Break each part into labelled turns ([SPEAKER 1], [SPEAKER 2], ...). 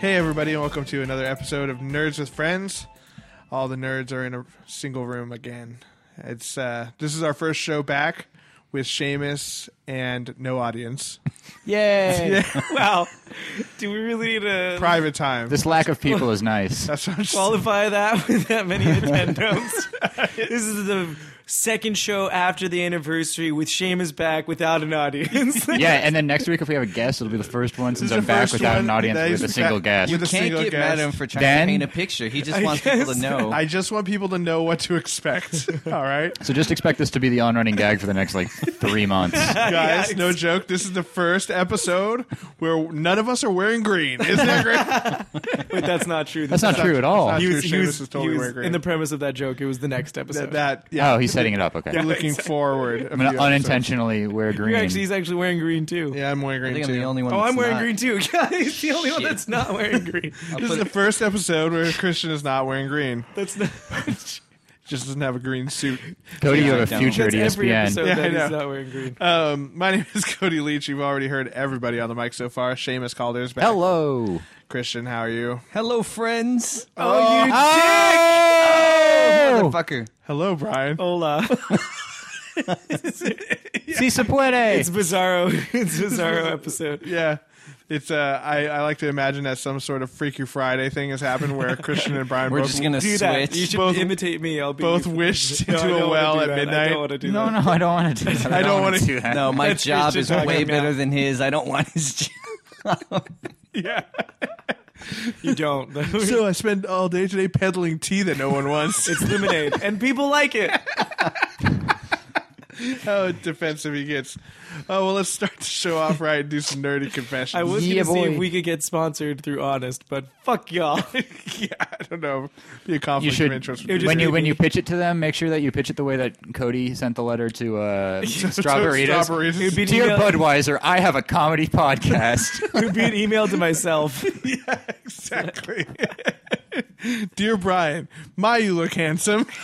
[SPEAKER 1] Hey, everybody, and welcome to another episode of Nerds with Friends. All the nerds are in a single room again. It's uh, this is our first show back with Seamus and no audience,
[SPEAKER 2] Yay!
[SPEAKER 3] Wow. Do we really need to
[SPEAKER 1] private time.
[SPEAKER 2] This lack of people is nice.
[SPEAKER 1] That's what I'm just-
[SPEAKER 3] qualify that with that many attendos? this is the second show after the anniversary with Seamus back without an audience.
[SPEAKER 2] Yeah, and then next week if we have a guest, it'll be the first one
[SPEAKER 1] This is
[SPEAKER 2] since
[SPEAKER 1] the
[SPEAKER 2] I'm back
[SPEAKER 1] first
[SPEAKER 2] without an
[SPEAKER 1] one
[SPEAKER 2] audience
[SPEAKER 1] that
[SPEAKER 2] with a
[SPEAKER 1] is
[SPEAKER 2] single
[SPEAKER 1] back-
[SPEAKER 2] guest.
[SPEAKER 1] with a
[SPEAKER 4] Can't
[SPEAKER 1] single
[SPEAKER 4] get
[SPEAKER 1] guest.
[SPEAKER 4] mad at him for trying
[SPEAKER 2] Then-
[SPEAKER 4] to paint a picture. He just
[SPEAKER 3] I
[SPEAKER 4] wants people
[SPEAKER 3] guess.
[SPEAKER 4] to know.
[SPEAKER 1] I just want people to know what to expect. All right,
[SPEAKER 2] so just expect this to be the on-running gag for the next like three months.
[SPEAKER 1] guys, no joke. This is the first episode where none of us are wearing green. Isn't that great?
[SPEAKER 3] Wait, that's not true.
[SPEAKER 2] That's not true at all.
[SPEAKER 1] That's
[SPEAKER 3] He
[SPEAKER 1] true.
[SPEAKER 3] was, he
[SPEAKER 1] Seamus
[SPEAKER 3] was-
[SPEAKER 1] is totally
[SPEAKER 3] he was
[SPEAKER 1] wearing green.
[SPEAKER 3] in the premise of that joke. It was the next episode.
[SPEAKER 1] That, that yeah.
[SPEAKER 2] Oh, he's setting it up. Okay,
[SPEAKER 1] We're looking forward.
[SPEAKER 2] I'm gonna unintentionally wear green.
[SPEAKER 3] You're actually, he's actually wearing green too.
[SPEAKER 1] Yeah, I'm wearing green
[SPEAKER 4] I think
[SPEAKER 1] too.
[SPEAKER 4] I'm the only one.
[SPEAKER 3] Oh, I'm
[SPEAKER 4] that's
[SPEAKER 3] wearing
[SPEAKER 4] not.
[SPEAKER 3] green too. He's the only one
[SPEAKER 4] Shit.
[SPEAKER 3] that's not wearing green.
[SPEAKER 1] This is the first episode where Christian is not wearing green.
[SPEAKER 3] That's not.
[SPEAKER 1] Just doesn't have a green suit.
[SPEAKER 2] Cody, you
[SPEAKER 4] Yeah, I
[SPEAKER 2] have a
[SPEAKER 4] don't.
[SPEAKER 2] future at
[SPEAKER 1] E
[SPEAKER 2] E
[SPEAKER 3] That's every
[SPEAKER 2] ESPN.
[SPEAKER 3] episode
[SPEAKER 1] Yeah, I
[SPEAKER 3] that he's
[SPEAKER 1] know.
[SPEAKER 3] not wearing green.
[SPEAKER 1] Um, my name is Cody Leach. You've already heard everybody on the mic so far. Seamus Calder's back.
[SPEAKER 2] Hello.
[SPEAKER 1] Christian. How are you?
[SPEAKER 4] Hello, friends.
[SPEAKER 3] Oh, you
[SPEAKER 4] Motherfucker.
[SPEAKER 1] Hello, Brian.
[SPEAKER 3] hola.
[SPEAKER 2] Si se puede.
[SPEAKER 3] It's bizarro. It's bizarro episode.
[SPEAKER 1] Yeah, it's. Uh, I, I like to imagine that some sort of Freaky Friday thing has happened where Christian and Brian
[SPEAKER 4] We're
[SPEAKER 1] both,
[SPEAKER 4] just gonna
[SPEAKER 3] Do that. You
[SPEAKER 4] switch.
[SPEAKER 3] should
[SPEAKER 1] Both-
[SPEAKER 3] imitate me. I'll be
[SPEAKER 1] both wished
[SPEAKER 3] No, I
[SPEAKER 1] into
[SPEAKER 3] don't
[SPEAKER 1] a
[SPEAKER 3] wanna
[SPEAKER 1] well
[SPEAKER 3] do
[SPEAKER 1] at
[SPEAKER 3] that.
[SPEAKER 1] midnight.
[SPEAKER 3] I don't want to do
[SPEAKER 2] No,
[SPEAKER 3] that.
[SPEAKER 2] no, I don't want to do that.
[SPEAKER 1] I don't
[SPEAKER 2] want
[SPEAKER 1] wanna-
[SPEAKER 2] to do that.
[SPEAKER 4] No, my
[SPEAKER 3] That's
[SPEAKER 4] job
[SPEAKER 3] just
[SPEAKER 4] is
[SPEAKER 3] talking
[SPEAKER 4] way
[SPEAKER 3] about-
[SPEAKER 4] better than his. I don't want his job.
[SPEAKER 1] Yeah.
[SPEAKER 3] You don't.
[SPEAKER 1] so I spend all day today peddling tea that no one wants.
[SPEAKER 3] it's lemonade, and people like it.
[SPEAKER 1] how defensive he gets. Oh well, let's start the show off right and do some nerdy confessions.
[SPEAKER 3] I was
[SPEAKER 2] Yeah,
[SPEAKER 3] gonna see
[SPEAKER 2] boy.
[SPEAKER 3] if we could get sponsored through Honest, but fuck y'all.
[SPEAKER 1] yeah, I don't know. Be a conflict
[SPEAKER 2] You
[SPEAKER 1] of
[SPEAKER 2] should
[SPEAKER 1] interest.
[SPEAKER 3] It would just
[SPEAKER 2] when you
[SPEAKER 3] be
[SPEAKER 2] when
[SPEAKER 3] me.
[SPEAKER 2] you pitch it to them, make sure that you pitch it the way that Cody sent the letter to uh, Strawberritas.
[SPEAKER 1] Strawberries.
[SPEAKER 3] It'd be-
[SPEAKER 2] Dear
[SPEAKER 3] Yeah.
[SPEAKER 2] Budweiser, I have a comedy podcast.
[SPEAKER 3] It would be an email to myself.
[SPEAKER 1] exactly. Dear Brian, my you look handsome.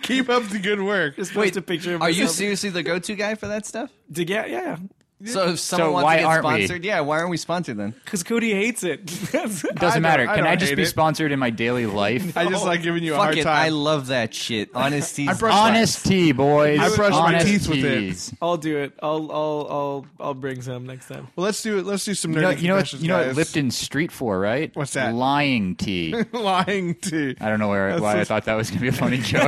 [SPEAKER 1] Keep up the good work.
[SPEAKER 3] Just post
[SPEAKER 4] Wait,
[SPEAKER 3] a picture. Of
[SPEAKER 4] Are you
[SPEAKER 3] myself
[SPEAKER 4] seriously the go-to guy for that stuff?
[SPEAKER 3] To get, yeah,
[SPEAKER 4] So if someone
[SPEAKER 2] So
[SPEAKER 4] wants
[SPEAKER 2] why
[SPEAKER 4] to get
[SPEAKER 2] aren't we?
[SPEAKER 4] sponsored, yeah, why aren't we sponsored then?
[SPEAKER 3] because Cody hates it. That's-
[SPEAKER 2] Doesn't
[SPEAKER 1] I
[SPEAKER 2] matter.
[SPEAKER 1] don't- I
[SPEAKER 2] Can I
[SPEAKER 1] don't
[SPEAKER 2] just
[SPEAKER 1] hate
[SPEAKER 2] be
[SPEAKER 1] it.
[SPEAKER 2] sponsored in my daily life?
[SPEAKER 1] I just like giving you a
[SPEAKER 4] Fuck
[SPEAKER 1] hard
[SPEAKER 4] it. I
[SPEAKER 1] time.
[SPEAKER 4] love that shit. Honesty.
[SPEAKER 1] I brushed my-
[SPEAKER 2] Honest tea, boys.
[SPEAKER 1] I brushed my
[SPEAKER 2] Honest
[SPEAKER 1] teeth with it.
[SPEAKER 2] teas.
[SPEAKER 3] I'll do it. I'll, I'll, I'll, I'll bring some next time.
[SPEAKER 1] well, let's do it. Let's do some nerdy
[SPEAKER 2] You know, you know what?
[SPEAKER 1] confessions,
[SPEAKER 2] You know what
[SPEAKER 1] guys.
[SPEAKER 2] Lipton's street for, right?
[SPEAKER 1] What's that?
[SPEAKER 2] Lying tea.
[SPEAKER 1] lying to
[SPEAKER 2] I don't know where, why I
[SPEAKER 1] just-
[SPEAKER 2] thought that was gonna be a funny joke.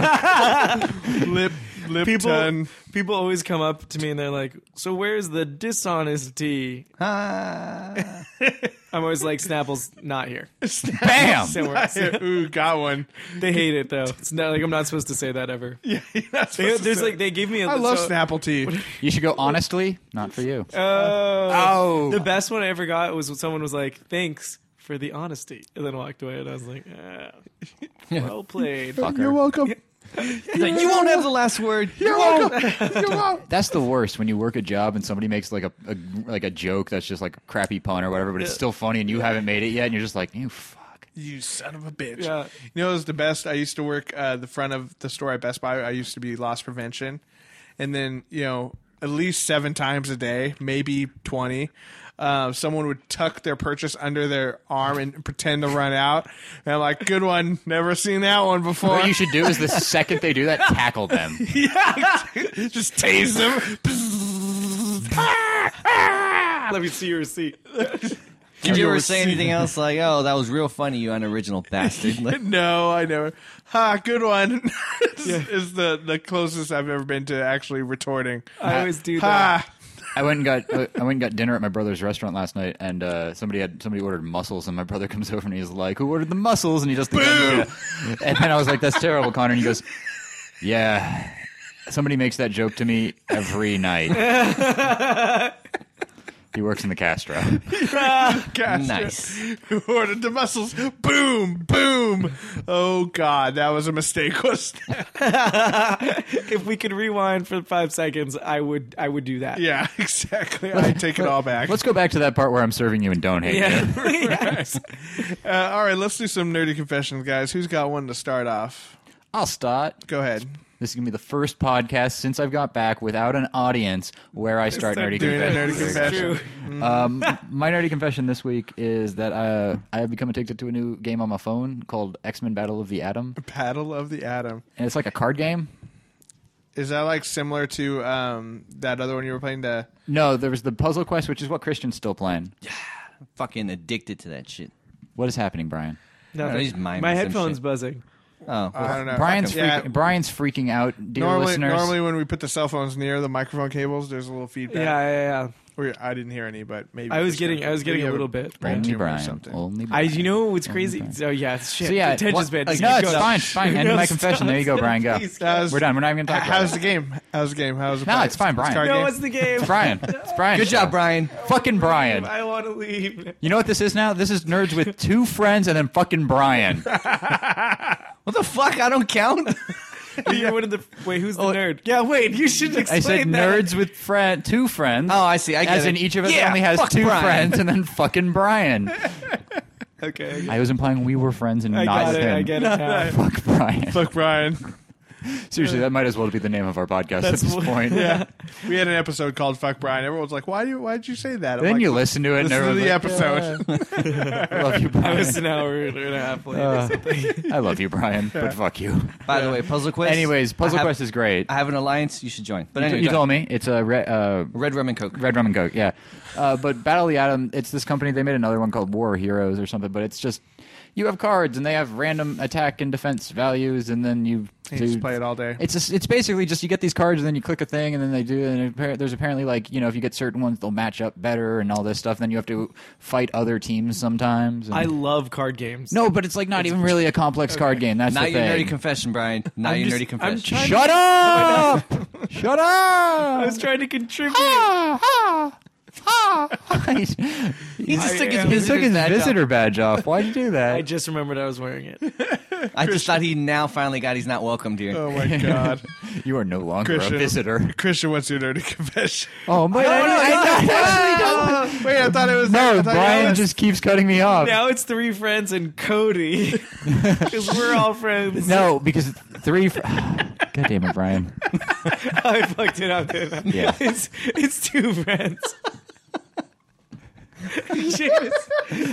[SPEAKER 1] lip lip
[SPEAKER 3] People,
[SPEAKER 1] ton.
[SPEAKER 3] people always come up to me and they're like, "So where's the dishonesty?"
[SPEAKER 4] Ah.
[SPEAKER 3] I'm always like, "Snapple's not here."
[SPEAKER 2] Bam.
[SPEAKER 3] Somewhere.
[SPEAKER 1] Ooh, got one.
[SPEAKER 3] They hate it though. It's not like I'm not supposed to say that ever.
[SPEAKER 1] Yeah, you're not
[SPEAKER 3] They,
[SPEAKER 1] supposed to
[SPEAKER 3] there's
[SPEAKER 1] say-
[SPEAKER 3] like they gave me. a
[SPEAKER 1] I love
[SPEAKER 3] so-
[SPEAKER 1] Snapple tea.
[SPEAKER 2] You should go honestly. Not for you.
[SPEAKER 1] Uh,
[SPEAKER 3] Oh.
[SPEAKER 2] Oh.
[SPEAKER 3] The best one I ever got was when someone was like, "Thanks for the honesty," and then walked away, and I was like, "Ah, "Well played."
[SPEAKER 1] You're welcome.
[SPEAKER 4] you won't have the last word. You won't.
[SPEAKER 2] That's the worst when you work a job and somebody makes like a, a like a joke that's just like a crappy pun or whatever, but it's still funny and you haven't made it yet, and you're just like, you fuck.
[SPEAKER 1] You son of a bitch.
[SPEAKER 3] Yeah.
[SPEAKER 1] You know, it was the best. I used to work uh, the front of the store at Best Buy. I used to be loss prevention. And then, you know, at least seven times a day, maybe 20. Uh, someone would tuck their purchase under their arm and pretend to run out. And I'm like, good one. Never seen that one before.
[SPEAKER 2] What you should do is the second they do that, tackle them.
[SPEAKER 1] just tase them.
[SPEAKER 3] Let me see your receipt.
[SPEAKER 4] Did you ever say anything else like, "Oh, that was real funny, you unoriginal bastard"? Like,
[SPEAKER 1] No, I never. Ha, good one. is, is the, the closest I've ever been to actually retorting.
[SPEAKER 3] I always do that.
[SPEAKER 1] Ha.
[SPEAKER 2] I went and got I went and got dinner at my brother's restaurant last night, and uh, somebody had somebody ordered mussels, and my brother comes over and he's like, "Who ordered the mussels?" And he just and then I was like, "That's terrible, Connor." And he goes, "Yeah, somebody makes that joke to me every night." he works in the Castro.
[SPEAKER 1] Gotcha.
[SPEAKER 4] nice.
[SPEAKER 1] Who ordered the muscles? Boom, boom. Oh God, that was a mistake. Was
[SPEAKER 3] If we could rewind for five seconds, I would. I would do that.
[SPEAKER 1] yeah, exactly. I take it all back.
[SPEAKER 2] Let's go back to that part where I'm serving you and don't hate you.
[SPEAKER 3] Yeah.
[SPEAKER 1] Uh, all right, let's do some nerdy confessions, guys. Who's got one to start off?
[SPEAKER 2] I'll start.
[SPEAKER 1] Go ahead.
[SPEAKER 2] This is gonna be the first podcast since I've got back without an audience where I start nerdy
[SPEAKER 1] Doing a
[SPEAKER 2] confessions.
[SPEAKER 1] nerdy confession.
[SPEAKER 2] Um, my nerdy confession this week is that uh, I have become addicted to a new game on my phone called X Men Battle of the Atom,
[SPEAKER 1] Paddle of the Atom.
[SPEAKER 2] and it's like a card game.
[SPEAKER 1] Is that like similar to um, that other one you were playing? The
[SPEAKER 2] No, there was the puzzle quest, which is what Christian's still playing.
[SPEAKER 4] Fucking addicted to that shit.
[SPEAKER 2] What is happening, Brian?
[SPEAKER 3] No,
[SPEAKER 4] No, he's miming
[SPEAKER 3] my
[SPEAKER 4] some
[SPEAKER 3] headphone's
[SPEAKER 4] shit.
[SPEAKER 3] buzzing.
[SPEAKER 4] Oh,
[SPEAKER 1] I don't know.
[SPEAKER 2] Brian's
[SPEAKER 1] Uh, Yeah,
[SPEAKER 2] freak- Brian's freaking out, dear
[SPEAKER 1] normally
[SPEAKER 2] listeners.
[SPEAKER 1] normally when we put the cell phones near the microphone cables, there's a little feedback.
[SPEAKER 3] Yeah, yeah, yeah.
[SPEAKER 1] Or- I didn't hear any, but maybe
[SPEAKER 3] I was
[SPEAKER 1] there's
[SPEAKER 3] getting.
[SPEAKER 1] some-
[SPEAKER 3] I was getting
[SPEAKER 1] maybe
[SPEAKER 3] a
[SPEAKER 1] have
[SPEAKER 3] little bit.
[SPEAKER 1] brain
[SPEAKER 2] only
[SPEAKER 1] tumor or
[SPEAKER 2] Brian.
[SPEAKER 1] something.
[SPEAKER 2] Only
[SPEAKER 3] I.
[SPEAKER 2] Brian.
[SPEAKER 3] You know what's
[SPEAKER 2] Only
[SPEAKER 3] crazy?
[SPEAKER 2] Brian.
[SPEAKER 3] Oh yeah. Shit.
[SPEAKER 2] So yeah,
[SPEAKER 3] attention
[SPEAKER 2] what-
[SPEAKER 3] span.
[SPEAKER 2] like,
[SPEAKER 3] Keep
[SPEAKER 2] no, it's
[SPEAKER 3] going.
[SPEAKER 2] fine, it's fine. End
[SPEAKER 3] No,
[SPEAKER 2] my
[SPEAKER 3] stop.
[SPEAKER 2] confession. There you go, Brian. Go.
[SPEAKER 3] Please,
[SPEAKER 1] That was-
[SPEAKER 2] We're done. We're not even
[SPEAKER 1] H-
[SPEAKER 2] talking about
[SPEAKER 1] How's
[SPEAKER 2] it.
[SPEAKER 1] the game? How's the game? How's the
[SPEAKER 2] No,
[SPEAKER 1] play?
[SPEAKER 2] it's fine, Brian.
[SPEAKER 1] card
[SPEAKER 3] No,
[SPEAKER 1] game?
[SPEAKER 3] it's the game.
[SPEAKER 2] It's Brian. It's Brian.
[SPEAKER 4] good job, Brian.
[SPEAKER 2] Fucking Brian.
[SPEAKER 3] I want to leave.
[SPEAKER 2] You know what this is now? This is nerds with two friends and then fucking Brian.
[SPEAKER 4] What the fuck? I don't count.
[SPEAKER 3] You're one of the. Wait, who's the nerd? Oh, Yeah, wait. You should explain.
[SPEAKER 2] I said
[SPEAKER 3] that.
[SPEAKER 2] nerds with friend two friends.
[SPEAKER 4] Oh, I see. I get
[SPEAKER 2] As
[SPEAKER 4] it.
[SPEAKER 2] in each of us
[SPEAKER 4] Yeah,
[SPEAKER 2] only has
[SPEAKER 4] fuck
[SPEAKER 2] two
[SPEAKER 4] Brian.
[SPEAKER 2] friends and then fucking Brian.
[SPEAKER 3] Okay.
[SPEAKER 2] I was implying we were friends and
[SPEAKER 3] I
[SPEAKER 2] not
[SPEAKER 3] got it.
[SPEAKER 2] him.
[SPEAKER 3] I get it. Now.
[SPEAKER 2] Fuck Brian.
[SPEAKER 1] Fuck Brian.
[SPEAKER 2] Seriously, that might as well be the name of our podcast at
[SPEAKER 3] That's
[SPEAKER 2] this
[SPEAKER 3] what-
[SPEAKER 2] point.
[SPEAKER 1] Yeah, we had an episode called "Fuck Brian." Everyone's like, "Why do? you- Why did you say that?" I'm
[SPEAKER 2] Then
[SPEAKER 1] like,
[SPEAKER 2] you listen to it
[SPEAKER 1] Listen
[SPEAKER 2] and
[SPEAKER 1] to the
[SPEAKER 2] everyone's like,
[SPEAKER 1] episode.
[SPEAKER 2] "Yeah, I love you, Brian.
[SPEAKER 3] I was an hour and a half late.
[SPEAKER 2] Uh, I love you, Brian, but fuck you.
[SPEAKER 4] By the way, puzzle quest.
[SPEAKER 2] Anyways, Puzzle
[SPEAKER 4] I have-
[SPEAKER 2] Quest is great.
[SPEAKER 4] I have an alliance. You should join. But
[SPEAKER 2] You-
[SPEAKER 4] anyway,
[SPEAKER 2] you
[SPEAKER 4] go-
[SPEAKER 2] told me it's a re- uh,
[SPEAKER 4] Red Rum and Coke.
[SPEAKER 2] Red Rum and Coke, yeah. Uh, but Battle of the Atom, it's this company. They made another one called War Heroes or something. But it's just you have cards and they have random attack and defense values, and then you,
[SPEAKER 1] You just play it all day.
[SPEAKER 2] It's just, it's basically just you get these cards and then you click a thing and then they do. And appar- there's apparently like you know if you get certain ones they'll match up better and all this stuff. Then you have to fight other teams sometimes. and-
[SPEAKER 3] I love card games.
[SPEAKER 2] no, but it's like not even really a complex card game. That's
[SPEAKER 4] Not
[SPEAKER 2] the
[SPEAKER 4] your
[SPEAKER 2] thing.
[SPEAKER 4] nerdy confession, Brian. Not your
[SPEAKER 3] just-
[SPEAKER 4] nerdy
[SPEAKER 3] I'm
[SPEAKER 4] confession.
[SPEAKER 3] trying-
[SPEAKER 2] Shut up! Shut up!
[SPEAKER 3] I was trying to contribute.
[SPEAKER 2] Ah, ah, ah. he just
[SPEAKER 3] took his
[SPEAKER 2] he
[SPEAKER 3] visitor's
[SPEAKER 2] took his
[SPEAKER 4] badge off.
[SPEAKER 2] visitor badge off. Why'd you do that?
[SPEAKER 3] I just remembered I was wearing it.
[SPEAKER 4] I just thought he now finally got he's not welcome here.
[SPEAKER 1] oh my god,
[SPEAKER 2] you are no longer
[SPEAKER 1] Christian.
[SPEAKER 2] a visitor.
[SPEAKER 1] Christian, what's your dirty confession?
[SPEAKER 2] Oh, but I,
[SPEAKER 1] Wait, I thought it was
[SPEAKER 2] no,
[SPEAKER 1] I thought you
[SPEAKER 2] Brian
[SPEAKER 1] had-
[SPEAKER 2] just keeps cutting me off.
[SPEAKER 3] Now it's three friends and Cody. Because we're all friends.
[SPEAKER 2] No, because three. Fr- God damn it, Brian.
[SPEAKER 3] I fucked it up. Didn't I?
[SPEAKER 2] Yeah.
[SPEAKER 3] It's, it's two friends. James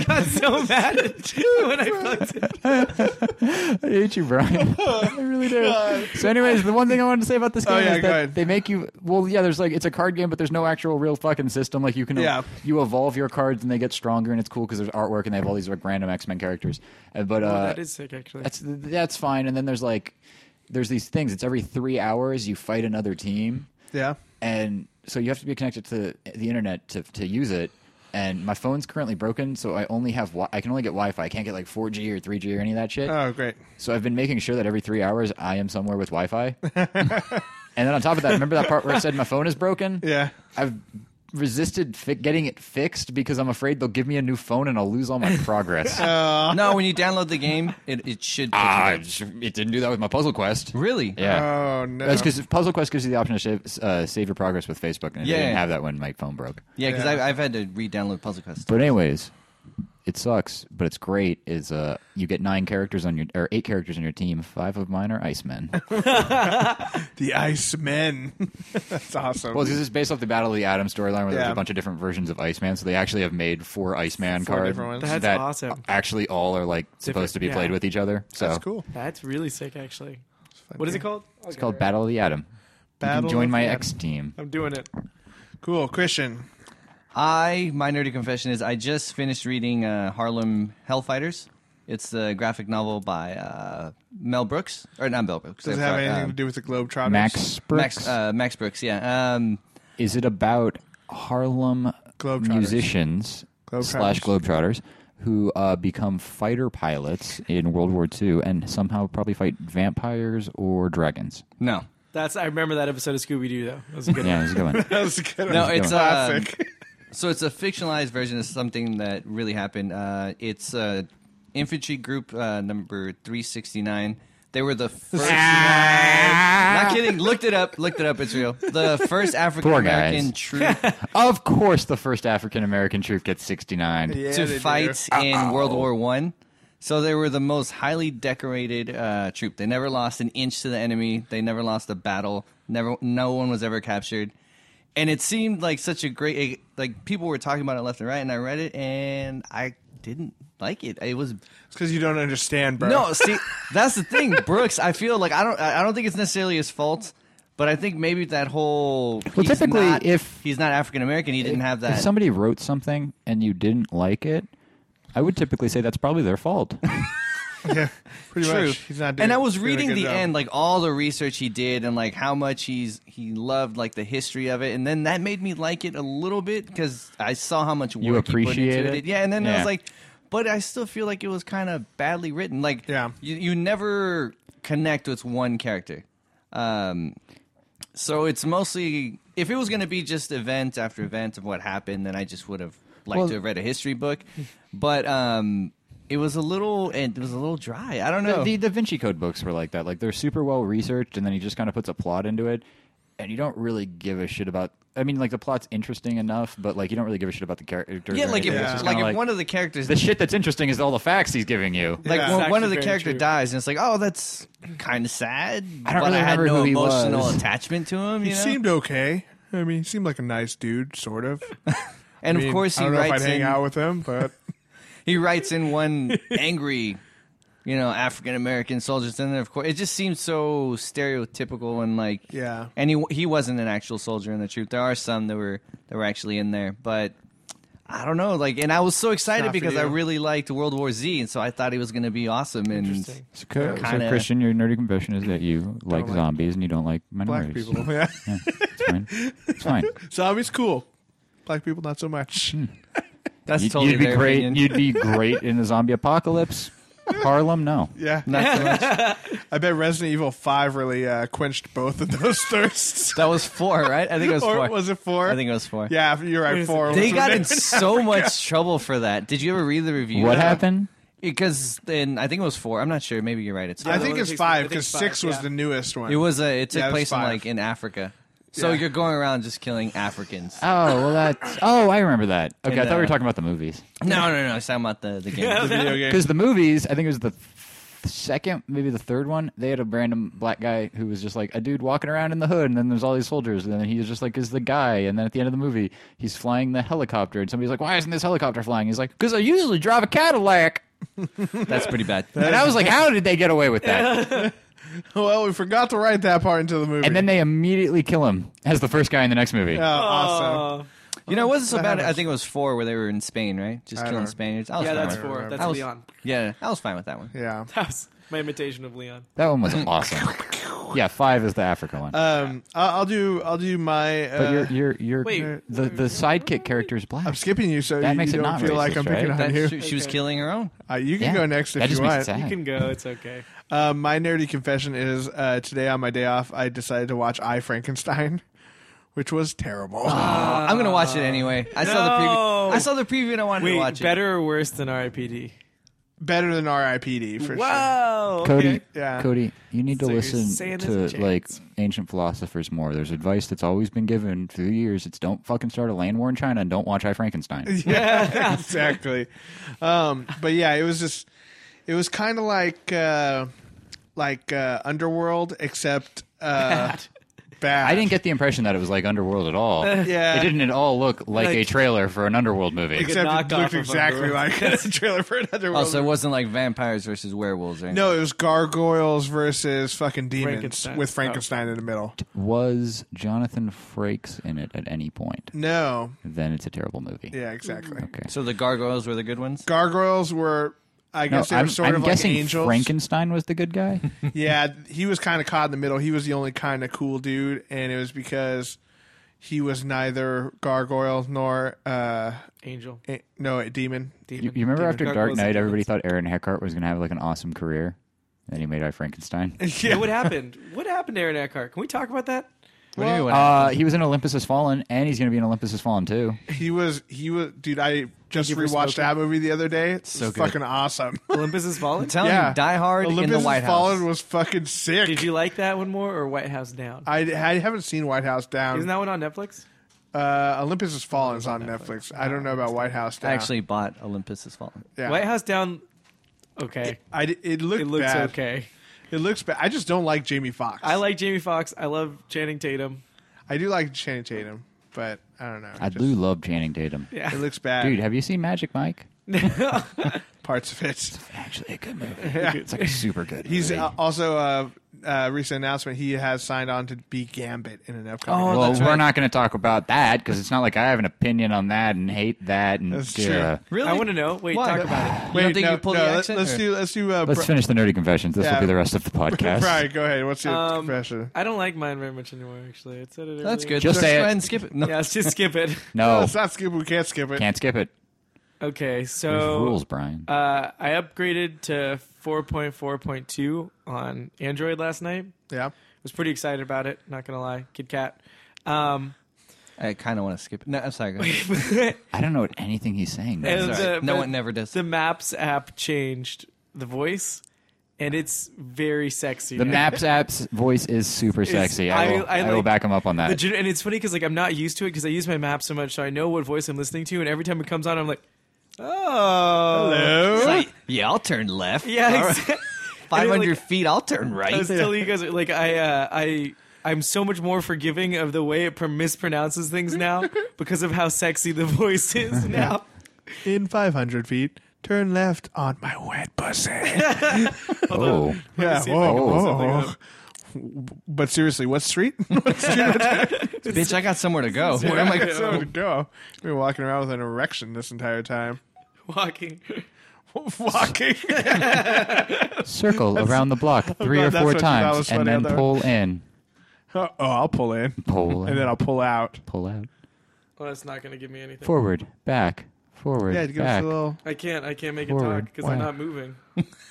[SPEAKER 3] got so mad at you when I fucked it.
[SPEAKER 2] I hate you, Brian. I really do. So, anyways, the one thing I wanted to say about this game
[SPEAKER 1] Oh, yeah,
[SPEAKER 2] is
[SPEAKER 1] go
[SPEAKER 2] that
[SPEAKER 1] ahead.
[SPEAKER 2] they make you. Well, yeah, there's like it's a card game, but there's no actual real fucking system. Like you can
[SPEAKER 1] Yeah.
[SPEAKER 2] you evolve your cards and they get stronger, and it's cool because there's artwork and they have all these like random X Men characters. Uh, But uh,
[SPEAKER 3] that is sick, actually.
[SPEAKER 2] that's that's fine. And then there's like there's these things. It's every three hours you fight another team
[SPEAKER 1] yeah.
[SPEAKER 2] and so you have to be connected to the internet to, to use it and my phone's currently broken so i only have wi- i can only get wi-fi i can't get like 4g or 3g or any of that shit
[SPEAKER 1] Oh great.
[SPEAKER 2] so i've been making sure that every three hours i am somewhere with wi-fi and then on top of that remember that part where i said my phone is broken
[SPEAKER 1] Yeah.
[SPEAKER 2] i've resisted fi- getting it fixed because i'm afraid they'll give me a new phone and i'll lose all my progress
[SPEAKER 1] Oh.
[SPEAKER 4] no, when you download the game, it, it should. pick it
[SPEAKER 2] Ah,
[SPEAKER 4] up.
[SPEAKER 2] it sh- it didn't do that with my puzzle quest
[SPEAKER 4] really?
[SPEAKER 2] yeah
[SPEAKER 1] Oh no.
[SPEAKER 2] That's because Puzzle Quest gives you the option to save, uh, save your progress with Facebook, and I
[SPEAKER 4] Yeah.
[SPEAKER 2] didn't have that when my phone broke.
[SPEAKER 4] Yeah, because
[SPEAKER 1] Yeah.
[SPEAKER 4] I've had to re-download Puzzle Quest.
[SPEAKER 2] But anyways, it sucks, but it's great. Is uh, you get nine characters on your or eight characters on your team. Five of mine are Icemen.
[SPEAKER 1] The Icemen. That's awesome.
[SPEAKER 2] well, this is based off the Battle of the Atom storyline, where there's
[SPEAKER 1] Yeah.
[SPEAKER 2] a bunch of different versions of Iceman. So they actually have made four Iceman
[SPEAKER 1] Four
[SPEAKER 2] cards
[SPEAKER 1] different ones.
[SPEAKER 3] That's
[SPEAKER 2] that
[SPEAKER 3] awesome.
[SPEAKER 2] Actually, all are like supposed to be
[SPEAKER 3] yeah.
[SPEAKER 2] played with each other. So
[SPEAKER 1] That's cool.
[SPEAKER 3] That's really sick, actually. What is it called?
[SPEAKER 2] It's called Battle of the Atom. you
[SPEAKER 1] Battle
[SPEAKER 2] can join
[SPEAKER 1] of
[SPEAKER 2] my
[SPEAKER 1] the
[SPEAKER 2] X team.
[SPEAKER 3] I'm doing it.
[SPEAKER 1] Cool, Christian.
[SPEAKER 4] I my nerdy confession is I just finished reading uh, Harlem Hellfighters. It's the graphic novel by uh, Mel Brooks or not Mel Brooks.
[SPEAKER 1] Does it
[SPEAKER 4] I'm
[SPEAKER 1] have
[SPEAKER 4] sorry,
[SPEAKER 1] anything
[SPEAKER 4] um,
[SPEAKER 1] to do with the Globetrotters?
[SPEAKER 2] uh, Max Brooks.
[SPEAKER 4] Max uh, Max Brooks? Yeah. Um,
[SPEAKER 2] is it about Harlem
[SPEAKER 1] Globetrotters.
[SPEAKER 2] musicians
[SPEAKER 1] Globetrotters.
[SPEAKER 2] slash globetrotters who uh, become fighter pilots in World War II and somehow probably fight vampires or dragons?
[SPEAKER 4] no,
[SPEAKER 3] That's I remember that episode of Scooby Doo though. That was a good.
[SPEAKER 2] Yeah,
[SPEAKER 3] one.
[SPEAKER 2] it's a good one.
[SPEAKER 1] That was a good
[SPEAKER 4] no,
[SPEAKER 1] one.
[SPEAKER 4] it's um,
[SPEAKER 1] classic.
[SPEAKER 4] so it's a fictionalized version of something that really happened. Uh, it's uh, infantry group uh, number three sixty nine. They were the first. not kidding. Looked it up. Looked it up. It's real. The first African American
[SPEAKER 2] guys.
[SPEAKER 4] troop
[SPEAKER 2] of course, the first African American troop gets 69.
[SPEAKER 1] Yeah, they
[SPEAKER 4] to
[SPEAKER 1] do.
[SPEAKER 4] fight in World War One. So they were the most highly decorated uh, troop. They never lost an inch to the enemy. They never lost a battle. Never, no one was ever captured. And it seemed like such a great, eh, like people were talking about it left and right. And I read it, and I didn't like it. It was
[SPEAKER 1] It's because you don't understand, bro.
[SPEAKER 4] no, see, that's the thing, Brooks. I feel like I don't. I I don't think it's necessarily his fault, but I think maybe that whole.
[SPEAKER 2] Well,
[SPEAKER 4] he's
[SPEAKER 2] typically,
[SPEAKER 4] not-
[SPEAKER 2] if-
[SPEAKER 4] he's not African American, he didn't have that.
[SPEAKER 2] If somebody wrote something and you didn't like it, I would typically say that's probably their fault.
[SPEAKER 1] yeah, pretty
[SPEAKER 4] True.
[SPEAKER 1] much. He's not. Doing,
[SPEAKER 4] and I was
[SPEAKER 1] doing a
[SPEAKER 4] reading
[SPEAKER 1] good
[SPEAKER 4] the
[SPEAKER 1] job.
[SPEAKER 4] end, like all the research he did, and like how much he's he loved like the history of it, and then that made me like it a little bit because I saw how much work
[SPEAKER 2] You
[SPEAKER 4] he put
[SPEAKER 2] appreciate
[SPEAKER 4] into
[SPEAKER 2] it?
[SPEAKER 4] Yeah, and then I
[SPEAKER 2] Yeah.
[SPEAKER 4] was like, but I still feel like it was kind of badly written. Like,
[SPEAKER 1] Yeah.
[SPEAKER 4] you, you never connect with one character. Um, so it's mostly if it was going to be just event after event of what happened, then I just would have liked
[SPEAKER 2] Well-
[SPEAKER 4] to have read a history book, but um. It was a little, it was a little dry. I don't know.
[SPEAKER 2] the, the Da Vinci Code books were like that. Like they're super well researched, and then he just kind of puts a plot into it, and you don't really give a shit about. I mean, like the plot's interesting enough, but like you don't really give a shit about the characters.
[SPEAKER 4] Yeah,
[SPEAKER 2] or
[SPEAKER 4] like if,
[SPEAKER 2] anything. It's just
[SPEAKER 4] like if
[SPEAKER 2] kinda
[SPEAKER 4] one of the characters,
[SPEAKER 2] the shit that's interesting is all the facts he's giving you.
[SPEAKER 4] like
[SPEAKER 1] Yeah.
[SPEAKER 4] when
[SPEAKER 3] It's
[SPEAKER 4] one of the
[SPEAKER 3] actually very
[SPEAKER 4] character
[SPEAKER 3] true.
[SPEAKER 4] dies, and it's like, oh, that's kind of sad.
[SPEAKER 2] I don't
[SPEAKER 4] but
[SPEAKER 2] really
[SPEAKER 4] I had
[SPEAKER 2] remember
[SPEAKER 4] no
[SPEAKER 2] who he
[SPEAKER 4] emotional
[SPEAKER 2] was.
[SPEAKER 4] attachment to him.
[SPEAKER 1] He
[SPEAKER 4] You know?
[SPEAKER 1] seemed okay. I mean, he seemed like a nice dude, sort of.
[SPEAKER 4] and
[SPEAKER 1] I mean,
[SPEAKER 4] of course
[SPEAKER 1] I
[SPEAKER 4] he
[SPEAKER 1] don't know if I'd
[SPEAKER 4] writes
[SPEAKER 1] hang
[SPEAKER 4] in.
[SPEAKER 1] out with him, but
[SPEAKER 4] He writes in one angry, you know, African American soldiers in there. Of course, it just seems so stereotypical and like,
[SPEAKER 1] Yeah.
[SPEAKER 4] And he he wasn't an actual soldier in the troop. There are some that were that were actually in there, but. I don't know, like, and I was so excited
[SPEAKER 1] not for
[SPEAKER 4] because I
[SPEAKER 1] you.
[SPEAKER 4] really liked World War Z, and so I thought he was going to be awesome. And
[SPEAKER 3] Interesting.
[SPEAKER 2] So, co- so
[SPEAKER 4] kinda-
[SPEAKER 2] Christian, your nerdy confession is that you like,
[SPEAKER 1] like-
[SPEAKER 2] zombies and you don't like
[SPEAKER 1] black
[SPEAKER 2] minorities.
[SPEAKER 1] people. Yeah,
[SPEAKER 2] Yeah, it's fine. It's fine.
[SPEAKER 1] zombies cool. Black people not so much.
[SPEAKER 4] Hmm. that's
[SPEAKER 2] You'd,
[SPEAKER 4] totally
[SPEAKER 2] you'd be
[SPEAKER 4] their
[SPEAKER 2] great.
[SPEAKER 4] opinion.
[SPEAKER 2] You'd be great in a zombie apocalypse. Harlem, no.
[SPEAKER 1] Yeah,
[SPEAKER 4] Not so much.
[SPEAKER 1] I bet Resident Evil Five really uh, quenched both of those thirsts.
[SPEAKER 4] That was four, right? I think it was
[SPEAKER 1] or
[SPEAKER 4] four.
[SPEAKER 1] was it four?
[SPEAKER 4] I think it was four.
[SPEAKER 1] Yeah, you're right. Four. Oh
[SPEAKER 4] They
[SPEAKER 1] was
[SPEAKER 4] got
[SPEAKER 1] the
[SPEAKER 4] in
[SPEAKER 1] name.
[SPEAKER 4] so much trouble for that. Did you ever read the review? Uh,
[SPEAKER 2] What happened?
[SPEAKER 4] Because then I think it was four. I'm not sure. Maybe you're right. It's
[SPEAKER 1] I
[SPEAKER 4] four.
[SPEAKER 1] think it's
[SPEAKER 3] I think
[SPEAKER 1] five
[SPEAKER 3] it's
[SPEAKER 1] because
[SPEAKER 3] five,
[SPEAKER 1] six was
[SPEAKER 3] yeah.
[SPEAKER 1] the newest one.
[SPEAKER 4] it was. Uh, it took
[SPEAKER 1] Yeah, it was
[SPEAKER 4] place in
[SPEAKER 1] five.
[SPEAKER 4] like in Africa. So
[SPEAKER 1] Yeah.
[SPEAKER 4] you're going around just killing Africans.
[SPEAKER 2] Oh well, that's. Oh, I remember that. Okay, I
[SPEAKER 4] And,
[SPEAKER 2] thought we were
[SPEAKER 4] uh,
[SPEAKER 2] talking about the movies.
[SPEAKER 4] no, no, no. It's talking about the the game.
[SPEAKER 1] the video game.
[SPEAKER 2] Because the movies, I think it was the th- second, maybe the third one. They had a random black guy who was just like a dude walking around in the hood, and then there's all these soldiers, and then he was just like is the guy, and then at the end of the movie, he's flying the helicopter, and somebody's like, "Why isn't this helicopter flying?" He's like, "Because I usually drive a Cadillac."
[SPEAKER 4] That's pretty bad.
[SPEAKER 2] And I was like, "How did they get away with that?"
[SPEAKER 1] Well, we forgot to write that part into the movie.
[SPEAKER 2] And then they immediately kill him as the first guy in the next movie.
[SPEAKER 1] oh, awesome.
[SPEAKER 3] Oh,
[SPEAKER 4] You know, it wasn't so
[SPEAKER 1] That
[SPEAKER 4] bad. I
[SPEAKER 1] happens.
[SPEAKER 4] think it was four where they were in Spain, right? Just
[SPEAKER 1] I
[SPEAKER 4] killing
[SPEAKER 1] don't-
[SPEAKER 4] Spaniards. I was
[SPEAKER 3] yeah,
[SPEAKER 4] fine
[SPEAKER 3] that's
[SPEAKER 4] with it.
[SPEAKER 3] four. That's
[SPEAKER 4] I was-
[SPEAKER 3] Leon.
[SPEAKER 4] Yeah, I was fine with that one.
[SPEAKER 1] Yeah.
[SPEAKER 3] That was my imitation of Leon.
[SPEAKER 2] That one was awesome. Yeah, five is the Africa one.
[SPEAKER 1] Um, I- I'll do. I'll do my. Uh,
[SPEAKER 2] but you're you're, you're
[SPEAKER 3] Wait.
[SPEAKER 2] the the sidekick character is black.
[SPEAKER 1] I'm skipping you, so
[SPEAKER 2] That
[SPEAKER 1] you,
[SPEAKER 2] makes
[SPEAKER 1] you
[SPEAKER 2] it
[SPEAKER 1] don't
[SPEAKER 2] not
[SPEAKER 1] feel like
[SPEAKER 2] racist,
[SPEAKER 1] I'm picking
[SPEAKER 2] right?
[SPEAKER 1] on
[SPEAKER 4] That's
[SPEAKER 1] you.
[SPEAKER 4] true. She was killing her own.
[SPEAKER 1] Uh, you can
[SPEAKER 2] Yeah.
[SPEAKER 1] go next if
[SPEAKER 2] That just
[SPEAKER 1] you
[SPEAKER 2] makes
[SPEAKER 1] want.
[SPEAKER 2] it sad.
[SPEAKER 3] You can go. It's okay.
[SPEAKER 1] Uh, my nerdy confession is uh, today on my day off, I decided to watch I Frankenstein, which was terrible.
[SPEAKER 2] Ah.
[SPEAKER 4] I'm gonna
[SPEAKER 1] Uh,
[SPEAKER 4] watch it anyway. I saw the preview.
[SPEAKER 3] No.
[SPEAKER 4] I saw the preview and I wanted to
[SPEAKER 3] Wait,
[SPEAKER 4] watch it.
[SPEAKER 3] better or worse than R.I.P.D.
[SPEAKER 1] better than R.I.P.D. for sure.
[SPEAKER 3] Wow.
[SPEAKER 2] Cody,
[SPEAKER 3] okay.
[SPEAKER 1] Yeah.
[SPEAKER 2] Cody, you need
[SPEAKER 3] So
[SPEAKER 2] to
[SPEAKER 3] you're
[SPEAKER 2] listen
[SPEAKER 3] saying there's
[SPEAKER 2] to
[SPEAKER 3] a
[SPEAKER 2] like
[SPEAKER 3] chance.
[SPEAKER 2] ancient philosophers more. There's advice that's always been given through the years. It's don't fucking start a land war in China and don't watch I Frankenstein.
[SPEAKER 1] Yeah, exactly. Um, but yeah, it was just it was kind of like uh, like uh, Underworld, except uh, bad.
[SPEAKER 2] I didn't get the impression that it was like Underworld at all.
[SPEAKER 1] Yeah.
[SPEAKER 2] it didn't at all look like,
[SPEAKER 3] Like-
[SPEAKER 2] a trailer for an Underworld movie.
[SPEAKER 3] Like a
[SPEAKER 1] except it
[SPEAKER 3] knockoff
[SPEAKER 1] looked
[SPEAKER 3] of
[SPEAKER 1] exactly
[SPEAKER 3] Underworld.
[SPEAKER 1] like a trailer for another world.
[SPEAKER 4] Also, Oh, it wasn't like vampires versus werewolves, right?
[SPEAKER 1] no, it was gargoyles versus fucking demons
[SPEAKER 3] Frankenstein.
[SPEAKER 1] with Frankenstein in the middle.
[SPEAKER 2] was Jonathan Frakes in it at any point?
[SPEAKER 1] No,
[SPEAKER 2] Then it's a terrible movie.
[SPEAKER 1] yeah, exactly.
[SPEAKER 2] Okay.
[SPEAKER 4] So the gargoyles were the good ones.
[SPEAKER 1] Gargoyles were. I
[SPEAKER 2] No,
[SPEAKER 1] guess they
[SPEAKER 2] I'm,
[SPEAKER 1] were sort
[SPEAKER 2] I'm
[SPEAKER 1] of like
[SPEAKER 2] guessing
[SPEAKER 1] angels.
[SPEAKER 2] Frankenstein was the good guy.
[SPEAKER 1] Yeah, he was kind of caught in the middle. He was the only kind of cool dude, and it was because he was neither gargoyle nor uh
[SPEAKER 3] Angel.
[SPEAKER 1] a- no a demon.
[SPEAKER 2] you,
[SPEAKER 3] Demon.
[SPEAKER 2] you remember
[SPEAKER 3] Demon.
[SPEAKER 2] after Dark
[SPEAKER 3] Gargoyles.
[SPEAKER 2] Knight, everybody thought Aaron Eckhart was going to have like an awesome career, and he made I Frankenstein.
[SPEAKER 3] Yeah, what happened? What happened to Aaron Eckhart? Can we talk about that?
[SPEAKER 4] What do you mean, what
[SPEAKER 2] Uh, he was in Olympus Has Fallen, and he's going to be in Olympus Has Fallen too.
[SPEAKER 1] He was he was dude. I just
[SPEAKER 3] you for
[SPEAKER 1] rewatched
[SPEAKER 3] smoking.
[SPEAKER 1] that movie the other day. It's
[SPEAKER 4] So good.
[SPEAKER 1] fucking awesome.
[SPEAKER 3] Olympus is Fallen?
[SPEAKER 4] Telling you, Die Hard
[SPEAKER 1] Olympus
[SPEAKER 4] in
[SPEAKER 1] Has
[SPEAKER 4] the White
[SPEAKER 1] Fallen
[SPEAKER 4] House.
[SPEAKER 1] was fucking sick.
[SPEAKER 3] Did you like that one more or White House Down?
[SPEAKER 1] I, I haven't seen White House Down.
[SPEAKER 3] Isn't that one on Netflix?
[SPEAKER 1] uh, Olympus Has Fallen is on Netflix. I don't know about White House Down.
[SPEAKER 4] I actually bought Olympus Has Fallen.
[SPEAKER 1] yeah.
[SPEAKER 3] White House Down. Okay.
[SPEAKER 1] I, di- it looked
[SPEAKER 3] It looks
[SPEAKER 1] bad.
[SPEAKER 3] okay.
[SPEAKER 1] It looks bad. I just don't like Jamie Foxx.
[SPEAKER 3] I like Jamie Foxx. I love Channing Tatum.
[SPEAKER 1] I do like Channing Tatum, but I don't know.
[SPEAKER 2] I
[SPEAKER 1] Just-
[SPEAKER 2] do love Channing Tatum.
[SPEAKER 3] Yeah.
[SPEAKER 1] It looks bad.
[SPEAKER 2] Dude, have you seen Magic Mike?
[SPEAKER 1] parts of it.
[SPEAKER 2] Actually, a good movie. It's like a super good.
[SPEAKER 1] He's
[SPEAKER 2] movie.
[SPEAKER 1] uh, also uh, uh, recent announcement. He has signed on to be Gambit in an upcoming.
[SPEAKER 2] well,
[SPEAKER 4] that's
[SPEAKER 2] we're
[SPEAKER 4] right.
[SPEAKER 2] not going to talk about that because it's not like I have an opinion on that and hate that. And uh,
[SPEAKER 1] That's
[SPEAKER 2] yeah.
[SPEAKER 1] true.
[SPEAKER 4] Really?
[SPEAKER 3] I want to know. Wait,
[SPEAKER 4] Why?
[SPEAKER 3] talk about it.
[SPEAKER 4] You don't think you pulled
[SPEAKER 1] no,
[SPEAKER 4] the
[SPEAKER 1] let-
[SPEAKER 4] accent?
[SPEAKER 1] Let's
[SPEAKER 4] or-
[SPEAKER 1] do. Let's do. Uh,
[SPEAKER 2] Let's
[SPEAKER 1] Bri-
[SPEAKER 2] finish the nerdy confessions. This
[SPEAKER 1] Yeah.
[SPEAKER 2] will be the rest of the podcast.
[SPEAKER 1] Brian, go ahead. What's your
[SPEAKER 3] Um,
[SPEAKER 1] confession?
[SPEAKER 3] I don't like mine very much anymore, actually. I said it
[SPEAKER 4] That's
[SPEAKER 3] earlier.
[SPEAKER 4] good.
[SPEAKER 2] Just
[SPEAKER 4] Just
[SPEAKER 2] say
[SPEAKER 4] go
[SPEAKER 2] it.
[SPEAKER 4] ahead and skip it. No.
[SPEAKER 3] Yeah, let's just skip it.
[SPEAKER 1] No,
[SPEAKER 2] No,
[SPEAKER 1] it's not skip. We can't skip it.
[SPEAKER 2] Oh. can't skip it.
[SPEAKER 3] Okay,
[SPEAKER 2] There's
[SPEAKER 3] so.
[SPEAKER 2] rules, Brian.
[SPEAKER 3] Uh, I upgraded to 4.4.2 on Android last night.
[SPEAKER 1] Yeah.
[SPEAKER 3] Was pretty excited about it. Not gonna lie, Kid Cat. Um,
[SPEAKER 4] I kind of want to skip it. No, I'm sorry. go ahead.
[SPEAKER 2] I don't know what anything he's saying.
[SPEAKER 3] And
[SPEAKER 2] man.
[SPEAKER 4] Sorry.
[SPEAKER 3] the-
[SPEAKER 4] no
[SPEAKER 3] but
[SPEAKER 4] one never does.
[SPEAKER 3] the Maps app changed the voice, and it's very sexy.
[SPEAKER 2] The
[SPEAKER 3] now.
[SPEAKER 2] Maps app's voice is super sexy. I, will, I, will
[SPEAKER 3] like-
[SPEAKER 2] back him up on that.
[SPEAKER 3] The gen- and it's funny because like I'm not used to it because I use my map so much, so I know what voice I'm listening to, and every time it comes on, I'm like, oh,
[SPEAKER 4] It's
[SPEAKER 1] Hello.
[SPEAKER 4] like, yeah, I'll turn left.
[SPEAKER 3] yeah,
[SPEAKER 4] All
[SPEAKER 3] exactly.
[SPEAKER 4] right. 500
[SPEAKER 3] like-
[SPEAKER 4] feet, I'll turn
[SPEAKER 3] I
[SPEAKER 4] right.
[SPEAKER 3] was telling you guys like I uh, I I'm so much more forgiving of the way it pr- mispronounces things now because of how sexy the voice is now.
[SPEAKER 1] In 500 feet, turn left on my wet pussy. yeah.
[SPEAKER 2] oh,
[SPEAKER 1] Whoa.
[SPEAKER 3] see if I can pull something
[SPEAKER 1] whoa. But seriously, what street? what street
[SPEAKER 4] Bitch, I got somewhere to go. Where am I
[SPEAKER 1] am I going to go? We've been walking around with an erection this entire time.
[SPEAKER 3] Walking.
[SPEAKER 1] Walking.
[SPEAKER 2] circle around the block three
[SPEAKER 1] glad
[SPEAKER 2] or
[SPEAKER 1] that's
[SPEAKER 2] four
[SPEAKER 1] what you thought was
[SPEAKER 2] times and
[SPEAKER 1] funny
[SPEAKER 2] then
[SPEAKER 1] on that
[SPEAKER 2] pull in,
[SPEAKER 1] oh, I'll pull in,
[SPEAKER 2] pull, in,
[SPEAKER 1] and then I'll pull out.
[SPEAKER 2] pull out,
[SPEAKER 3] Well, that's not gonna give me anything.
[SPEAKER 2] forward, back, forward,
[SPEAKER 1] Yeah, give us
[SPEAKER 2] back.
[SPEAKER 1] a little.
[SPEAKER 3] I can't. I can't make it
[SPEAKER 2] Forward.
[SPEAKER 3] talk because I'm
[SPEAKER 2] Wow.
[SPEAKER 3] not moving.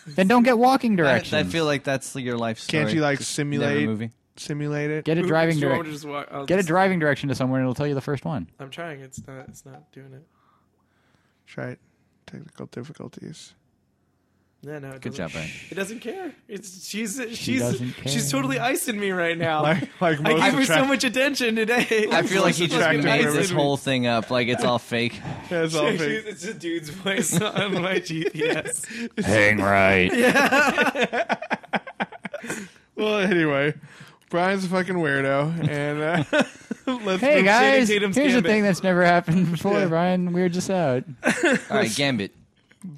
[SPEAKER 2] Then don't get walking
[SPEAKER 4] I,
[SPEAKER 2] directions.
[SPEAKER 4] I feel like that's your life story.
[SPEAKER 1] Can't you like
[SPEAKER 4] Just
[SPEAKER 1] simulate
[SPEAKER 4] never movie?
[SPEAKER 1] simulate it?
[SPEAKER 2] get a driving
[SPEAKER 3] Do you want me to
[SPEAKER 2] direction.
[SPEAKER 3] just walk- I'll
[SPEAKER 2] Get a
[SPEAKER 3] just-
[SPEAKER 2] driving direction to somewhere and it'll tell you the first one.
[SPEAKER 3] I'm trying. It's not. It's not doing it.
[SPEAKER 1] Try it. Technical difficulties.
[SPEAKER 3] Yeah, no. It doesn't-
[SPEAKER 4] Good job, Brian.
[SPEAKER 3] It doesn't care. It's she's she's
[SPEAKER 2] doesn't care.
[SPEAKER 3] she's totally icing me right now.
[SPEAKER 1] Like like most
[SPEAKER 3] I gave her so
[SPEAKER 1] attract-
[SPEAKER 3] much attention today.
[SPEAKER 4] I feel like he
[SPEAKER 1] Most
[SPEAKER 4] just
[SPEAKER 1] attractive
[SPEAKER 4] made
[SPEAKER 1] women.
[SPEAKER 4] this whole thing up. Like it's all fake.
[SPEAKER 1] That's all
[SPEAKER 3] It's
[SPEAKER 1] fake.
[SPEAKER 3] it's a dude's voice on my GPS.
[SPEAKER 2] Hang right.
[SPEAKER 1] Well, anyway, Brian's a fucking weirdo, and uh, let's
[SPEAKER 2] Hey
[SPEAKER 1] move-
[SPEAKER 2] guys, here's
[SPEAKER 3] Tatum's
[SPEAKER 2] the
[SPEAKER 3] Gambit.
[SPEAKER 2] thing that's never happened before, Brian. We're just out.
[SPEAKER 4] All right, Gambit.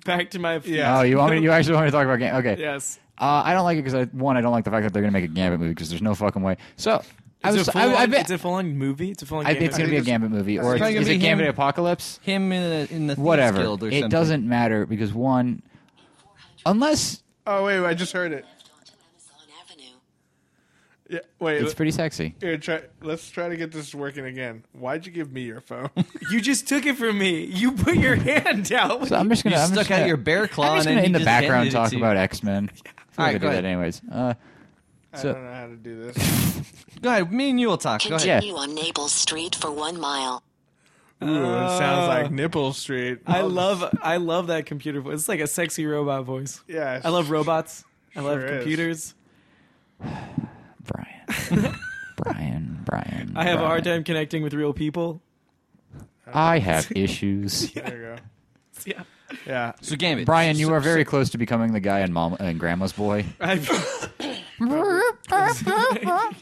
[SPEAKER 3] Back to my
[SPEAKER 1] Yeah.
[SPEAKER 2] Oh, you want me? You actually want me to talk about game? Okay.
[SPEAKER 3] Yes.
[SPEAKER 2] Uh, I don't like it because I, one, I don't like the fact that they're going to make a Gambit movie because there's no fucking way. So I was,
[SPEAKER 3] it's, a
[SPEAKER 2] I,
[SPEAKER 3] full
[SPEAKER 2] I,
[SPEAKER 3] on,
[SPEAKER 2] bet-
[SPEAKER 3] it's a full on movie. It's a full on.
[SPEAKER 2] I think it's going to be a Gambit movie, or
[SPEAKER 4] probably
[SPEAKER 2] is
[SPEAKER 4] gonna
[SPEAKER 2] it
[SPEAKER 4] be
[SPEAKER 2] Gambit
[SPEAKER 4] him.
[SPEAKER 2] Apocalypse?
[SPEAKER 4] Him in the, in the Thieves
[SPEAKER 2] Whatever.
[SPEAKER 4] Guild or
[SPEAKER 2] it
[SPEAKER 4] something.
[SPEAKER 2] doesn't matter because one, unless
[SPEAKER 1] Oh wait, I just heard it.
[SPEAKER 5] to Amazon Avenue.
[SPEAKER 1] Yeah, wait.
[SPEAKER 2] it's pretty sexy.
[SPEAKER 1] here, try, let's try to get this working again. Why'd you give me your phone?
[SPEAKER 3] You just took it from me. You put your hand out.
[SPEAKER 2] So I'm just going
[SPEAKER 4] You
[SPEAKER 2] to
[SPEAKER 4] stuck out your bear claw
[SPEAKER 2] I'm just
[SPEAKER 4] and
[SPEAKER 2] gonna
[SPEAKER 4] he
[SPEAKER 2] in the
[SPEAKER 4] just handed
[SPEAKER 2] background
[SPEAKER 4] it
[SPEAKER 2] talk
[SPEAKER 4] to you.
[SPEAKER 2] about X Men.
[SPEAKER 4] All right,
[SPEAKER 2] I'm going to
[SPEAKER 4] go
[SPEAKER 2] do
[SPEAKER 4] ahead.
[SPEAKER 2] that anyways. Uh,
[SPEAKER 1] I
[SPEAKER 2] So-
[SPEAKER 1] don't know how to do this.
[SPEAKER 4] Go ahead. Me and you will talk. Go ahead.
[SPEAKER 5] Continue on Naples Street for one mile.
[SPEAKER 1] Ooh, it sounds like Nipple Street. Oh.
[SPEAKER 3] I love I love that computer voice. It's like a sexy robot voice.
[SPEAKER 1] Yes.
[SPEAKER 3] I love robots. I love
[SPEAKER 1] Sure is.
[SPEAKER 3] computers.
[SPEAKER 2] Brian. Brian, Brian.
[SPEAKER 3] I have a hard
[SPEAKER 2] Brian.
[SPEAKER 3] time connecting with real people.
[SPEAKER 2] I have issues.
[SPEAKER 1] There you go.
[SPEAKER 3] Yeah.
[SPEAKER 1] Yeah.
[SPEAKER 4] So Gambit.
[SPEAKER 2] Brian, you are very close to becoming the guy in Mom and Grandma's Boy.
[SPEAKER 3] I've,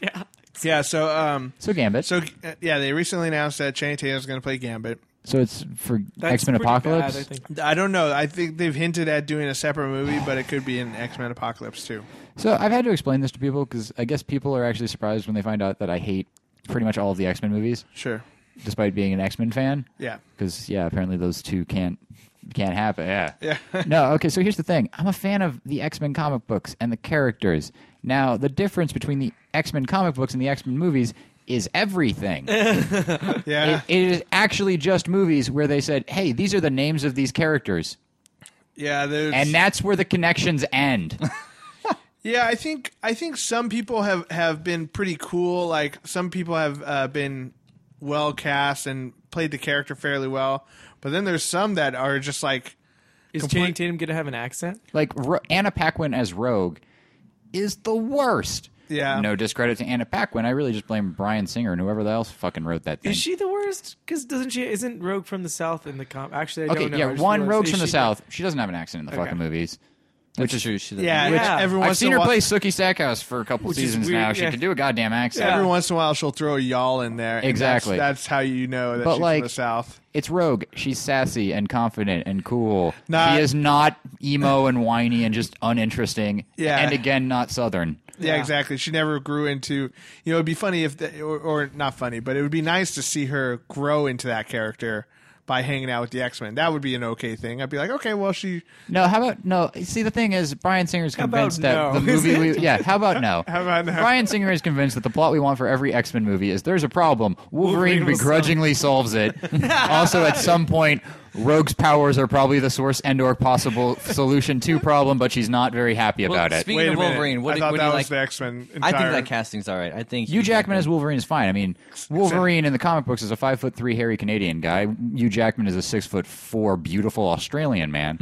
[SPEAKER 3] yeah.
[SPEAKER 1] Yeah. So, um,
[SPEAKER 2] So Gambit. So,
[SPEAKER 1] so uh, yeah, they recently announced that Channing Tatum is going to play Gambit.
[SPEAKER 2] it's for
[SPEAKER 3] That's
[SPEAKER 2] X Men
[SPEAKER 3] pretty
[SPEAKER 2] Apocalypse.
[SPEAKER 3] bad, I think.
[SPEAKER 1] I don't know. I think they've hinted at doing a separate movie, but it could be an X Men Apocalypse too.
[SPEAKER 2] So I've had to explain this to people because I guess people are actually surprised when they find out that I hate pretty much all of the X Men movies,
[SPEAKER 1] Sure.
[SPEAKER 2] despite being an X Men fan.
[SPEAKER 1] Yeah.
[SPEAKER 2] Because yeah, apparently those two can't can't happen. Yeah.
[SPEAKER 1] Yeah.
[SPEAKER 2] no. Okay. So here's the thing. I'm a fan of the X Men comic books and the characters. Now the difference between the X Men comic books and the X Men movies is everything.
[SPEAKER 1] Yeah.
[SPEAKER 2] it, it is actually just movies where they said, "Hey, these are the names of these characters,"
[SPEAKER 1] yeah. There's.
[SPEAKER 2] and that's where the connections end.
[SPEAKER 1] Yeah, I think I think some people have have been pretty cool. Like some people have uh, been well cast and played the character fairly well, but then there's some that are just like
[SPEAKER 3] Is
[SPEAKER 1] Complete-
[SPEAKER 3] Channing Tatum gonna have an accent?
[SPEAKER 2] like Ro- Anna Paquin as Rogue is the worst.
[SPEAKER 1] Yeah.
[SPEAKER 2] No discredit to Anna Paquin. I really just blame Brian Singer and whoever else fucking wrote that thing.
[SPEAKER 3] Is she the worst? Because doesn't she? Isn't Rogue from the South in the comp? Actually, I
[SPEAKER 2] okay,
[SPEAKER 3] don't know. I
[SPEAKER 2] yeah,
[SPEAKER 3] just
[SPEAKER 2] one
[SPEAKER 3] realized-
[SPEAKER 2] Rogue's
[SPEAKER 3] is
[SPEAKER 2] from the
[SPEAKER 3] she-
[SPEAKER 2] South. She doesn't have an accent in the fucking movies.
[SPEAKER 4] Which is true. She doesn't-
[SPEAKER 1] yeah.
[SPEAKER 3] Yeah.
[SPEAKER 1] it's- Every
[SPEAKER 2] I've
[SPEAKER 1] once
[SPEAKER 2] seen
[SPEAKER 1] in
[SPEAKER 2] her
[SPEAKER 1] a while,
[SPEAKER 2] play Sookie Stackhouse for a couple
[SPEAKER 3] Which is
[SPEAKER 2] seasons
[SPEAKER 3] weird,
[SPEAKER 2] now. She
[SPEAKER 3] yeah.
[SPEAKER 2] can do a goddamn accent.
[SPEAKER 1] Every once in a while, she'll throw a y'all in there. and
[SPEAKER 2] Exactly.
[SPEAKER 1] That's, that's how you know that
[SPEAKER 2] But
[SPEAKER 1] she's
[SPEAKER 2] like-
[SPEAKER 1] from the South.
[SPEAKER 2] It's Rogue. She's sassy and confident and cool.
[SPEAKER 1] Not-
[SPEAKER 2] she is not emo and whiny and just uninteresting.
[SPEAKER 1] Yeah.
[SPEAKER 2] And again, not Southern.
[SPEAKER 1] Yeah, exactly. She never grew into. You know, it'd be funny if, the, or, or not funny, but it would be nice to see her grow into that character by hanging out with the X Men. That would be an okay thing. I'd be like, okay, well, she.
[SPEAKER 2] No, how about no? See, the thing is, Brian Singer is
[SPEAKER 3] about
[SPEAKER 2] convinced that
[SPEAKER 3] no?
[SPEAKER 2] the movie we yeah. How about no?
[SPEAKER 1] How about no?
[SPEAKER 2] Brian Singer is convinced that the plot we want for every X Men movie is there's a problem. Wolverine,
[SPEAKER 3] Wolverine will
[SPEAKER 2] begrudgingly solves it. also, at some point, Rogue's powers are probably the source and/or possible solution to problem, but she's not very happy
[SPEAKER 4] Well,
[SPEAKER 2] about it.
[SPEAKER 4] speaking
[SPEAKER 1] Wait a
[SPEAKER 4] of
[SPEAKER 1] minute.
[SPEAKER 4] Wolverine, what
[SPEAKER 1] I
[SPEAKER 4] do-
[SPEAKER 1] thought
[SPEAKER 4] what do
[SPEAKER 1] that
[SPEAKER 4] you
[SPEAKER 1] was
[SPEAKER 4] like?
[SPEAKER 1] the X Men.
[SPEAKER 4] I think that casting's all right. I think
[SPEAKER 2] Hugh Jackman as Wolverine is fine. I mean, Wolverine in the comic books is a five foot three hairy Canadian guy. Hugh Jackman is a six foot four beautiful Australian man.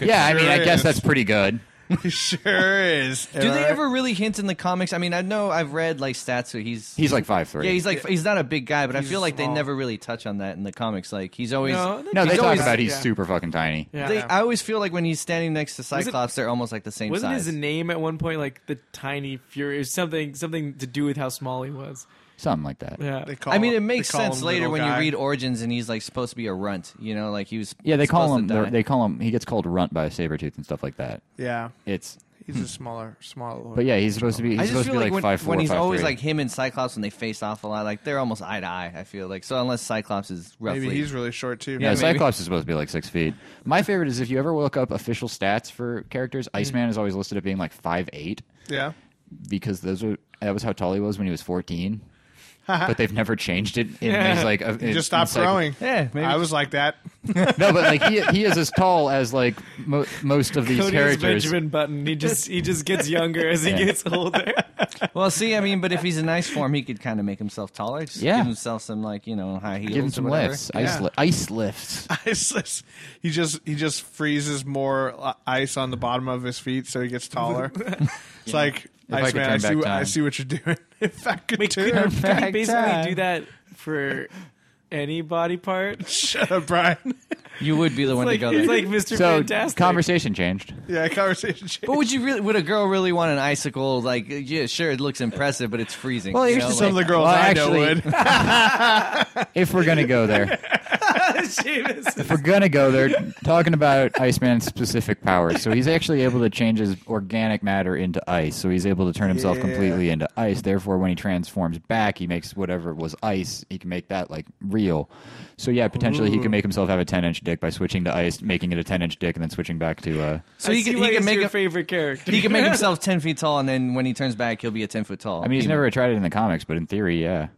[SPEAKER 2] yeah, I mean, I
[SPEAKER 1] Sure
[SPEAKER 2] guess
[SPEAKER 1] is.
[SPEAKER 2] that's pretty good.
[SPEAKER 1] sure is.
[SPEAKER 4] Do they ever really hint in the comics? I mean, I know I've read like stats where he's
[SPEAKER 2] He's like five three.
[SPEAKER 4] yeah, he's like he's not a big guy, but I
[SPEAKER 1] He's
[SPEAKER 4] feel like they
[SPEAKER 1] small.
[SPEAKER 4] never really touch on that in the comics. Like he's always
[SPEAKER 3] No, they
[SPEAKER 2] No, they
[SPEAKER 3] He's
[SPEAKER 2] talk
[SPEAKER 3] always-
[SPEAKER 2] about he's
[SPEAKER 3] yeah.
[SPEAKER 2] super fucking tiny.
[SPEAKER 3] Yeah.
[SPEAKER 4] They, I always feel like when he's standing next to Cyclops, they're almost like the same
[SPEAKER 3] Wasn't
[SPEAKER 4] size.
[SPEAKER 3] his name at one point like the Tiny Fury or something? Something to do with how small he was.
[SPEAKER 2] Something like that.
[SPEAKER 3] Yeah.
[SPEAKER 1] They call,
[SPEAKER 4] I mean, it
[SPEAKER 1] they
[SPEAKER 4] makes
[SPEAKER 1] call him
[SPEAKER 4] sense later
[SPEAKER 1] little
[SPEAKER 4] when
[SPEAKER 1] guy.
[SPEAKER 4] you read Origins and he's like supposed to be a runt. You know, like he was.
[SPEAKER 2] Yeah, they call
[SPEAKER 4] supposed
[SPEAKER 2] him
[SPEAKER 4] to
[SPEAKER 2] they're-
[SPEAKER 4] die.
[SPEAKER 2] they call him he gets called runt by Sabretooth and stuff like that.
[SPEAKER 1] Yeah,
[SPEAKER 2] It's
[SPEAKER 1] he's a smaller, smaller.
[SPEAKER 2] but yeah, he's supposed to be
[SPEAKER 4] I
[SPEAKER 2] he's
[SPEAKER 4] just
[SPEAKER 2] supposed to
[SPEAKER 4] feel
[SPEAKER 2] be
[SPEAKER 4] like
[SPEAKER 2] like
[SPEAKER 4] when,
[SPEAKER 2] five four.
[SPEAKER 4] when he's
[SPEAKER 2] five,
[SPEAKER 4] always
[SPEAKER 2] three.
[SPEAKER 4] like him and Cyclops when they face off a lot, like they're almost eye to eye. I feel like so unless Cyclops is roughly.
[SPEAKER 1] maybe he's really short too.
[SPEAKER 2] yeah,
[SPEAKER 4] maybe.
[SPEAKER 2] Cyclops is supposed to be like six feet. My favorite is if you ever look up official stats for characters,
[SPEAKER 4] Mm-hmm.
[SPEAKER 2] Iceman is always listed at being like five eight
[SPEAKER 1] yeah.
[SPEAKER 2] because those are that was how tall he was when he was fourteen. but they've never changed it. And he's like uh, a,
[SPEAKER 1] He just stopped growing.
[SPEAKER 4] Yeah, maybe.
[SPEAKER 1] I was like that.
[SPEAKER 2] No, but like he, he is as tall as like mo- most of these
[SPEAKER 3] Cody is
[SPEAKER 2] characters.
[SPEAKER 3] Benjamin Button. He just he just gets younger as he
[SPEAKER 2] Yeah.
[SPEAKER 3] gets older.
[SPEAKER 4] well, see, I mean, but if he's in nice form, he could kind of make himself taller. Just
[SPEAKER 2] Yeah.
[SPEAKER 4] give himself some like you know high heels.
[SPEAKER 2] Give him
[SPEAKER 4] or
[SPEAKER 2] some
[SPEAKER 4] whatever.
[SPEAKER 2] lifts, ice,
[SPEAKER 1] Yeah.
[SPEAKER 2] li- ice lifts.
[SPEAKER 1] It's just- he just he just freezes more uh, ice on the bottom of his feet, so he gets taller. It's like
[SPEAKER 2] I could
[SPEAKER 1] Iceman.
[SPEAKER 2] turn
[SPEAKER 1] I, see
[SPEAKER 2] back
[SPEAKER 1] what I
[SPEAKER 2] time."
[SPEAKER 1] see what you're doing. If I could
[SPEAKER 3] Wait, could,
[SPEAKER 1] turn
[SPEAKER 3] could
[SPEAKER 1] back,
[SPEAKER 3] he basically
[SPEAKER 1] time.
[SPEAKER 3] do that for any body part?
[SPEAKER 1] shut up, Brian.
[SPEAKER 4] You would be the one
[SPEAKER 3] Like,
[SPEAKER 4] to go there.
[SPEAKER 3] it's like Mr.
[SPEAKER 2] So
[SPEAKER 3] Fantastic.
[SPEAKER 2] conversation changed.
[SPEAKER 1] yeah, conversation. Changed.
[SPEAKER 4] but would you really? Would a girl really want an icicle? Like, yeah, sure, it looks impressive, but it's freezing.
[SPEAKER 2] Well,
[SPEAKER 4] you
[SPEAKER 2] here's
[SPEAKER 4] know,
[SPEAKER 2] the
[SPEAKER 1] Some of the
[SPEAKER 4] like-
[SPEAKER 1] girls
[SPEAKER 2] Well,
[SPEAKER 1] I
[SPEAKER 2] actually-
[SPEAKER 1] know would.
[SPEAKER 2] If we're gonna go there,
[SPEAKER 3] Seamus.
[SPEAKER 2] if we're gonna go there. Talking about Iceman's specific powers, so he's actually able to change his organic matter into ice. So he's able to turn himself completely into ice. Therefore, when he transforms back, he makes whatever was ice. He can make that like real. So yeah, potentially he can make himself have a ten inch dick by switching to ice, making it a ten inch dick, and then switching back to. Uh,
[SPEAKER 4] so
[SPEAKER 3] I
[SPEAKER 4] he
[SPEAKER 3] see
[SPEAKER 4] can,
[SPEAKER 3] why
[SPEAKER 4] he can
[SPEAKER 3] he's
[SPEAKER 4] make
[SPEAKER 3] your
[SPEAKER 4] a,
[SPEAKER 3] favorite character.
[SPEAKER 4] he can make himself ten feet tall, and then when he turns back, he'll be a ten foot tall.
[SPEAKER 2] I mean, he's never tried it in the comics, but in theory, yeah.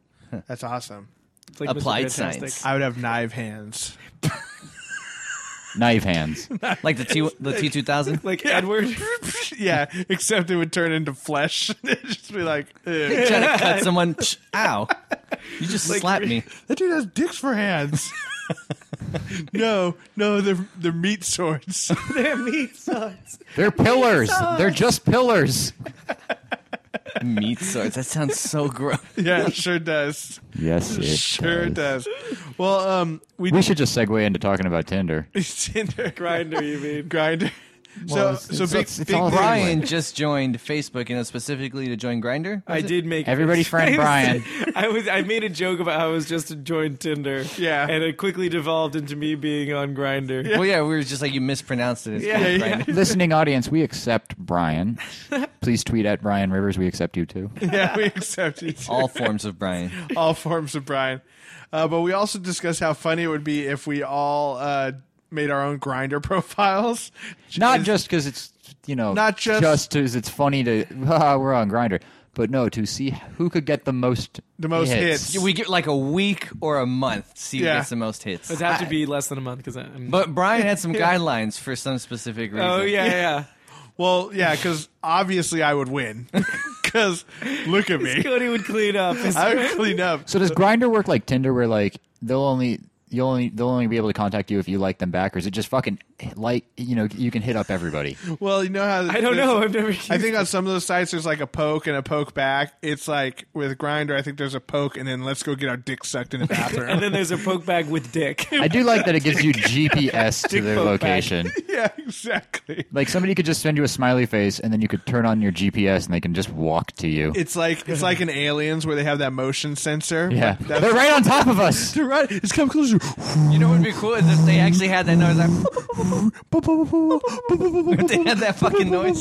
[SPEAKER 1] That's awesome.
[SPEAKER 3] It's like Mr.
[SPEAKER 4] applied
[SPEAKER 3] Fantastic.
[SPEAKER 4] science,
[SPEAKER 1] I would have knife hands.
[SPEAKER 2] Knife hands.
[SPEAKER 4] like the T the T two thousand.
[SPEAKER 3] Like Edward.
[SPEAKER 1] yeah, except it would turn into flesh. It'd just be like, "Ew."
[SPEAKER 4] trying to cut someone. Psh, ow! You just slapped me.
[SPEAKER 1] That dude has dicks for hands. no, no, they're they're meat swords.
[SPEAKER 3] They're meat swords.
[SPEAKER 2] They're pillars. They're just pillars.
[SPEAKER 4] Meat swords. That sounds so gross.
[SPEAKER 1] yeah, it sure does.
[SPEAKER 2] Yes,
[SPEAKER 1] sure does. Well, um, we,
[SPEAKER 2] We should just segue into talking about Tinder.
[SPEAKER 1] Tinder
[SPEAKER 3] Grinder, you mean?
[SPEAKER 1] grinder.
[SPEAKER 2] Well,
[SPEAKER 1] so,
[SPEAKER 2] it's-
[SPEAKER 1] so
[SPEAKER 2] it's-
[SPEAKER 1] big,
[SPEAKER 2] it's- it's
[SPEAKER 1] big
[SPEAKER 2] all
[SPEAKER 1] thing-
[SPEAKER 2] Brian.
[SPEAKER 4] Brian just joined Facebook, you know, specifically to join Grinder.
[SPEAKER 1] Uh,
[SPEAKER 3] I did make
[SPEAKER 2] Everybody friend Brian.
[SPEAKER 3] I was I made a joke about how I was just enjoying Tinder.
[SPEAKER 1] Yeah.
[SPEAKER 3] And it quickly devolved into me being on Grinder.
[SPEAKER 4] Well, yeah, we were just like you mispronounced it. It's
[SPEAKER 1] Yeah,
[SPEAKER 4] called
[SPEAKER 1] yeah.
[SPEAKER 4] Grindr.
[SPEAKER 2] Listening audience, we accept Brian. Please tweet at Brian Rivers. We accept you too.
[SPEAKER 1] Yeah, we accept you. too.
[SPEAKER 4] All forms of Brian.
[SPEAKER 1] all forms of Brian. Uh, but we also discussed how funny it would be if we all uh, made our own grinder profiles.
[SPEAKER 2] Not
[SPEAKER 1] Is-
[SPEAKER 2] just because it's you know
[SPEAKER 1] Not just-
[SPEAKER 2] just 'cause it's funny to "Ah, we're on Grinder, but no to see who could get the most
[SPEAKER 1] The most hits.
[SPEAKER 4] We get like a week or a month to see who
[SPEAKER 1] Yeah.
[SPEAKER 4] gets the most hits.
[SPEAKER 3] It have to be less than a month because I'm.
[SPEAKER 4] But Brian had some guidelines for some specific reason.
[SPEAKER 3] oh yeah, yeah.
[SPEAKER 1] well, yeah, because obviously I would win. Because look at me,
[SPEAKER 3] Cody would clean up.
[SPEAKER 1] I would clean up.
[SPEAKER 2] So does Grinder work like Tinder, where like they'll only you will only they'll only be able to contact you if you like them back, or is it just fucking like you know you can hit up everybody?
[SPEAKER 1] Well, you know how
[SPEAKER 3] I don't
[SPEAKER 1] there's-
[SPEAKER 3] know. I've never.
[SPEAKER 1] I think on some of those sites there's like a poke and a poke back. It's like with grinder, I think there's a poke and then let's go get our dick sucked in the bathroom.
[SPEAKER 3] And then there's a poke bag with dick.
[SPEAKER 2] I do like that it gives you GPS to their
[SPEAKER 3] poke back.
[SPEAKER 2] location.
[SPEAKER 1] yeah, exactly.
[SPEAKER 2] Like somebody could just send you a smiley face, and then you could turn on your GPS, and they can just walk to you.
[SPEAKER 1] It's like it's like in Aliens where they have that motion sensor.
[SPEAKER 2] yeah,
[SPEAKER 1] That's-
[SPEAKER 2] they're right on top of us.
[SPEAKER 1] You're right. It's come closer.
[SPEAKER 4] You know what would be cool is if they actually had that noise. Like,
[SPEAKER 1] they
[SPEAKER 4] they had that fucking noise.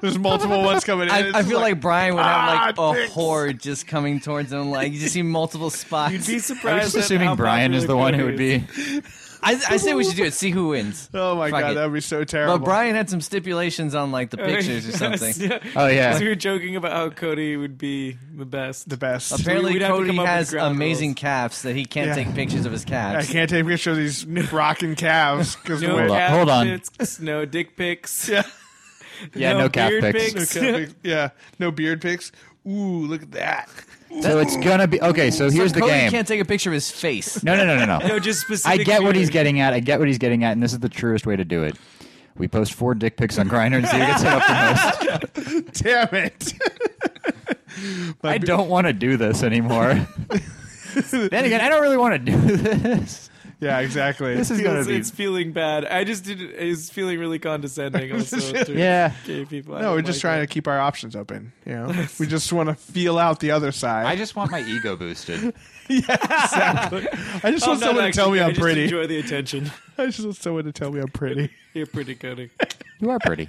[SPEAKER 1] There's multiple ones coming in.
[SPEAKER 4] I,
[SPEAKER 1] It's
[SPEAKER 4] I feel like, Brian would have like
[SPEAKER 1] "Ah,
[SPEAKER 4] a
[SPEAKER 1] dicks."
[SPEAKER 4] horde just coming towards him. Like you just see multiple spots.
[SPEAKER 3] You'd be surprised.
[SPEAKER 2] I'm just
[SPEAKER 3] at
[SPEAKER 2] assuming
[SPEAKER 3] how
[SPEAKER 2] Brian is
[SPEAKER 3] popular
[SPEAKER 2] the one
[SPEAKER 3] Cody
[SPEAKER 2] who would
[SPEAKER 3] is.
[SPEAKER 2] be.
[SPEAKER 4] I, I say we should do it. See who wins.
[SPEAKER 1] oh my
[SPEAKER 4] Fuck
[SPEAKER 1] god,
[SPEAKER 4] it.
[SPEAKER 1] that would be so terrible.
[SPEAKER 4] But Brian had some stipulations on like the pictures or something.
[SPEAKER 3] Yeah.
[SPEAKER 2] Oh
[SPEAKER 3] So we
[SPEAKER 2] yeah,
[SPEAKER 3] were joking about how Cody would be the best.
[SPEAKER 1] the best.
[SPEAKER 4] Apparently,
[SPEAKER 3] We'd have to
[SPEAKER 4] Cody
[SPEAKER 3] come up with
[SPEAKER 4] has
[SPEAKER 3] ground
[SPEAKER 4] amazing
[SPEAKER 3] rules.
[SPEAKER 4] calves that he can't
[SPEAKER 1] Yeah.
[SPEAKER 4] take pictures of his
[SPEAKER 1] I
[SPEAKER 4] calves.
[SPEAKER 1] can't take pictures of these rocking calves because
[SPEAKER 3] No
[SPEAKER 2] Hold on,
[SPEAKER 3] cat
[SPEAKER 2] hold on.
[SPEAKER 3] pics, no dick pics.
[SPEAKER 1] Yeah.
[SPEAKER 2] yeah, no, calf
[SPEAKER 3] beard
[SPEAKER 2] pics.
[SPEAKER 3] pics.
[SPEAKER 1] yeah, no beard pics. Ooh, look at that.
[SPEAKER 2] So it's gonna be okay. So here's the
[SPEAKER 4] Cody
[SPEAKER 2] game.
[SPEAKER 4] can't take a picture of his face.
[SPEAKER 2] No, no, no, no,
[SPEAKER 3] No, just specific.
[SPEAKER 2] I get what he's
[SPEAKER 3] beard.
[SPEAKER 2] getting at. I get what he's getting at, and this is the truest way to do it. We post four dick pics on Grindr and see who gets hit up the most.
[SPEAKER 1] Damn it.
[SPEAKER 2] I don't want to do this anymore. then again, I don't really want to do this.
[SPEAKER 1] Yeah, exactly.
[SPEAKER 2] This is gonna
[SPEAKER 3] Feels,
[SPEAKER 2] be
[SPEAKER 3] it's feeling bad. I just did. It's feeling really condescending. Also, to
[SPEAKER 2] yeah.
[SPEAKER 3] gay people. I
[SPEAKER 1] no, we're
[SPEAKER 3] don't
[SPEAKER 1] just
[SPEAKER 3] like
[SPEAKER 1] trying to keep our options open. You know, we just want to feel out the other side.
[SPEAKER 2] I just want my ego boosted.
[SPEAKER 1] I just
[SPEAKER 3] that.
[SPEAKER 1] want
[SPEAKER 3] I'm not
[SPEAKER 1] someone to tell me
[SPEAKER 3] actually- Oh, I
[SPEAKER 1] I'm
[SPEAKER 3] just
[SPEAKER 1] pretty.
[SPEAKER 3] Enjoy the attention.
[SPEAKER 1] I just want someone to tell me I'm pretty.
[SPEAKER 3] You're pretty, Cody.
[SPEAKER 2] You are pretty.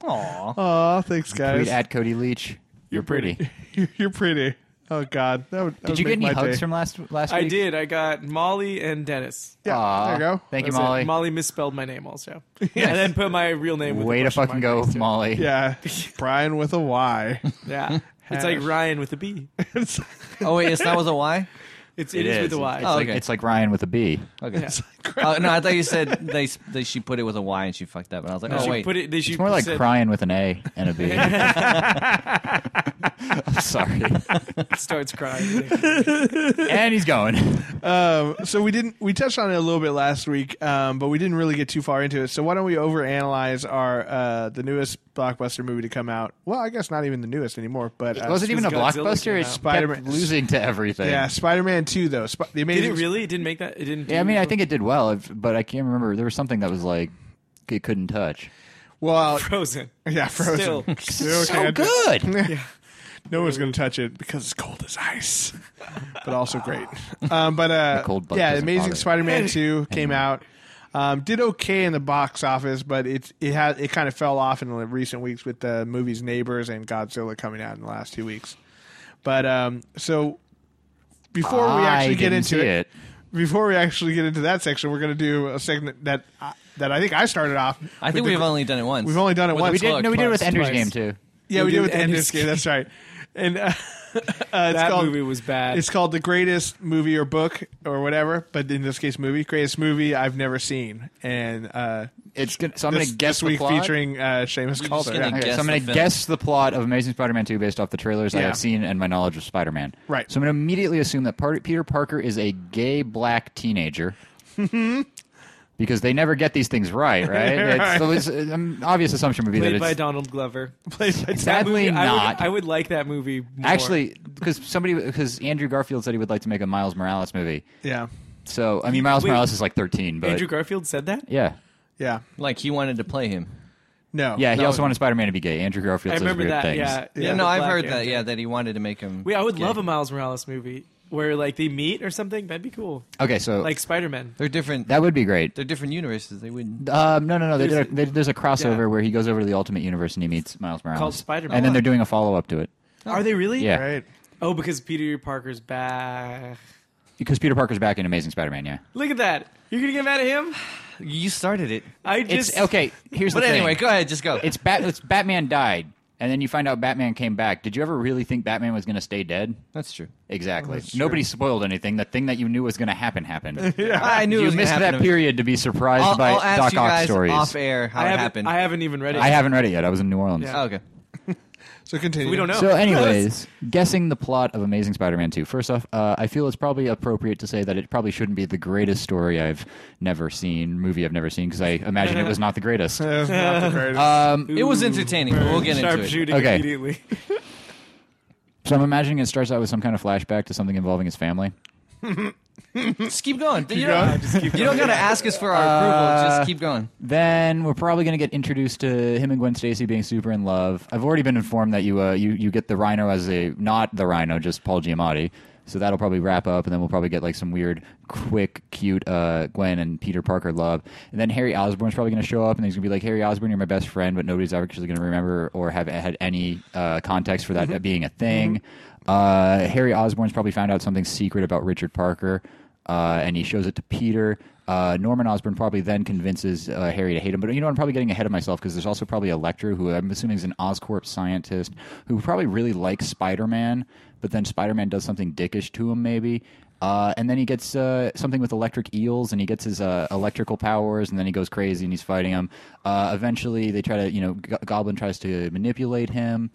[SPEAKER 4] Aww.
[SPEAKER 1] Aw, thanks, guys.
[SPEAKER 2] Tweet at Cody Leach. You're pretty.
[SPEAKER 1] You're- You're pretty. Oh God, that would. That
[SPEAKER 2] Did
[SPEAKER 1] would
[SPEAKER 2] you get
[SPEAKER 1] make
[SPEAKER 2] any
[SPEAKER 1] my
[SPEAKER 2] hugs
[SPEAKER 1] day.
[SPEAKER 2] from last last
[SPEAKER 3] I
[SPEAKER 2] week?
[SPEAKER 3] did. I got Molly and Dennis.
[SPEAKER 1] Yeah,
[SPEAKER 2] Aw,
[SPEAKER 1] there you go.
[SPEAKER 2] Thank you,
[SPEAKER 3] That's it.
[SPEAKER 2] Molly.
[SPEAKER 3] Molly misspelled my name also, and then put my real name. With
[SPEAKER 2] Way to
[SPEAKER 3] a question
[SPEAKER 2] fucking
[SPEAKER 3] mark
[SPEAKER 2] go,
[SPEAKER 3] next to it.
[SPEAKER 2] Molly.
[SPEAKER 1] Yeah, Brian with a Y.
[SPEAKER 3] Yeah, it's like Ryan with a B.
[SPEAKER 1] It's-
[SPEAKER 4] Oh wait, it's not with a Y.
[SPEAKER 3] It's
[SPEAKER 2] It
[SPEAKER 3] it is,
[SPEAKER 2] is.
[SPEAKER 3] with a Y.
[SPEAKER 2] It's,
[SPEAKER 4] Oh,
[SPEAKER 2] like,
[SPEAKER 4] okay.
[SPEAKER 2] it's like Ryan with a B.
[SPEAKER 4] Okay. Oh no, I thought you said they, they she put it with a Y and she fucked up, and I was like, oh
[SPEAKER 3] She
[SPEAKER 4] wait,
[SPEAKER 3] put it. They should
[SPEAKER 2] It's more like
[SPEAKER 3] said,
[SPEAKER 2] crying with an A and a B. I'm sorry.
[SPEAKER 3] starts crying.
[SPEAKER 2] And he's going.
[SPEAKER 1] um, so we didn't. We touched on it a little bit last week, um, but we didn't really get too far into it. So why don't we overanalyze our uh, the newest blockbuster movie to come out? Well, I guess not even the newest anymore, but uh,
[SPEAKER 2] It wasn't even a
[SPEAKER 3] Godzilla came
[SPEAKER 2] blockbuster. It's
[SPEAKER 3] out.
[SPEAKER 2] Spider-Man
[SPEAKER 1] Spider-Man-
[SPEAKER 2] losing to everything.
[SPEAKER 1] yeah, Spider Man Two though. Sp- the
[SPEAKER 3] Did
[SPEAKER 1] amazing
[SPEAKER 3] it really? It didn't make that. It didn't.
[SPEAKER 2] Yeah, I
[SPEAKER 3] do-
[SPEAKER 2] mean, I think it did well, if- but I can't remember. There was something that was like it couldn't touch.
[SPEAKER 1] Well,
[SPEAKER 3] Frozen.
[SPEAKER 1] yeah, Frozen.
[SPEAKER 3] Still.
[SPEAKER 1] Still
[SPEAKER 2] so
[SPEAKER 1] can't-
[SPEAKER 2] good.
[SPEAKER 1] No one's going to touch it because it's cold as ice, but also great. Um, but uh,
[SPEAKER 2] The cold bug
[SPEAKER 1] yeah,
[SPEAKER 2] doesn't
[SPEAKER 1] Amazing
[SPEAKER 2] bother.
[SPEAKER 1] Spider-Man Two came out, um, did okay in the box office, but it it had it kind of fell off in the recent weeks with the movies Neighbors and Godzilla coming out in the last two weeks. But um, so before we
[SPEAKER 2] I
[SPEAKER 1] actually get
[SPEAKER 2] didn't
[SPEAKER 1] into
[SPEAKER 2] see
[SPEAKER 1] it, before we actually get into that section, we're going to do a segment that I that I think I started off.
[SPEAKER 4] I think
[SPEAKER 1] with
[SPEAKER 4] we've
[SPEAKER 1] the-
[SPEAKER 4] only done it once.
[SPEAKER 1] we've only done it once.
[SPEAKER 2] We did.
[SPEAKER 4] look,
[SPEAKER 2] No, we did it with
[SPEAKER 4] twice,
[SPEAKER 2] Ender's
[SPEAKER 4] twice.
[SPEAKER 2] Game too.
[SPEAKER 1] Yeah, we
[SPEAKER 3] We
[SPEAKER 1] did
[SPEAKER 3] did
[SPEAKER 1] with the
[SPEAKER 3] Ender's
[SPEAKER 1] Ender's game.
[SPEAKER 3] Game.
[SPEAKER 1] That's right. and uh,
[SPEAKER 3] that
[SPEAKER 1] called-
[SPEAKER 3] movie was bad.
[SPEAKER 1] it's called the greatest movie or book or whatever, but in this case, movie greatest movie I've never seen. And uh,
[SPEAKER 2] It's gonna, so I'm
[SPEAKER 1] this,
[SPEAKER 2] gonna guess
[SPEAKER 1] this week
[SPEAKER 2] the plot.
[SPEAKER 1] featuring uh, Seamus
[SPEAKER 4] You're just
[SPEAKER 1] Calder. Yeah.
[SPEAKER 4] gonna
[SPEAKER 2] Okay,
[SPEAKER 4] Guess
[SPEAKER 2] so I'm
[SPEAKER 4] the
[SPEAKER 2] going to
[SPEAKER 4] film.
[SPEAKER 2] guess the plot of Amazing Spider-Man 2 based off the trailers I
[SPEAKER 1] Yeah.
[SPEAKER 2] have seen and my knowledge of Spider-Man.
[SPEAKER 1] Right.
[SPEAKER 2] So I'm going to immediately assume that Par- Peter Parker is a gay black teenager. because they never get these things right, right? It's, so it's, an obvious assumption would be
[SPEAKER 3] played
[SPEAKER 2] that
[SPEAKER 3] by
[SPEAKER 2] it's
[SPEAKER 3] Donald Glover.
[SPEAKER 1] Played by
[SPEAKER 3] That
[SPEAKER 2] sadly
[SPEAKER 3] movie, I
[SPEAKER 2] not.
[SPEAKER 3] would, I would like that movie. More.
[SPEAKER 2] actually because somebody because Andrew Garfield said he would like to make a Miles Morales movie.
[SPEAKER 1] yeah,
[SPEAKER 2] So I mean, Miles
[SPEAKER 3] Wait.
[SPEAKER 2] Morales is like 13, but
[SPEAKER 3] Andrew Garfield said that.
[SPEAKER 2] yeah,
[SPEAKER 1] yeah,
[SPEAKER 4] Like he wanted to play him.
[SPEAKER 1] no,
[SPEAKER 2] yeah. He also wanted Spider-Man to be gay. Andrew Garfield
[SPEAKER 3] I
[SPEAKER 2] says
[SPEAKER 3] remember
[SPEAKER 2] weird
[SPEAKER 3] that.
[SPEAKER 2] things.
[SPEAKER 3] Yeah,
[SPEAKER 4] Yeah,
[SPEAKER 3] The
[SPEAKER 4] no, I've
[SPEAKER 3] black
[SPEAKER 4] heard
[SPEAKER 3] Andrew.
[SPEAKER 4] that. Yeah, that he wanted to make him.
[SPEAKER 3] Wait, I would love a Miles Morales movie where like they meet or something. That'd be cool.
[SPEAKER 2] Okay, so
[SPEAKER 3] Like Spider Man.
[SPEAKER 4] They're different.
[SPEAKER 2] that would be great.
[SPEAKER 4] they're different universes. They wouldn't.
[SPEAKER 2] Um, no, no, no. They
[SPEAKER 3] There's
[SPEAKER 2] did a, they, there's a crossover
[SPEAKER 3] yeah.
[SPEAKER 2] where he goes over to the Ultimate Universe and he meets Miles Morales.
[SPEAKER 3] Called Spider-Man.
[SPEAKER 2] And then they're doing a follow up to it.
[SPEAKER 3] Are they really?
[SPEAKER 2] Oh. Yeah.
[SPEAKER 1] right.
[SPEAKER 3] Oh, because Peter Parker's back.
[SPEAKER 2] Because Peter Parker's back in Amazing Spider Man, yeah.
[SPEAKER 3] Look at that. You're gonna get mad at him?
[SPEAKER 4] You started it.
[SPEAKER 3] I just
[SPEAKER 2] It's okay. Here's
[SPEAKER 4] But
[SPEAKER 2] the thing.
[SPEAKER 4] anyway, go ahead. Just go.
[SPEAKER 2] It's Bat. It's Batman died, and then you find out Batman came back. Did you ever really think Batman was going to stay dead?
[SPEAKER 4] That's true.
[SPEAKER 2] Exactly. Nobody spoiled anything. The thing that you knew was going to happen happened.
[SPEAKER 4] I knew it
[SPEAKER 2] You
[SPEAKER 4] was gonna
[SPEAKER 2] missed
[SPEAKER 4] happen
[SPEAKER 2] that
[SPEAKER 4] to me.
[SPEAKER 2] period to be surprised
[SPEAKER 4] I'll,
[SPEAKER 2] by
[SPEAKER 4] I'll ask
[SPEAKER 2] Doc
[SPEAKER 4] you
[SPEAKER 2] Ock
[SPEAKER 4] guys
[SPEAKER 2] stories.
[SPEAKER 4] off air how
[SPEAKER 3] I
[SPEAKER 4] it
[SPEAKER 3] haven't,
[SPEAKER 4] happened.
[SPEAKER 3] I haven't even read it.
[SPEAKER 2] I haven't read it yet. I was in New Orleans.
[SPEAKER 3] Yeah.
[SPEAKER 4] oh, okay.
[SPEAKER 1] So continue.
[SPEAKER 3] We don't know.
[SPEAKER 2] So, anyways, guessing the plot of Amazing Spider-Man 2. First off, uh, I feel it's probably appropriate to say that it probably shouldn't be the greatest story I've never seen, movie I've never seen, because I imagine it was not the greatest. Um,
[SPEAKER 1] That's not the greatest.
[SPEAKER 4] It was entertaining. but we'll get
[SPEAKER 3] Sharp
[SPEAKER 4] into it.
[SPEAKER 3] shooting
[SPEAKER 2] uh, Okay.
[SPEAKER 3] immediately.
[SPEAKER 2] So I'm imagining it starts out with some kind of flashback to something involving his family.
[SPEAKER 4] Just keep going. you
[SPEAKER 1] going.
[SPEAKER 4] don't, you don't gotta ask us for our approval.
[SPEAKER 2] Uh,
[SPEAKER 4] Just keep going.
[SPEAKER 2] Then we're probably going to get introduced to him and Gwen Stacy being super in love. I've already been informed that you uh, you you get the Rhino as a not the Rhino, just Paul Giamatti. So that'll probably wrap up, and then we'll probably get like some weird, quick, cute uh, Gwen and Peter Parker love. And then Harry Osborn's probably going to show up, and he's going to be like, "Harry Osborn, you're my best friend," but nobody's actually going to remember or have had any uh, context for that being a thing. Uh, Harry Osborn's probably found out something secret about Richard Parker uh, and he shows it to Peter. Uh, Norman Osborn probably then convinces uh, Harry to hate him. But you know, I'm probably getting ahead of myself because there's also probably Electro, who I'm assuming is an Oscorp scientist who probably really likes Spider Man, but then Spider Man does something dickish to him, maybe. Uh, and then he gets uh, something with electric eels, and he gets his uh, electrical powers, and then he goes crazy and he's fighting him. Uh, eventually, they try to, you know, Go- Goblin tries to manipulate him.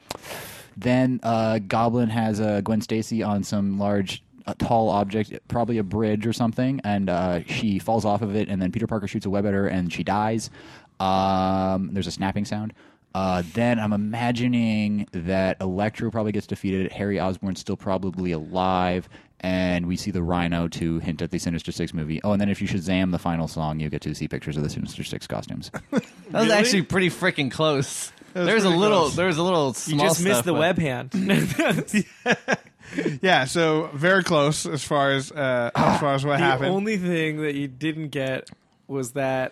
[SPEAKER 2] Then uh, Goblin has uh, Gwen Stacy on some large, uh, tall object, probably a bridge or something, and uh, she falls off of it. And then Peter Parker shoots a web at her, and she dies. Um, there's a snapping sound. Uh, then I'm imagining that Electro probably gets defeated. Harry Osborn's still probably alive, and we see the Rhino to hint at the Sinister Six movie. Oh, and then if you Shazam the final song, you get to see pictures of the Sinister Six costumes.
[SPEAKER 4] That was actually pretty freaking close.
[SPEAKER 1] was
[SPEAKER 4] There's a
[SPEAKER 1] pretty
[SPEAKER 4] little.
[SPEAKER 1] close.
[SPEAKER 4] There was a little small.
[SPEAKER 3] You just missed
[SPEAKER 4] stuff,
[SPEAKER 3] the
[SPEAKER 4] but-
[SPEAKER 3] web hand. the
[SPEAKER 1] yeah, so very close as far as uh, as far as what happened.
[SPEAKER 3] only thing that you didn't get was that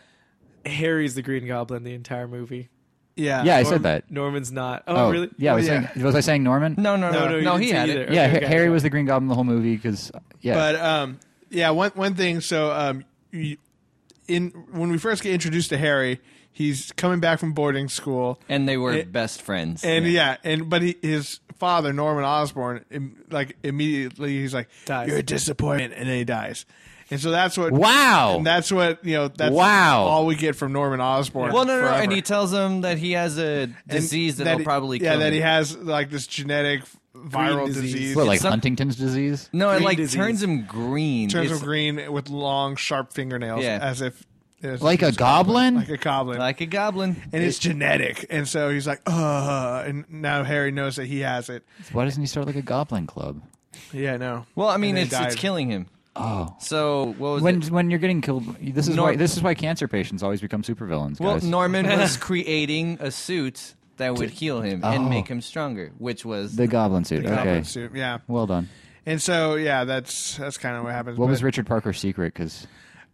[SPEAKER 3] Harry's the Green Goblin the entire movie.
[SPEAKER 1] yeah,
[SPEAKER 2] yeah, I
[SPEAKER 1] Norm-
[SPEAKER 2] said that.
[SPEAKER 3] Norman's not. Oh, really?
[SPEAKER 2] Yeah, I was,
[SPEAKER 1] yeah.
[SPEAKER 2] Saying, was I saying Norman?
[SPEAKER 4] No, no, no, no.
[SPEAKER 3] you didn't
[SPEAKER 4] he
[SPEAKER 3] say
[SPEAKER 4] had
[SPEAKER 3] either.
[SPEAKER 4] it.
[SPEAKER 3] Okay,
[SPEAKER 2] Yeah, Ha-
[SPEAKER 3] okay,
[SPEAKER 2] Harry
[SPEAKER 3] okay.
[SPEAKER 2] was the Green Goblin the whole movie because yeah,
[SPEAKER 1] But um, yeah, one one thing. So um, you, in when we first get introduced to Harry, he's coming back from boarding school,
[SPEAKER 4] And they were
[SPEAKER 1] It-
[SPEAKER 4] best friends.
[SPEAKER 1] and yeah, and but he, his father Norman Osborn, im, like immediately he's like,
[SPEAKER 3] Dies.
[SPEAKER 1] "You're a disappointment," and then he dies. And so that's what.
[SPEAKER 2] wow,
[SPEAKER 1] And that's what you know. That's
[SPEAKER 2] Wow.
[SPEAKER 1] all we get from Norman Osborn.
[SPEAKER 4] well, no, no, no.
[SPEAKER 1] forever.
[SPEAKER 4] And he tells him that he has a disease
[SPEAKER 1] And
[SPEAKER 4] that'll
[SPEAKER 1] he-
[SPEAKER 4] probably
[SPEAKER 1] yeah
[SPEAKER 4] kill
[SPEAKER 1] that he
[SPEAKER 4] him.
[SPEAKER 1] has like this genetic viral
[SPEAKER 3] disease.
[SPEAKER 1] disease,
[SPEAKER 2] what, like
[SPEAKER 4] some-
[SPEAKER 2] Huntington's disease.
[SPEAKER 4] no, it
[SPEAKER 3] green
[SPEAKER 4] like
[SPEAKER 3] disease.
[SPEAKER 4] turns him green.
[SPEAKER 1] turns
[SPEAKER 4] It's
[SPEAKER 1] him green with long sharp fingernails
[SPEAKER 4] Yeah.
[SPEAKER 1] as if as
[SPEAKER 2] Like a
[SPEAKER 1] if it's
[SPEAKER 2] goblin?
[SPEAKER 1] goblin. like a goblin
[SPEAKER 4] like a goblin.
[SPEAKER 1] and it's genetic and so he's like uh and now harry knows that he has it
[SPEAKER 2] Why doesn't he start like a Goblin Club?
[SPEAKER 1] yeah no
[SPEAKER 4] Well, I
[SPEAKER 1] And
[SPEAKER 4] mean,
[SPEAKER 1] then he
[SPEAKER 4] it's it's
[SPEAKER 1] died.
[SPEAKER 4] killing him. Oh, so what was
[SPEAKER 2] When
[SPEAKER 4] it?
[SPEAKER 2] when you're getting killed, this is
[SPEAKER 4] Nor-
[SPEAKER 2] why this is why cancer patients always become supervillains,
[SPEAKER 4] Well,
[SPEAKER 2] guys.
[SPEAKER 4] Norman was creating a suit that would heal him and
[SPEAKER 2] Oh.
[SPEAKER 4] make him stronger, which was
[SPEAKER 2] the Goblin suit. okay,
[SPEAKER 1] Goblin suit, yeah
[SPEAKER 2] well done.
[SPEAKER 1] and so yeah that's that's kind of what happens
[SPEAKER 2] What
[SPEAKER 1] But,
[SPEAKER 2] was Richard Parker's secret? Because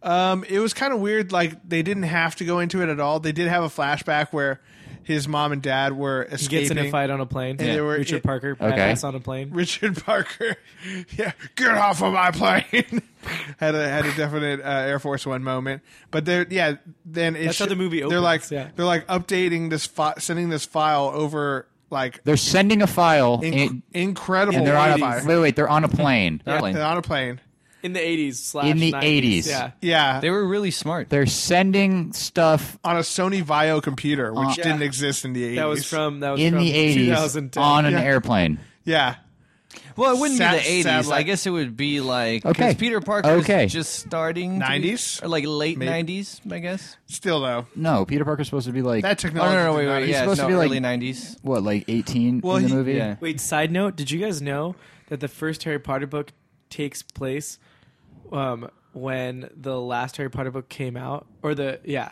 [SPEAKER 1] um it was kind of weird like they didn't have to go into it at all they did have a flashback where his mom and dad were
[SPEAKER 3] He
[SPEAKER 1] escaping
[SPEAKER 3] gets in a fight on a plane.
[SPEAKER 1] And they were-
[SPEAKER 3] Richard
[SPEAKER 1] it-
[SPEAKER 3] Parker
[SPEAKER 2] Okay.
[SPEAKER 3] badass on a plane.
[SPEAKER 1] Richard Parker, yeah, get off of my plane. had a had a definite uh, Air Force One moment, but they're yeah. Then it's
[SPEAKER 3] That's how the movie
[SPEAKER 1] They're
[SPEAKER 3] opens,
[SPEAKER 1] like
[SPEAKER 3] yeah.
[SPEAKER 1] they're like updating this, fi- sending this file over like
[SPEAKER 2] They're sending a file.
[SPEAKER 1] inc-
[SPEAKER 2] in-
[SPEAKER 1] incredible
[SPEAKER 2] and they're on
[SPEAKER 1] fire.
[SPEAKER 2] a, wait, wait, they're on a plane.
[SPEAKER 4] They're playing.
[SPEAKER 1] They're on a plane.
[SPEAKER 3] in the 80s slash
[SPEAKER 2] In the
[SPEAKER 3] 90s.
[SPEAKER 2] 80s.
[SPEAKER 3] Yeah.
[SPEAKER 1] Yeah,
[SPEAKER 4] They were really smart.
[SPEAKER 2] They're sending stuff
[SPEAKER 1] on a Sony Vio computer, which
[SPEAKER 3] Yeah.
[SPEAKER 1] didn't exist in the eighties.
[SPEAKER 3] That was from that was
[SPEAKER 2] in
[SPEAKER 3] from
[SPEAKER 2] the 80s
[SPEAKER 3] 2010.
[SPEAKER 2] on an
[SPEAKER 1] Yeah.
[SPEAKER 2] airplane.
[SPEAKER 1] yeah.
[SPEAKER 4] Well, it wouldn't
[SPEAKER 1] Sat-
[SPEAKER 4] be the eighties. I
[SPEAKER 1] satellite.
[SPEAKER 4] guess it would be like
[SPEAKER 2] Okay.
[SPEAKER 4] because Peter Parker
[SPEAKER 2] Okay.
[SPEAKER 4] was just starting to be-
[SPEAKER 1] 90s?
[SPEAKER 4] or like late
[SPEAKER 1] Maybe.
[SPEAKER 4] nineties. I guess.
[SPEAKER 1] Still though,
[SPEAKER 2] No, Peter Parker's supposed to be like
[SPEAKER 1] that
[SPEAKER 4] Oh
[SPEAKER 1] technology.
[SPEAKER 4] no, no,
[SPEAKER 1] did
[SPEAKER 4] wait,
[SPEAKER 1] not
[SPEAKER 4] wait,
[SPEAKER 1] exist.
[SPEAKER 4] yeah,
[SPEAKER 2] supposed to
[SPEAKER 4] no,
[SPEAKER 2] be like-
[SPEAKER 4] early nineties.
[SPEAKER 2] what, like 18
[SPEAKER 1] Well,
[SPEAKER 2] in the
[SPEAKER 1] he-
[SPEAKER 2] movie?
[SPEAKER 4] Yeah.
[SPEAKER 3] Wait, side note, did you guys know that the first Harry Potter book takes place um, when the last Harry Potter book came out or the yeah.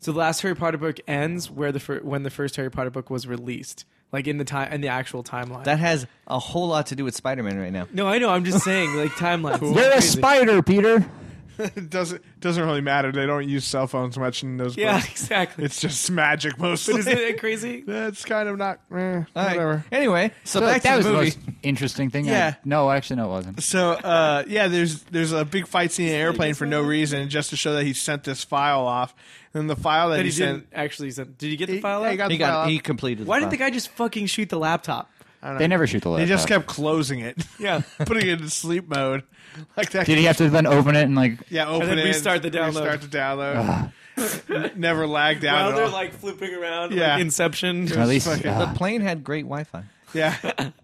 [SPEAKER 3] So the last Harry Potter book ends where the fir- when the first Harry Potter book was released, like in the time in the actual timeline.
[SPEAKER 4] That has a whole lot to do with Spider Man right now.
[SPEAKER 3] no, I know. I'm just saying, like timeline.
[SPEAKER 2] You're a spider, Peter.
[SPEAKER 1] It doesn't doesn't really matter. They don't use cell phones much in those.
[SPEAKER 3] Yeah,
[SPEAKER 1] books.
[SPEAKER 3] exactly.
[SPEAKER 1] it's just magic mostly.
[SPEAKER 3] but isn't it crazy?
[SPEAKER 1] That's kind of not eh,
[SPEAKER 4] All right.
[SPEAKER 1] whatever.
[SPEAKER 4] Anyway, so,
[SPEAKER 2] So
[SPEAKER 4] back
[SPEAKER 2] that
[SPEAKER 4] to
[SPEAKER 2] was
[SPEAKER 4] the
[SPEAKER 2] the
[SPEAKER 4] movie.
[SPEAKER 2] most interesting thing. I-
[SPEAKER 1] Yeah.
[SPEAKER 2] no, actually, no, it wasn't.
[SPEAKER 1] So uh, yeah, there's there's a big fight scene in an airplane for no reason, just to show that he sent this file off. And the file that,
[SPEAKER 3] That
[SPEAKER 1] he,
[SPEAKER 3] he
[SPEAKER 1] sent,
[SPEAKER 3] didn't actually send. Did you get
[SPEAKER 1] he,
[SPEAKER 3] the file?
[SPEAKER 1] yeah, he
[SPEAKER 3] out?
[SPEAKER 1] got
[SPEAKER 4] he
[SPEAKER 1] the file
[SPEAKER 4] got
[SPEAKER 1] off.
[SPEAKER 4] he completed.
[SPEAKER 3] Why didn't the
[SPEAKER 4] file.
[SPEAKER 3] guy just fucking shoot the laptop?
[SPEAKER 2] They never shoot the laptop.
[SPEAKER 1] He just kept closing it.
[SPEAKER 3] Yeah.
[SPEAKER 1] putting it in sleep mode. Like that.
[SPEAKER 2] Did he have to then open it and like?
[SPEAKER 1] Yeah, open
[SPEAKER 3] then
[SPEAKER 1] it.
[SPEAKER 3] restart the download.
[SPEAKER 1] Restart the download. N- Never lagged out.
[SPEAKER 3] While
[SPEAKER 1] at
[SPEAKER 3] they're
[SPEAKER 1] all.
[SPEAKER 3] like flipping around,
[SPEAKER 1] Yeah.
[SPEAKER 3] like Inception.
[SPEAKER 2] At least
[SPEAKER 1] fucking-
[SPEAKER 2] uh,
[SPEAKER 4] The plane had great Wi Fi.
[SPEAKER 1] yeah,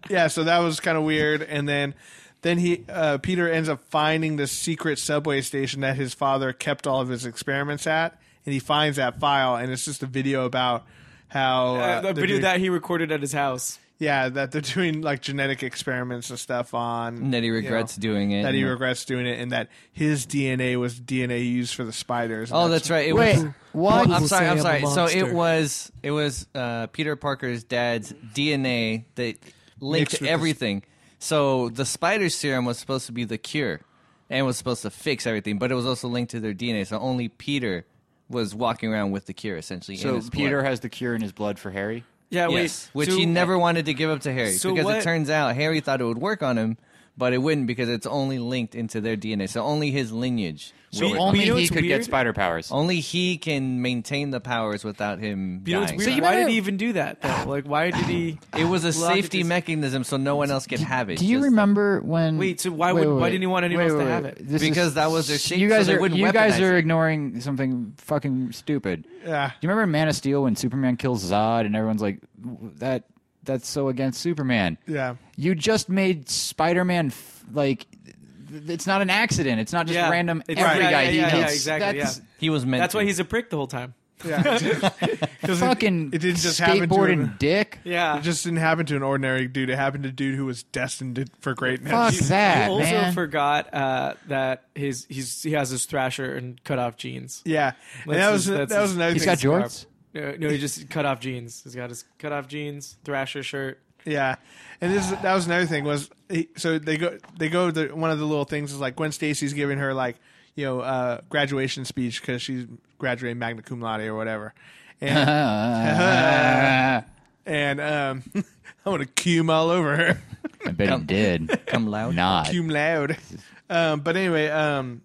[SPEAKER 1] yeah. So that was kind of weird. And then, then he uh, Peter ends up finding the secret subway station that his father kept all of his experiments at, and he finds that file, and it's just a video about how
[SPEAKER 3] Uh, the
[SPEAKER 1] they're
[SPEAKER 3] video
[SPEAKER 1] doing-
[SPEAKER 3] that he recorded at his house.
[SPEAKER 1] yeah that they're doing like genetic experiments and stuff on
[SPEAKER 4] And that he regrets doing it.
[SPEAKER 1] that he
[SPEAKER 4] and-
[SPEAKER 1] regrets doing it, and that his DNA was DNA used for the spiders. and
[SPEAKER 4] Oh, that's right. It
[SPEAKER 2] Wait,
[SPEAKER 4] was,
[SPEAKER 2] what?
[SPEAKER 4] Oh, I'm sorry. I'm
[SPEAKER 3] People say
[SPEAKER 4] sorry.
[SPEAKER 3] I'm a
[SPEAKER 4] So it
[SPEAKER 3] monster.
[SPEAKER 4] was it was uh, Peter Parker's dad's DNA that linked
[SPEAKER 1] Mixed with
[SPEAKER 4] everything. So the spider serum was supposed to be the cure, and was supposed to fix everything, but it was also linked to their DNA. So only Peter was walking around with the cure essentially. in
[SPEAKER 2] so
[SPEAKER 4] his blood.
[SPEAKER 2] Peter has the cure in his blood for Harry.
[SPEAKER 3] Yeah,
[SPEAKER 4] yes, which he never wanted to give up to Harry
[SPEAKER 3] So
[SPEAKER 4] because it
[SPEAKER 3] what-
[SPEAKER 4] turns out Harry thought it would work on him. But it wouldn't because it's only linked into their DNA. So only his lineage.
[SPEAKER 3] So
[SPEAKER 4] worked.
[SPEAKER 2] Only
[SPEAKER 3] you know
[SPEAKER 2] he
[SPEAKER 3] what's
[SPEAKER 2] could
[SPEAKER 3] weird?
[SPEAKER 2] get spider powers.
[SPEAKER 4] Only he can maintain the powers without him
[SPEAKER 3] You know what's
[SPEAKER 4] dying.
[SPEAKER 3] weird?
[SPEAKER 2] you
[SPEAKER 3] why
[SPEAKER 2] remember-
[SPEAKER 3] did he even do that? Though? Like, why did he?
[SPEAKER 4] It was a
[SPEAKER 3] Lock it
[SPEAKER 4] safety
[SPEAKER 3] just-
[SPEAKER 4] mechanism so no one else could have it.
[SPEAKER 2] Do you
[SPEAKER 4] Just-
[SPEAKER 2] remember when?
[SPEAKER 3] Wait, so why would- why didn't he want anyone else to have it?
[SPEAKER 2] This
[SPEAKER 4] Because that was their shape,
[SPEAKER 2] You
[SPEAKER 4] so
[SPEAKER 2] guys
[SPEAKER 4] they
[SPEAKER 2] are
[SPEAKER 4] wouldn't
[SPEAKER 2] you guys
[SPEAKER 4] weaponize
[SPEAKER 2] are
[SPEAKER 4] it.
[SPEAKER 2] ignoring something fucking stupid.
[SPEAKER 1] Yeah.
[SPEAKER 2] Do you remember in Man of Steel when Superman kills Zod and everyone's like, that that's so against Superman?
[SPEAKER 1] Yeah.
[SPEAKER 2] You just made Spider-Man f- like. th- It's not an accident. It's not just
[SPEAKER 3] Yeah.
[SPEAKER 2] random.
[SPEAKER 3] It's-
[SPEAKER 2] every
[SPEAKER 3] yeah,
[SPEAKER 2] guy
[SPEAKER 3] yeah,
[SPEAKER 2] he
[SPEAKER 3] yeah, yeah,
[SPEAKER 2] hits.
[SPEAKER 3] exactly,
[SPEAKER 2] That's
[SPEAKER 3] yeah.
[SPEAKER 4] He was meant.
[SPEAKER 3] That's
[SPEAKER 4] to.
[SPEAKER 3] why he's a prick the whole time.
[SPEAKER 1] Yeah.
[SPEAKER 2] fucking
[SPEAKER 1] it didn't just happen to
[SPEAKER 2] skateboarding
[SPEAKER 1] him.
[SPEAKER 2] dick.
[SPEAKER 3] Yeah.
[SPEAKER 1] It just didn't happen to an ordinary dude. It happened to a dude who was destined to, for greatness.
[SPEAKER 2] Fuck
[SPEAKER 3] he
[SPEAKER 2] that,
[SPEAKER 3] also
[SPEAKER 2] man.
[SPEAKER 3] forgot uh, that his he's he has his thrasher and cut off jeans.
[SPEAKER 1] Yeah, and
[SPEAKER 3] That's
[SPEAKER 1] that was
[SPEAKER 3] his- that's
[SPEAKER 1] that was
[SPEAKER 3] his-
[SPEAKER 1] another.
[SPEAKER 2] He's
[SPEAKER 1] thing.
[SPEAKER 2] got jorts.
[SPEAKER 3] No, no, he just cut off jeans. He's got his cut off jeans, thrasher shirt.
[SPEAKER 1] Yeah, and this is- that was another thing was he, so they go they go to one of the little things is like Gwen Stacy's giving her like you know uh, graduation speech because she's graduating magna cum laude or whatever, and and um, I want to cum all over her
[SPEAKER 2] I bet he did.
[SPEAKER 4] come loud.
[SPEAKER 2] Not.
[SPEAKER 1] cum loud. Um, but anyway, um,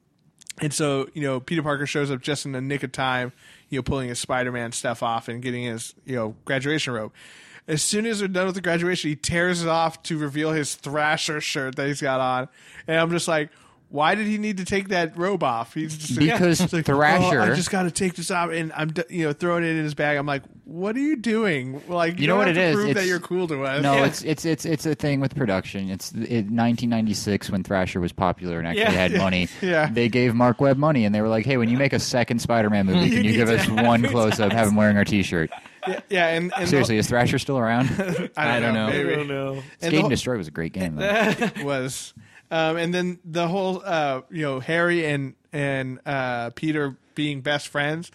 [SPEAKER 1] and so you know Peter Parker shows up just in the nick of time, you know, pulling his Spider-Man stuff off and getting his you know graduation robe. As soon as they're done with the graduation, he tears it off to reveal his Thrasher shirt that he's got on, and I'm just like. Why did he need to take that robe off? He's just like-
[SPEAKER 2] Because
[SPEAKER 1] it's like,
[SPEAKER 2] Thrasher-
[SPEAKER 1] "Oh, I just got to take this off, and I'm d- you know throwing it in his bag. I'm like, what are you doing? Like, you,
[SPEAKER 2] know
[SPEAKER 1] don't
[SPEAKER 2] what
[SPEAKER 1] have
[SPEAKER 2] it
[SPEAKER 1] to
[SPEAKER 2] is?
[SPEAKER 1] Prove that
[SPEAKER 2] It's-
[SPEAKER 1] you're cool to us.
[SPEAKER 2] No, it's it's it's it's a thing with production. It's it, 1996 when Thrasher was popular and actually
[SPEAKER 3] Yeah.
[SPEAKER 2] had money.
[SPEAKER 1] Yeah.
[SPEAKER 2] they gave Mark Webb money, and they were like, "Hey, when you make a second Spider-Man movie, can you give us one close-up, have him wearing our T-shirt?"
[SPEAKER 1] yeah, yeah, and, and
[SPEAKER 2] Seriously, is Thrasher still around?
[SPEAKER 1] I don't,
[SPEAKER 4] I don't
[SPEAKER 1] know.
[SPEAKER 4] know.
[SPEAKER 3] I
[SPEAKER 1] maybe.
[SPEAKER 3] don't know.
[SPEAKER 1] And
[SPEAKER 2] Skate
[SPEAKER 1] the-
[SPEAKER 2] and Destroy was a great game. Though.
[SPEAKER 1] was. Um, and then the whole, uh, you know, Harry and and uh, Peter being best friends.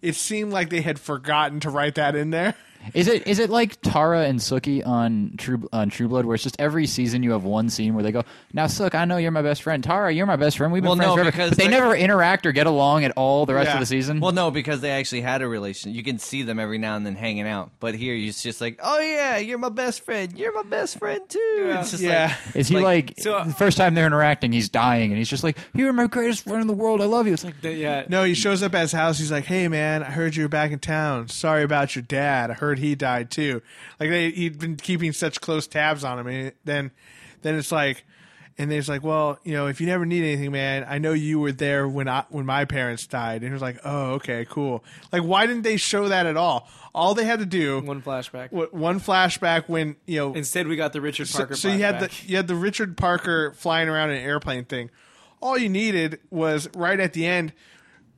[SPEAKER 1] It seemed like they had forgotten to write that in there.
[SPEAKER 2] Is it is it like Tara and Sookie on True on True Blood, where it's just every season you have one scene where they go, "Now Sook, I know you're my best friend. Tara, you're my best friend. We've been
[SPEAKER 4] Well,
[SPEAKER 2] friends
[SPEAKER 4] no,
[SPEAKER 2] forever."
[SPEAKER 4] because
[SPEAKER 2] But they
[SPEAKER 4] they-
[SPEAKER 2] never interact or get along at all the rest
[SPEAKER 1] Yeah.
[SPEAKER 2] of the season.
[SPEAKER 4] Well, no, because they actually had a relation. You can see them every now and then hanging out, but here it's just like, oh yeah, you're my best friend. You're my best friend too. It's just
[SPEAKER 1] Yeah.
[SPEAKER 4] like, uh,
[SPEAKER 2] Is he like,
[SPEAKER 3] so-
[SPEAKER 2] the first time they're interacting, he's dying, and he's just like, "You're my greatest friend in the world. I love you." It's like,
[SPEAKER 3] That- yeah.
[SPEAKER 1] No, he shows up at his house. He's like, "Hey, man, I heard you were back in town. Sorry about your dad. I heard heard he died too. Like they he'd been keeping such close tabs on him, and then then it's like, and they's like, well, you know, if you never need anything, man, I know you were there when I when my parents died, and it was like, oh, okay, cool. Like, why didn't they show that at all? All they had to do
[SPEAKER 3] One flashback.
[SPEAKER 1] wa- one flashback when you know
[SPEAKER 3] Instead, we got the Richard
[SPEAKER 1] so,
[SPEAKER 3] Parker.
[SPEAKER 1] so you had the
[SPEAKER 3] flashback.
[SPEAKER 1] you had the Richard Parker flying around in an airplane thing. All you needed was right at the end,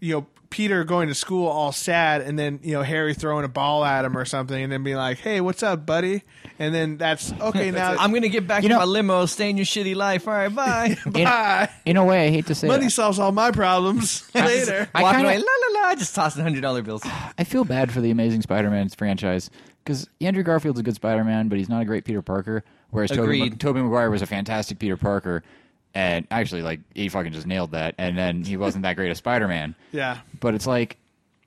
[SPEAKER 1] you know, Peter going to school all sad, and then you know Harry throwing a ball at him or something, and then being like, "Hey, what's up, buddy?" And then that's okay. now
[SPEAKER 4] I'm gonna get back
[SPEAKER 2] You
[SPEAKER 4] to
[SPEAKER 2] know-
[SPEAKER 4] my limo, stay in your shitty life. All right, bye.
[SPEAKER 2] In,
[SPEAKER 1] bye.
[SPEAKER 2] in a way, I hate to say
[SPEAKER 1] Money
[SPEAKER 2] it.
[SPEAKER 1] solves all my problems. Later.
[SPEAKER 2] I
[SPEAKER 4] Walking
[SPEAKER 2] kinda-
[SPEAKER 4] away, la la la. I just tossed hundred dollar bills.
[SPEAKER 2] I feel bad for the Amazing Spider-Man franchise because Andrew Garfield's a good Spider-Man, but he's not a great Peter Parker. Whereas Toby,
[SPEAKER 4] Agreed.
[SPEAKER 2] Toby Maguire was a fantastic Peter Parker, and actually, like he fucking just nailed that. And then he wasn't that great a Spider-Man.
[SPEAKER 1] Yeah.
[SPEAKER 2] But it's like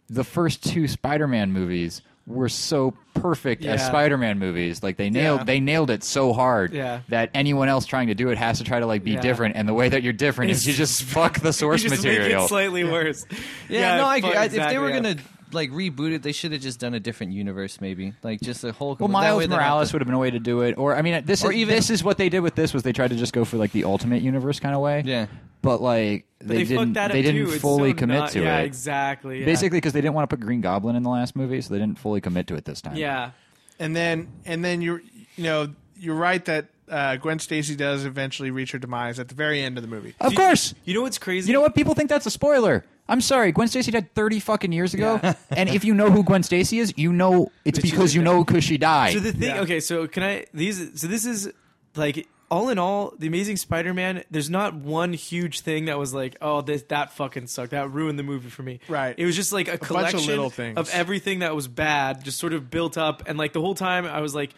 [SPEAKER 2] the first two Spider-Man movies were so perfect as
[SPEAKER 3] Yeah.
[SPEAKER 2] Spider-Man movies. Like they nailed
[SPEAKER 1] Yeah.
[SPEAKER 2] they nailed it so hard
[SPEAKER 3] Yeah.
[SPEAKER 2] that anyone else trying to do it has to try to like be
[SPEAKER 3] Yeah.
[SPEAKER 2] different. And the way that you're different is you just fuck the source
[SPEAKER 3] You just make
[SPEAKER 2] material.
[SPEAKER 3] it slightly worse.
[SPEAKER 4] Yeah, no, I agree.
[SPEAKER 3] fuck,
[SPEAKER 4] I- if
[SPEAKER 3] exactly,
[SPEAKER 4] they were
[SPEAKER 3] yeah.
[SPEAKER 4] gonna like reboot it, they should have just done a different universe, maybe. Like just a whole.
[SPEAKER 2] Well,
[SPEAKER 4] that way
[SPEAKER 2] Miles
[SPEAKER 4] they don't have
[SPEAKER 2] Morales
[SPEAKER 4] to-
[SPEAKER 2] would have been a way to do it, or I mean, this
[SPEAKER 4] Or
[SPEAKER 2] is
[SPEAKER 4] even-
[SPEAKER 2] this is what they did with this was they tried to just go for like the ultimate universe kind of way.
[SPEAKER 4] Yeah.
[SPEAKER 2] but like
[SPEAKER 3] But
[SPEAKER 2] they,
[SPEAKER 3] fucked
[SPEAKER 2] didn't
[SPEAKER 3] that
[SPEAKER 2] they
[SPEAKER 3] up,
[SPEAKER 2] didn't
[SPEAKER 3] too. It's
[SPEAKER 2] fully
[SPEAKER 3] so
[SPEAKER 2] commit
[SPEAKER 3] not-
[SPEAKER 2] to
[SPEAKER 3] yeah,
[SPEAKER 2] it.
[SPEAKER 3] Exactly. Yeah.
[SPEAKER 2] Basically, because they didn't want to put Green Goblin in the last movie, so they didn't fully commit to it this time.
[SPEAKER 3] Yeah.
[SPEAKER 1] and then and then you're you know you're right that uh, Gwen Stacy does eventually reach her demise at the very end of the movie.
[SPEAKER 2] of course.
[SPEAKER 3] You know what's crazy?
[SPEAKER 2] You know what? People think that's a spoiler. I'm sorry, Gwen Stacy died 30 fucking years ago, and if you know who Gwen Stacy is, you know it's because you know because she died.
[SPEAKER 3] So the thing, okay, so can I these? So this is like all in all, the Amazing Spider-Man. There's not one huge thing that was like, oh, this that fucking sucked. That ruined the movie for me.
[SPEAKER 1] Right.
[SPEAKER 3] It was just like a,
[SPEAKER 1] of
[SPEAKER 3] collection
[SPEAKER 1] little things.
[SPEAKER 3] of everything that was bad, just sort of built up, and like the whole time I was like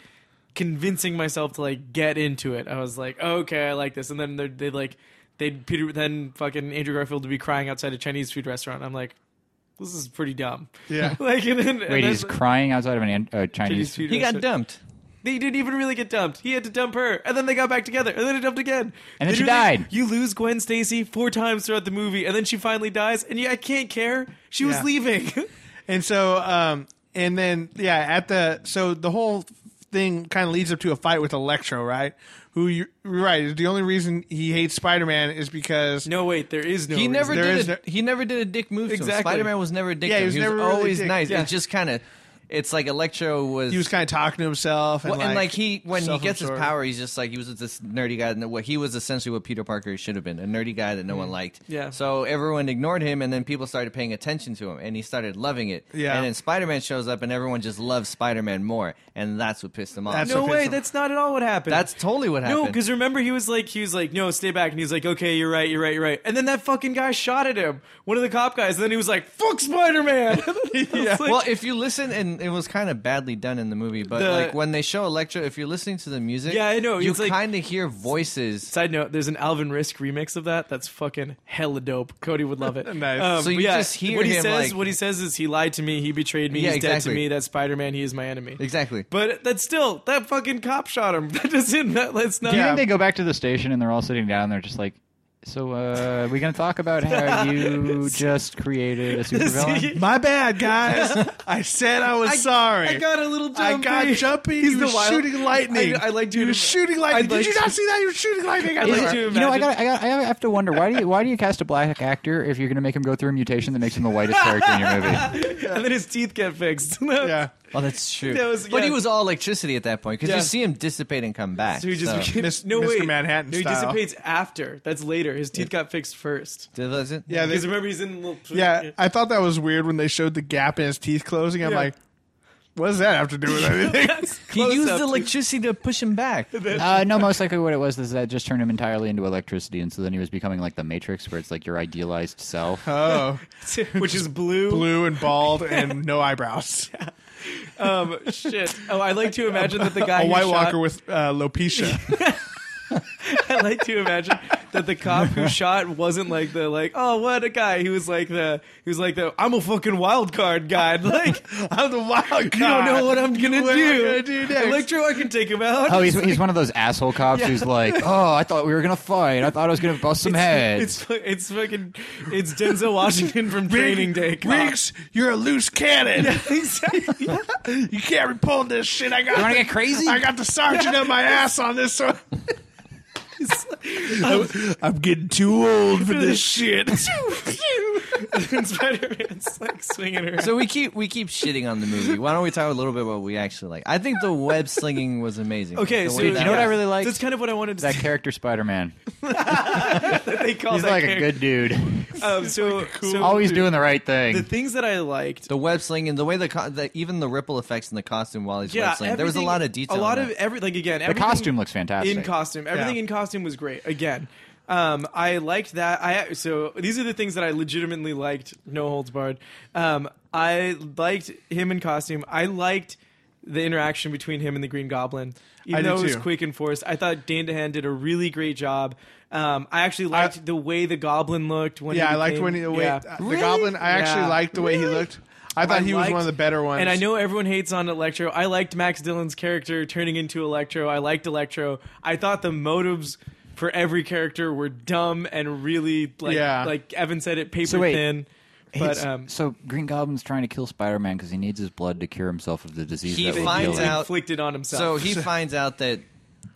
[SPEAKER 3] convincing myself to like get into it. I was like, oh, okay, I like this, and then they like they Peter then fucking Andrew Garfield would be crying outside a Chinese food restaurant. I'm like. This is pretty dumb.
[SPEAKER 1] Yeah.
[SPEAKER 3] like and then,
[SPEAKER 2] Wait, he's crying outside of an uh, Chinese.
[SPEAKER 3] He
[SPEAKER 4] He got dumped.
[SPEAKER 3] they didn't even really get dumped. He had to dump her, and then they got back together, and then he dumped again.
[SPEAKER 2] And then she
[SPEAKER 3] Literally,
[SPEAKER 2] died.
[SPEAKER 3] You lose Gwen Stacy four times throughout the movie, and then she finally dies. And yeah, I can't care. She
[SPEAKER 1] Yeah.
[SPEAKER 3] was leaving.
[SPEAKER 1] And so, um, and then yeah, at the so the whole thing kind of leads up to a fight with Electro, right? Who you right? The only reason he hates Spider Man is because
[SPEAKER 3] no, wait, there is no.
[SPEAKER 4] He never
[SPEAKER 1] There is
[SPEAKER 4] did. A,
[SPEAKER 1] no-
[SPEAKER 4] he never did a dick move. To him.
[SPEAKER 3] Exactly.
[SPEAKER 4] Spider-Man was never a dick.
[SPEAKER 1] Yeah,
[SPEAKER 4] to
[SPEAKER 1] he
[SPEAKER 4] him.
[SPEAKER 1] was
[SPEAKER 4] he
[SPEAKER 1] never really a
[SPEAKER 4] always
[SPEAKER 1] dick.
[SPEAKER 4] nice.
[SPEAKER 1] Yeah.
[SPEAKER 4] It's just kind of. It's like Electro was.
[SPEAKER 1] he was kind of talking to himself, and,
[SPEAKER 4] well,
[SPEAKER 1] like,
[SPEAKER 4] and like he, when he gets his
[SPEAKER 1] self-absorbed.
[SPEAKER 4] power, he's just like he was this nerdy guy. And what he was essentially what Peter Parker should have been—a nerdy guy that no
[SPEAKER 1] Mm-hmm.
[SPEAKER 4] one liked.
[SPEAKER 3] Yeah.
[SPEAKER 4] So everyone ignored him, and then people started paying attention to him, and he started loving it.
[SPEAKER 1] Yeah.
[SPEAKER 4] And then Spider-Man shows up, and everyone just loves Spider-Man more, and that's what pissed him off.
[SPEAKER 1] That's
[SPEAKER 4] No,
[SPEAKER 3] No
[SPEAKER 1] what
[SPEAKER 3] way.
[SPEAKER 1] pissed him-
[SPEAKER 3] That's not at all what happened.
[SPEAKER 4] that's totally what happened.
[SPEAKER 3] No, because remember he was like he was like no, stay back, and he's like okay, you're right, you're right, you're right, and then that fucking guy shot at him, one of the cop guys, and then he was like fuck Spider Man.
[SPEAKER 4] well, if you listen, and it was kind of badly done in the movie, but
[SPEAKER 3] The-
[SPEAKER 4] like when they show Electro, if you're listening to the music,
[SPEAKER 3] Yeah, I know,
[SPEAKER 4] you
[SPEAKER 3] it's like-
[SPEAKER 4] kind of hear voices.
[SPEAKER 3] Side note: There's an Alvin Risk remix of that. That's fucking hella dope. Cody would love it.
[SPEAKER 1] Nice.
[SPEAKER 3] Um,
[SPEAKER 4] So you
[SPEAKER 3] but yeah,
[SPEAKER 4] just hear
[SPEAKER 3] what he
[SPEAKER 4] him,
[SPEAKER 3] says.
[SPEAKER 4] like-
[SPEAKER 3] what he says is he lied to me. He betrayed me.
[SPEAKER 4] Yeah,
[SPEAKER 3] he's dead
[SPEAKER 4] exactly.
[SPEAKER 3] to me. That's Spider Man. He is my enemy.
[SPEAKER 4] Exactly.
[SPEAKER 3] But that's still that fucking cop shot him. That doesn't. That, that's not.
[SPEAKER 2] Do you think they go back to the station and they're all sitting down? And they're just like, "So, uh, we gonna talk about how you just created a supervillain?"
[SPEAKER 1] my bad, guys. I said I was sorry.
[SPEAKER 3] I got a little jumpy.
[SPEAKER 1] I got jumpy.
[SPEAKER 3] He's
[SPEAKER 1] you
[SPEAKER 3] the
[SPEAKER 1] were
[SPEAKER 3] wild-
[SPEAKER 1] shooting lightning.
[SPEAKER 3] I, I like to.
[SPEAKER 1] you were shooting lightning.
[SPEAKER 3] I'd
[SPEAKER 1] Did
[SPEAKER 3] like
[SPEAKER 1] you
[SPEAKER 3] to-
[SPEAKER 1] not see that? You were shooting lightning. I
[SPEAKER 3] I'd
[SPEAKER 1] was
[SPEAKER 3] like
[SPEAKER 1] like,
[SPEAKER 3] to
[SPEAKER 2] You know, I
[SPEAKER 3] imagine-
[SPEAKER 2] got, I got, I have to wonder why do you, why do you cast a black actor if you're gonna make him go through a mutation that makes him the whitest character in your movie?
[SPEAKER 3] And then his teeth get fixed.
[SPEAKER 1] yeah.
[SPEAKER 4] Oh, that's true.
[SPEAKER 3] That was-
[SPEAKER 4] But
[SPEAKER 3] yeah.
[SPEAKER 4] he was all electricity at that point because
[SPEAKER 3] Yeah.
[SPEAKER 4] you see him dissipate and come back.
[SPEAKER 3] So he just
[SPEAKER 4] so.
[SPEAKER 1] Mis-
[SPEAKER 3] no
[SPEAKER 1] Mr.
[SPEAKER 3] wait.
[SPEAKER 1] Manhattan
[SPEAKER 3] No, he
[SPEAKER 1] style.
[SPEAKER 3] dissipates after. That's later. His teeth got fixed first.
[SPEAKER 4] Does it?
[SPEAKER 1] Yeah, they-
[SPEAKER 3] Because remember he's in a little.
[SPEAKER 1] Yeah, I thought that was weird when they showed the gap in his teeth closing. I'm
[SPEAKER 3] Yeah.
[SPEAKER 1] like, what does that have to do with anything?
[SPEAKER 4] He used
[SPEAKER 3] Close-up.
[SPEAKER 4] electricity to push him back.
[SPEAKER 2] Uh, no, most likely what it was is that just turned him entirely into electricity, and so then he was becoming like the Matrix, where it's like your idealized self.
[SPEAKER 1] oh,
[SPEAKER 3] which is blue.
[SPEAKER 1] blue and bald and no eyebrows.
[SPEAKER 3] Um, shit. Oh, I like to imagine that the guy
[SPEAKER 1] a
[SPEAKER 3] who
[SPEAKER 1] White
[SPEAKER 3] shot-
[SPEAKER 1] Walker with uh, alopecia.
[SPEAKER 3] I like to imagine that the cop who shot wasn't like the like oh what a guy he was like the he was like the I'm a fucking wild card guy like
[SPEAKER 1] I'm the wild card.
[SPEAKER 3] you don't know what I'm gonna
[SPEAKER 1] What am I
[SPEAKER 3] do
[SPEAKER 1] gonna do next?
[SPEAKER 3] Electro I can take him out
[SPEAKER 2] Oh, he's, he's one of those asshole cops who's like, oh, I thought we were gonna fight. I thought I was gonna bust some heads.
[SPEAKER 3] it's fu- it's fucking it's Denzel Washington from Training Day cop.
[SPEAKER 1] Riggs, you're a loose cannon.
[SPEAKER 3] exactly
[SPEAKER 1] You can't repulse this shit. I got.
[SPEAKER 2] you want
[SPEAKER 1] the-
[SPEAKER 2] to get crazy?
[SPEAKER 1] I got the sergeant on my ass on this one. I'm getting too old for this shit.
[SPEAKER 3] and Spider Man's like swinging around.
[SPEAKER 4] So we keep we keep shitting on the movie. Why don't we talk a little bit about what we actually like? I think the web slinging was amazing.
[SPEAKER 3] Okay,
[SPEAKER 4] The
[SPEAKER 3] so
[SPEAKER 4] way
[SPEAKER 2] you
[SPEAKER 4] that
[SPEAKER 2] know what I
[SPEAKER 4] was-
[SPEAKER 2] really liked?
[SPEAKER 3] That's kind of what I wanted to
[SPEAKER 2] that
[SPEAKER 3] say.
[SPEAKER 2] character Spider-Man.
[SPEAKER 3] They call
[SPEAKER 2] He's
[SPEAKER 3] that
[SPEAKER 2] like a
[SPEAKER 3] character.
[SPEAKER 2] good dude,
[SPEAKER 3] Um, so, so
[SPEAKER 2] always doing the right
[SPEAKER 3] the
[SPEAKER 2] thing.
[SPEAKER 3] things that I liked.
[SPEAKER 4] the web slinging, the way the, co- the even the ripple effects in the costume while he's
[SPEAKER 3] Yeah,
[SPEAKER 4] web slinging. There was a
[SPEAKER 3] everything-
[SPEAKER 4] lot of detail.
[SPEAKER 3] A lot
[SPEAKER 4] in
[SPEAKER 3] of
[SPEAKER 4] that.
[SPEAKER 3] every like again.
[SPEAKER 2] The costume looks fantastic.
[SPEAKER 3] in costume. Everything
[SPEAKER 1] Yeah.
[SPEAKER 3] in costume was great. Again, um, I liked that. I so these are the things that I legitimately liked. No holds barred. Um, I liked him in costume. I liked the interaction between him and the Green Goblin. Even
[SPEAKER 1] I did
[SPEAKER 3] though it was
[SPEAKER 1] too.
[SPEAKER 3] quick and forced, I thought Dan DeHaan did a really great job. Um, I actually liked
[SPEAKER 1] I-
[SPEAKER 3] the way the Goblin looked when.
[SPEAKER 1] Yeah,
[SPEAKER 3] he
[SPEAKER 1] I liked
[SPEAKER 3] became-
[SPEAKER 1] when he, the way uh,
[SPEAKER 3] yeah.
[SPEAKER 1] the goblin. I actually
[SPEAKER 3] Yeah.
[SPEAKER 1] liked the way he looked. I thought he was
[SPEAKER 3] liked-
[SPEAKER 1] one of the better ones.
[SPEAKER 3] And I know everyone hates on Electro. I liked Max Dillon's character turning into Electro. I liked Electro. I thought the motives for every character were dumb and really like
[SPEAKER 1] Yeah.
[SPEAKER 3] like Evan said it paper
[SPEAKER 2] So wait,
[SPEAKER 3] thin. But
[SPEAKER 2] It's-
[SPEAKER 3] um
[SPEAKER 2] so Green Goblin's trying to kill Spider-Man because he needs his blood to cure himself of the disease
[SPEAKER 4] He
[SPEAKER 2] that would
[SPEAKER 4] finds
[SPEAKER 2] kill him.
[SPEAKER 4] out-
[SPEAKER 3] inflicted on
[SPEAKER 4] So
[SPEAKER 3] himself.
[SPEAKER 4] he finds out that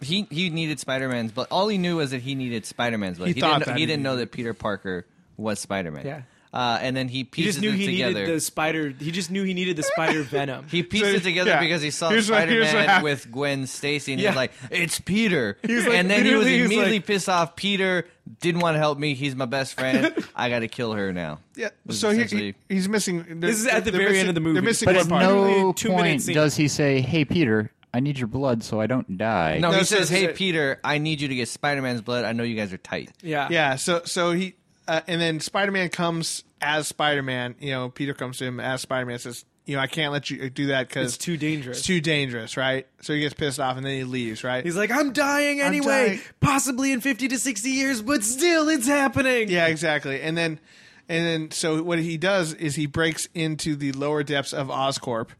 [SPEAKER 4] he he needed Spider Man's blood. All he knew was that he needed Spider Man's blood.
[SPEAKER 1] He
[SPEAKER 4] He,
[SPEAKER 1] thought
[SPEAKER 4] didn't,
[SPEAKER 1] that
[SPEAKER 4] he
[SPEAKER 1] he
[SPEAKER 4] didn't know
[SPEAKER 1] needed
[SPEAKER 4] that Peter Parker was Spider Man.
[SPEAKER 3] Yeah.
[SPEAKER 4] Uh, and then he
[SPEAKER 3] he
[SPEAKER 4] pieces
[SPEAKER 3] just knew
[SPEAKER 4] it
[SPEAKER 3] he
[SPEAKER 4] together.
[SPEAKER 3] needed the spider he just knew he needed the spider venom.
[SPEAKER 4] He pieced it together
[SPEAKER 1] yeah.
[SPEAKER 4] because he saw
[SPEAKER 1] Here's what-
[SPEAKER 4] Spider
[SPEAKER 1] here's what
[SPEAKER 4] Man
[SPEAKER 1] happened.
[SPEAKER 4] with Gwen Stacy, and he
[SPEAKER 3] Yeah.
[SPEAKER 4] was like, "It's Peter."
[SPEAKER 3] was like-
[SPEAKER 4] and then he was
[SPEAKER 3] literally, he was
[SPEAKER 4] immediately
[SPEAKER 3] like-
[SPEAKER 4] pissed off. Peter didn't want to help me. He's my best friend. I got to kill her now.
[SPEAKER 1] Yeah,
[SPEAKER 4] Was
[SPEAKER 1] so he,
[SPEAKER 4] essentially-
[SPEAKER 1] he- he's missing.
[SPEAKER 3] This is at the very end of the movie.
[SPEAKER 1] They're missing
[SPEAKER 2] But
[SPEAKER 1] one
[SPEAKER 2] at
[SPEAKER 1] part.
[SPEAKER 2] no
[SPEAKER 3] Literally two minute
[SPEAKER 2] point
[SPEAKER 3] scene.
[SPEAKER 2] does he say, "Hey Peter, I need your blood so I don't die."
[SPEAKER 4] No,
[SPEAKER 1] No,
[SPEAKER 4] he
[SPEAKER 1] so-
[SPEAKER 4] says,
[SPEAKER 1] so-
[SPEAKER 4] "Hey, Peter, I need you to get Spider Man's blood. I know you guys are tight."
[SPEAKER 3] yeah.
[SPEAKER 1] Yeah, so so he uh, and then Spider Man comes as Spider Man. You know, Peter comes to him as Spider Man. Says, you know, I can't let you do that because
[SPEAKER 3] It's too dangerous.
[SPEAKER 1] It's too dangerous, right? So he gets pissed off and then he leaves, right?
[SPEAKER 3] He's like, I'm dying anyway,
[SPEAKER 1] dying.
[SPEAKER 3] possibly in 50 to 60 years, but still it's happening.
[SPEAKER 1] yeah, exactly. And then and then so what he does is he breaks into the lower depths of Oscorp.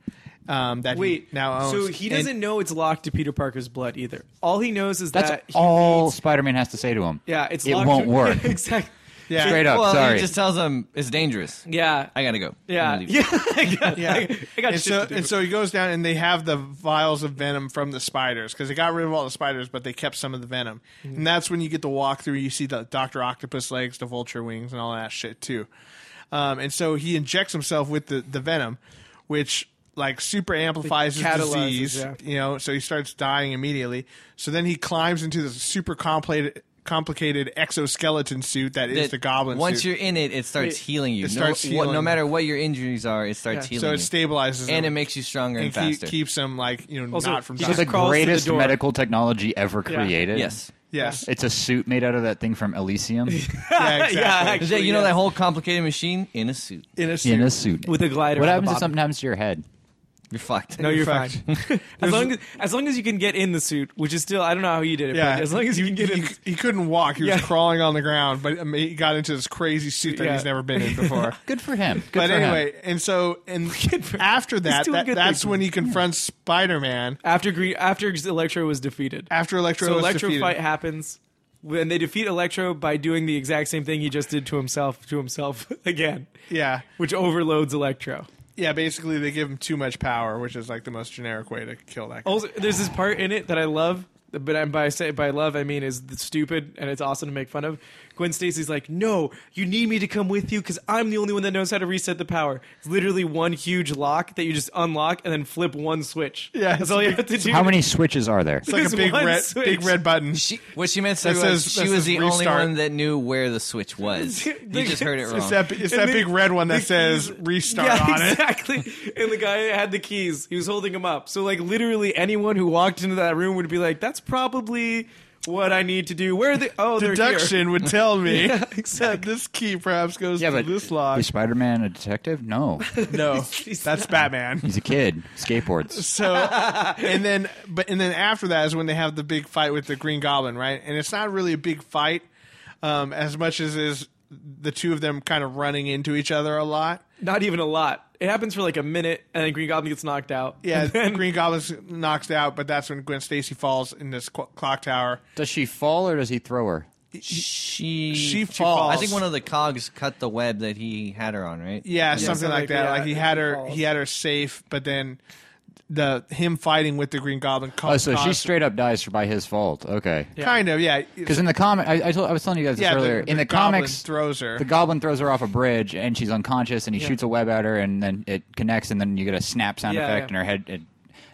[SPEAKER 1] Um, that
[SPEAKER 3] Wait,
[SPEAKER 1] he now owns.
[SPEAKER 3] so he
[SPEAKER 1] And-
[SPEAKER 3] doesn't know it's locked to Peter Parker's blood either. All he knows is
[SPEAKER 2] That's
[SPEAKER 3] that uh, he
[SPEAKER 2] all
[SPEAKER 3] needs-
[SPEAKER 2] Spider-Man has to say to him.
[SPEAKER 3] yeah, it's
[SPEAKER 2] it
[SPEAKER 3] locked
[SPEAKER 2] won't
[SPEAKER 3] to-
[SPEAKER 2] work.
[SPEAKER 3] exactly.
[SPEAKER 1] yeah,
[SPEAKER 2] Straight up,
[SPEAKER 4] well,
[SPEAKER 2] sorry.
[SPEAKER 4] he just tells him it's dangerous.
[SPEAKER 3] Yeah,
[SPEAKER 4] I gotta go. I'm
[SPEAKER 3] yeah,
[SPEAKER 4] gonna leave.
[SPEAKER 3] yeah. I got,
[SPEAKER 1] Yeah.
[SPEAKER 3] I got
[SPEAKER 1] and
[SPEAKER 3] shit
[SPEAKER 1] so,
[SPEAKER 3] to do.
[SPEAKER 1] and so he goes down, and they have the vials of venom from the spiders because they got rid of all the spiders, but they kept some of the venom.
[SPEAKER 4] Mm-hmm.
[SPEAKER 1] And that's when you get to walk through. You see the Doctor Octopus legs, the vulture wings, and all that shit too. Um, and so he injects himself with the, the venom, which like super amplifies his
[SPEAKER 3] catalyzes,
[SPEAKER 1] disease.
[SPEAKER 3] yeah.
[SPEAKER 1] You know, so he starts dying immediately. So then he climbs into this super complicated complicated exoskeleton suit that is
[SPEAKER 4] That
[SPEAKER 1] the goblin
[SPEAKER 4] Once
[SPEAKER 1] suit.
[SPEAKER 4] you're in it, it starts
[SPEAKER 3] It-
[SPEAKER 4] healing you.
[SPEAKER 1] it
[SPEAKER 4] no,
[SPEAKER 1] starts
[SPEAKER 4] what- no
[SPEAKER 1] healing.
[SPEAKER 4] matter what your injuries are, it starts
[SPEAKER 3] Yeah.
[SPEAKER 4] healing.
[SPEAKER 1] so it
[SPEAKER 4] you.
[SPEAKER 1] stabilizes
[SPEAKER 4] and it
[SPEAKER 1] him
[SPEAKER 4] makes you stronger and,
[SPEAKER 1] and keep,
[SPEAKER 4] faster.
[SPEAKER 1] keeps him like you know
[SPEAKER 3] Also,
[SPEAKER 1] not from
[SPEAKER 3] he
[SPEAKER 1] dying.
[SPEAKER 3] just
[SPEAKER 2] the
[SPEAKER 3] crawls to the
[SPEAKER 2] greatest
[SPEAKER 3] door.
[SPEAKER 2] medical technology ever
[SPEAKER 3] Yeah.
[SPEAKER 2] created.
[SPEAKER 4] yes.
[SPEAKER 1] Yes.
[SPEAKER 2] It's a suit made out of that thing from Elysium.
[SPEAKER 1] yeah,
[SPEAKER 3] yeah,
[SPEAKER 1] exactly.
[SPEAKER 4] Is
[SPEAKER 3] actually,
[SPEAKER 4] that- you know
[SPEAKER 3] yes.
[SPEAKER 4] that whole complicated machine in a suit?
[SPEAKER 1] in a
[SPEAKER 2] in a
[SPEAKER 1] suit.
[SPEAKER 2] suit.
[SPEAKER 3] With a glider
[SPEAKER 2] What
[SPEAKER 3] on the
[SPEAKER 2] happens if
[SPEAKER 3] bottom.
[SPEAKER 2] something happens to your head?
[SPEAKER 4] You're fucked.
[SPEAKER 3] No, you're
[SPEAKER 1] fact.
[SPEAKER 3] fine. as long as as long as you can get in the suit, which is still I don't know how you did it,
[SPEAKER 1] Yeah,
[SPEAKER 3] but as long as you, can get in,
[SPEAKER 1] he, he couldn't walk. He was
[SPEAKER 3] Yeah.
[SPEAKER 1] crawling on the ground, but I mean, he got into this crazy suit that
[SPEAKER 3] Yeah.
[SPEAKER 1] he's never been in before.
[SPEAKER 2] Good for him. Good
[SPEAKER 1] but
[SPEAKER 2] for
[SPEAKER 1] anyway,
[SPEAKER 2] him.
[SPEAKER 1] and so and after that,
[SPEAKER 3] doing
[SPEAKER 1] that
[SPEAKER 3] good
[SPEAKER 1] that's
[SPEAKER 3] things.
[SPEAKER 1] when he confronts Spider Man
[SPEAKER 3] after Green after Electro was defeated.
[SPEAKER 1] after Electro.
[SPEAKER 3] so
[SPEAKER 1] was
[SPEAKER 3] Electro
[SPEAKER 1] defeated.
[SPEAKER 3] fight happens. When they defeat Electro by doing the exact same thing he just did to himself to himself again,
[SPEAKER 1] Yeah,
[SPEAKER 3] which overloads Electro.
[SPEAKER 1] yeah. Basically, they give him too much power, which is like the most generic way to kill that. Guy.
[SPEAKER 3] Also, there's this part in it that I love, but I'm, by say by love I mean is the stupid, and it's awesome to make fun of. Gwen Stacy's like, "No, you need me to come with you because I'm the only one that knows how to reset the power." It's literally one huge lock that you just unlock and then flip one switch.
[SPEAKER 1] Yeah,
[SPEAKER 3] that's all you have to do.
[SPEAKER 2] How many switches are there?
[SPEAKER 1] it's like
[SPEAKER 3] there's
[SPEAKER 1] a big
[SPEAKER 3] one
[SPEAKER 1] red,
[SPEAKER 3] switch.
[SPEAKER 1] big red button.
[SPEAKER 4] She, what she meant to say
[SPEAKER 1] That says-
[SPEAKER 4] was
[SPEAKER 1] that
[SPEAKER 4] she was
[SPEAKER 1] says
[SPEAKER 4] the only
[SPEAKER 1] restart.
[SPEAKER 4] one that knew where the switch was. You just heard it
[SPEAKER 1] It's
[SPEAKER 4] wrong.
[SPEAKER 1] that, it's
[SPEAKER 3] And
[SPEAKER 1] that
[SPEAKER 3] the-
[SPEAKER 1] big red one
[SPEAKER 3] the
[SPEAKER 1] that
[SPEAKER 3] keys-
[SPEAKER 1] says restart
[SPEAKER 3] yeah,
[SPEAKER 1] on it.
[SPEAKER 3] exactly. and the guy had the keys. He was holding them up. So like literally anyone who walked into that room would be like, "That's probably what I need to do." Where are they? Oh, they're here.
[SPEAKER 1] Deduction would tell me
[SPEAKER 3] Yeah,
[SPEAKER 1] that this key perhaps goes to this lock.
[SPEAKER 2] is Spider-Man a detective? No,
[SPEAKER 1] No, that's Batman.
[SPEAKER 2] he's a kid. Skateboards.
[SPEAKER 1] So, and then, but and then after that is when they have the big fight with the Green Goblin, right? And it's not really a big fight. um, as much as is the two of them kind of running into each other a lot.
[SPEAKER 3] Not even a lot. It happens for like a minute, and then Green Goblin gets knocked out.
[SPEAKER 1] Yeah,
[SPEAKER 3] And then-
[SPEAKER 1] Green Goblin's knocked out, but that's when Gwen Stacy falls in this qu- clock tower.
[SPEAKER 2] Does she fall or does he throw her?
[SPEAKER 4] She
[SPEAKER 1] She falls.
[SPEAKER 4] I think one of the cogs cut the web that he had her on, right?
[SPEAKER 1] Yeah, something
[SPEAKER 3] something
[SPEAKER 1] like
[SPEAKER 3] like-
[SPEAKER 1] that.
[SPEAKER 3] yeah,
[SPEAKER 1] like he
[SPEAKER 3] if
[SPEAKER 1] had
[SPEAKER 3] she
[SPEAKER 1] her,
[SPEAKER 3] falls.
[SPEAKER 1] he had her safe, but then the him fighting with the Green Goblin. ca-
[SPEAKER 2] Oh, so she
[SPEAKER 1] caused-
[SPEAKER 2] straight up dies by his fault. Okay.
[SPEAKER 1] kind of, yeah.
[SPEAKER 2] Because in the comic, I, I, told, I was telling you guys this
[SPEAKER 1] Yeah, the-
[SPEAKER 2] earlier. in
[SPEAKER 1] the
[SPEAKER 2] the
[SPEAKER 1] goblin
[SPEAKER 2] comics,
[SPEAKER 1] throws her.
[SPEAKER 2] The goblin throws her off a bridge, and she's unconscious. And he shoots a web at her, and then it connects, and then you get a snap sound
[SPEAKER 3] Yeah,
[SPEAKER 2] effect,
[SPEAKER 3] yeah.
[SPEAKER 2] and her head. It,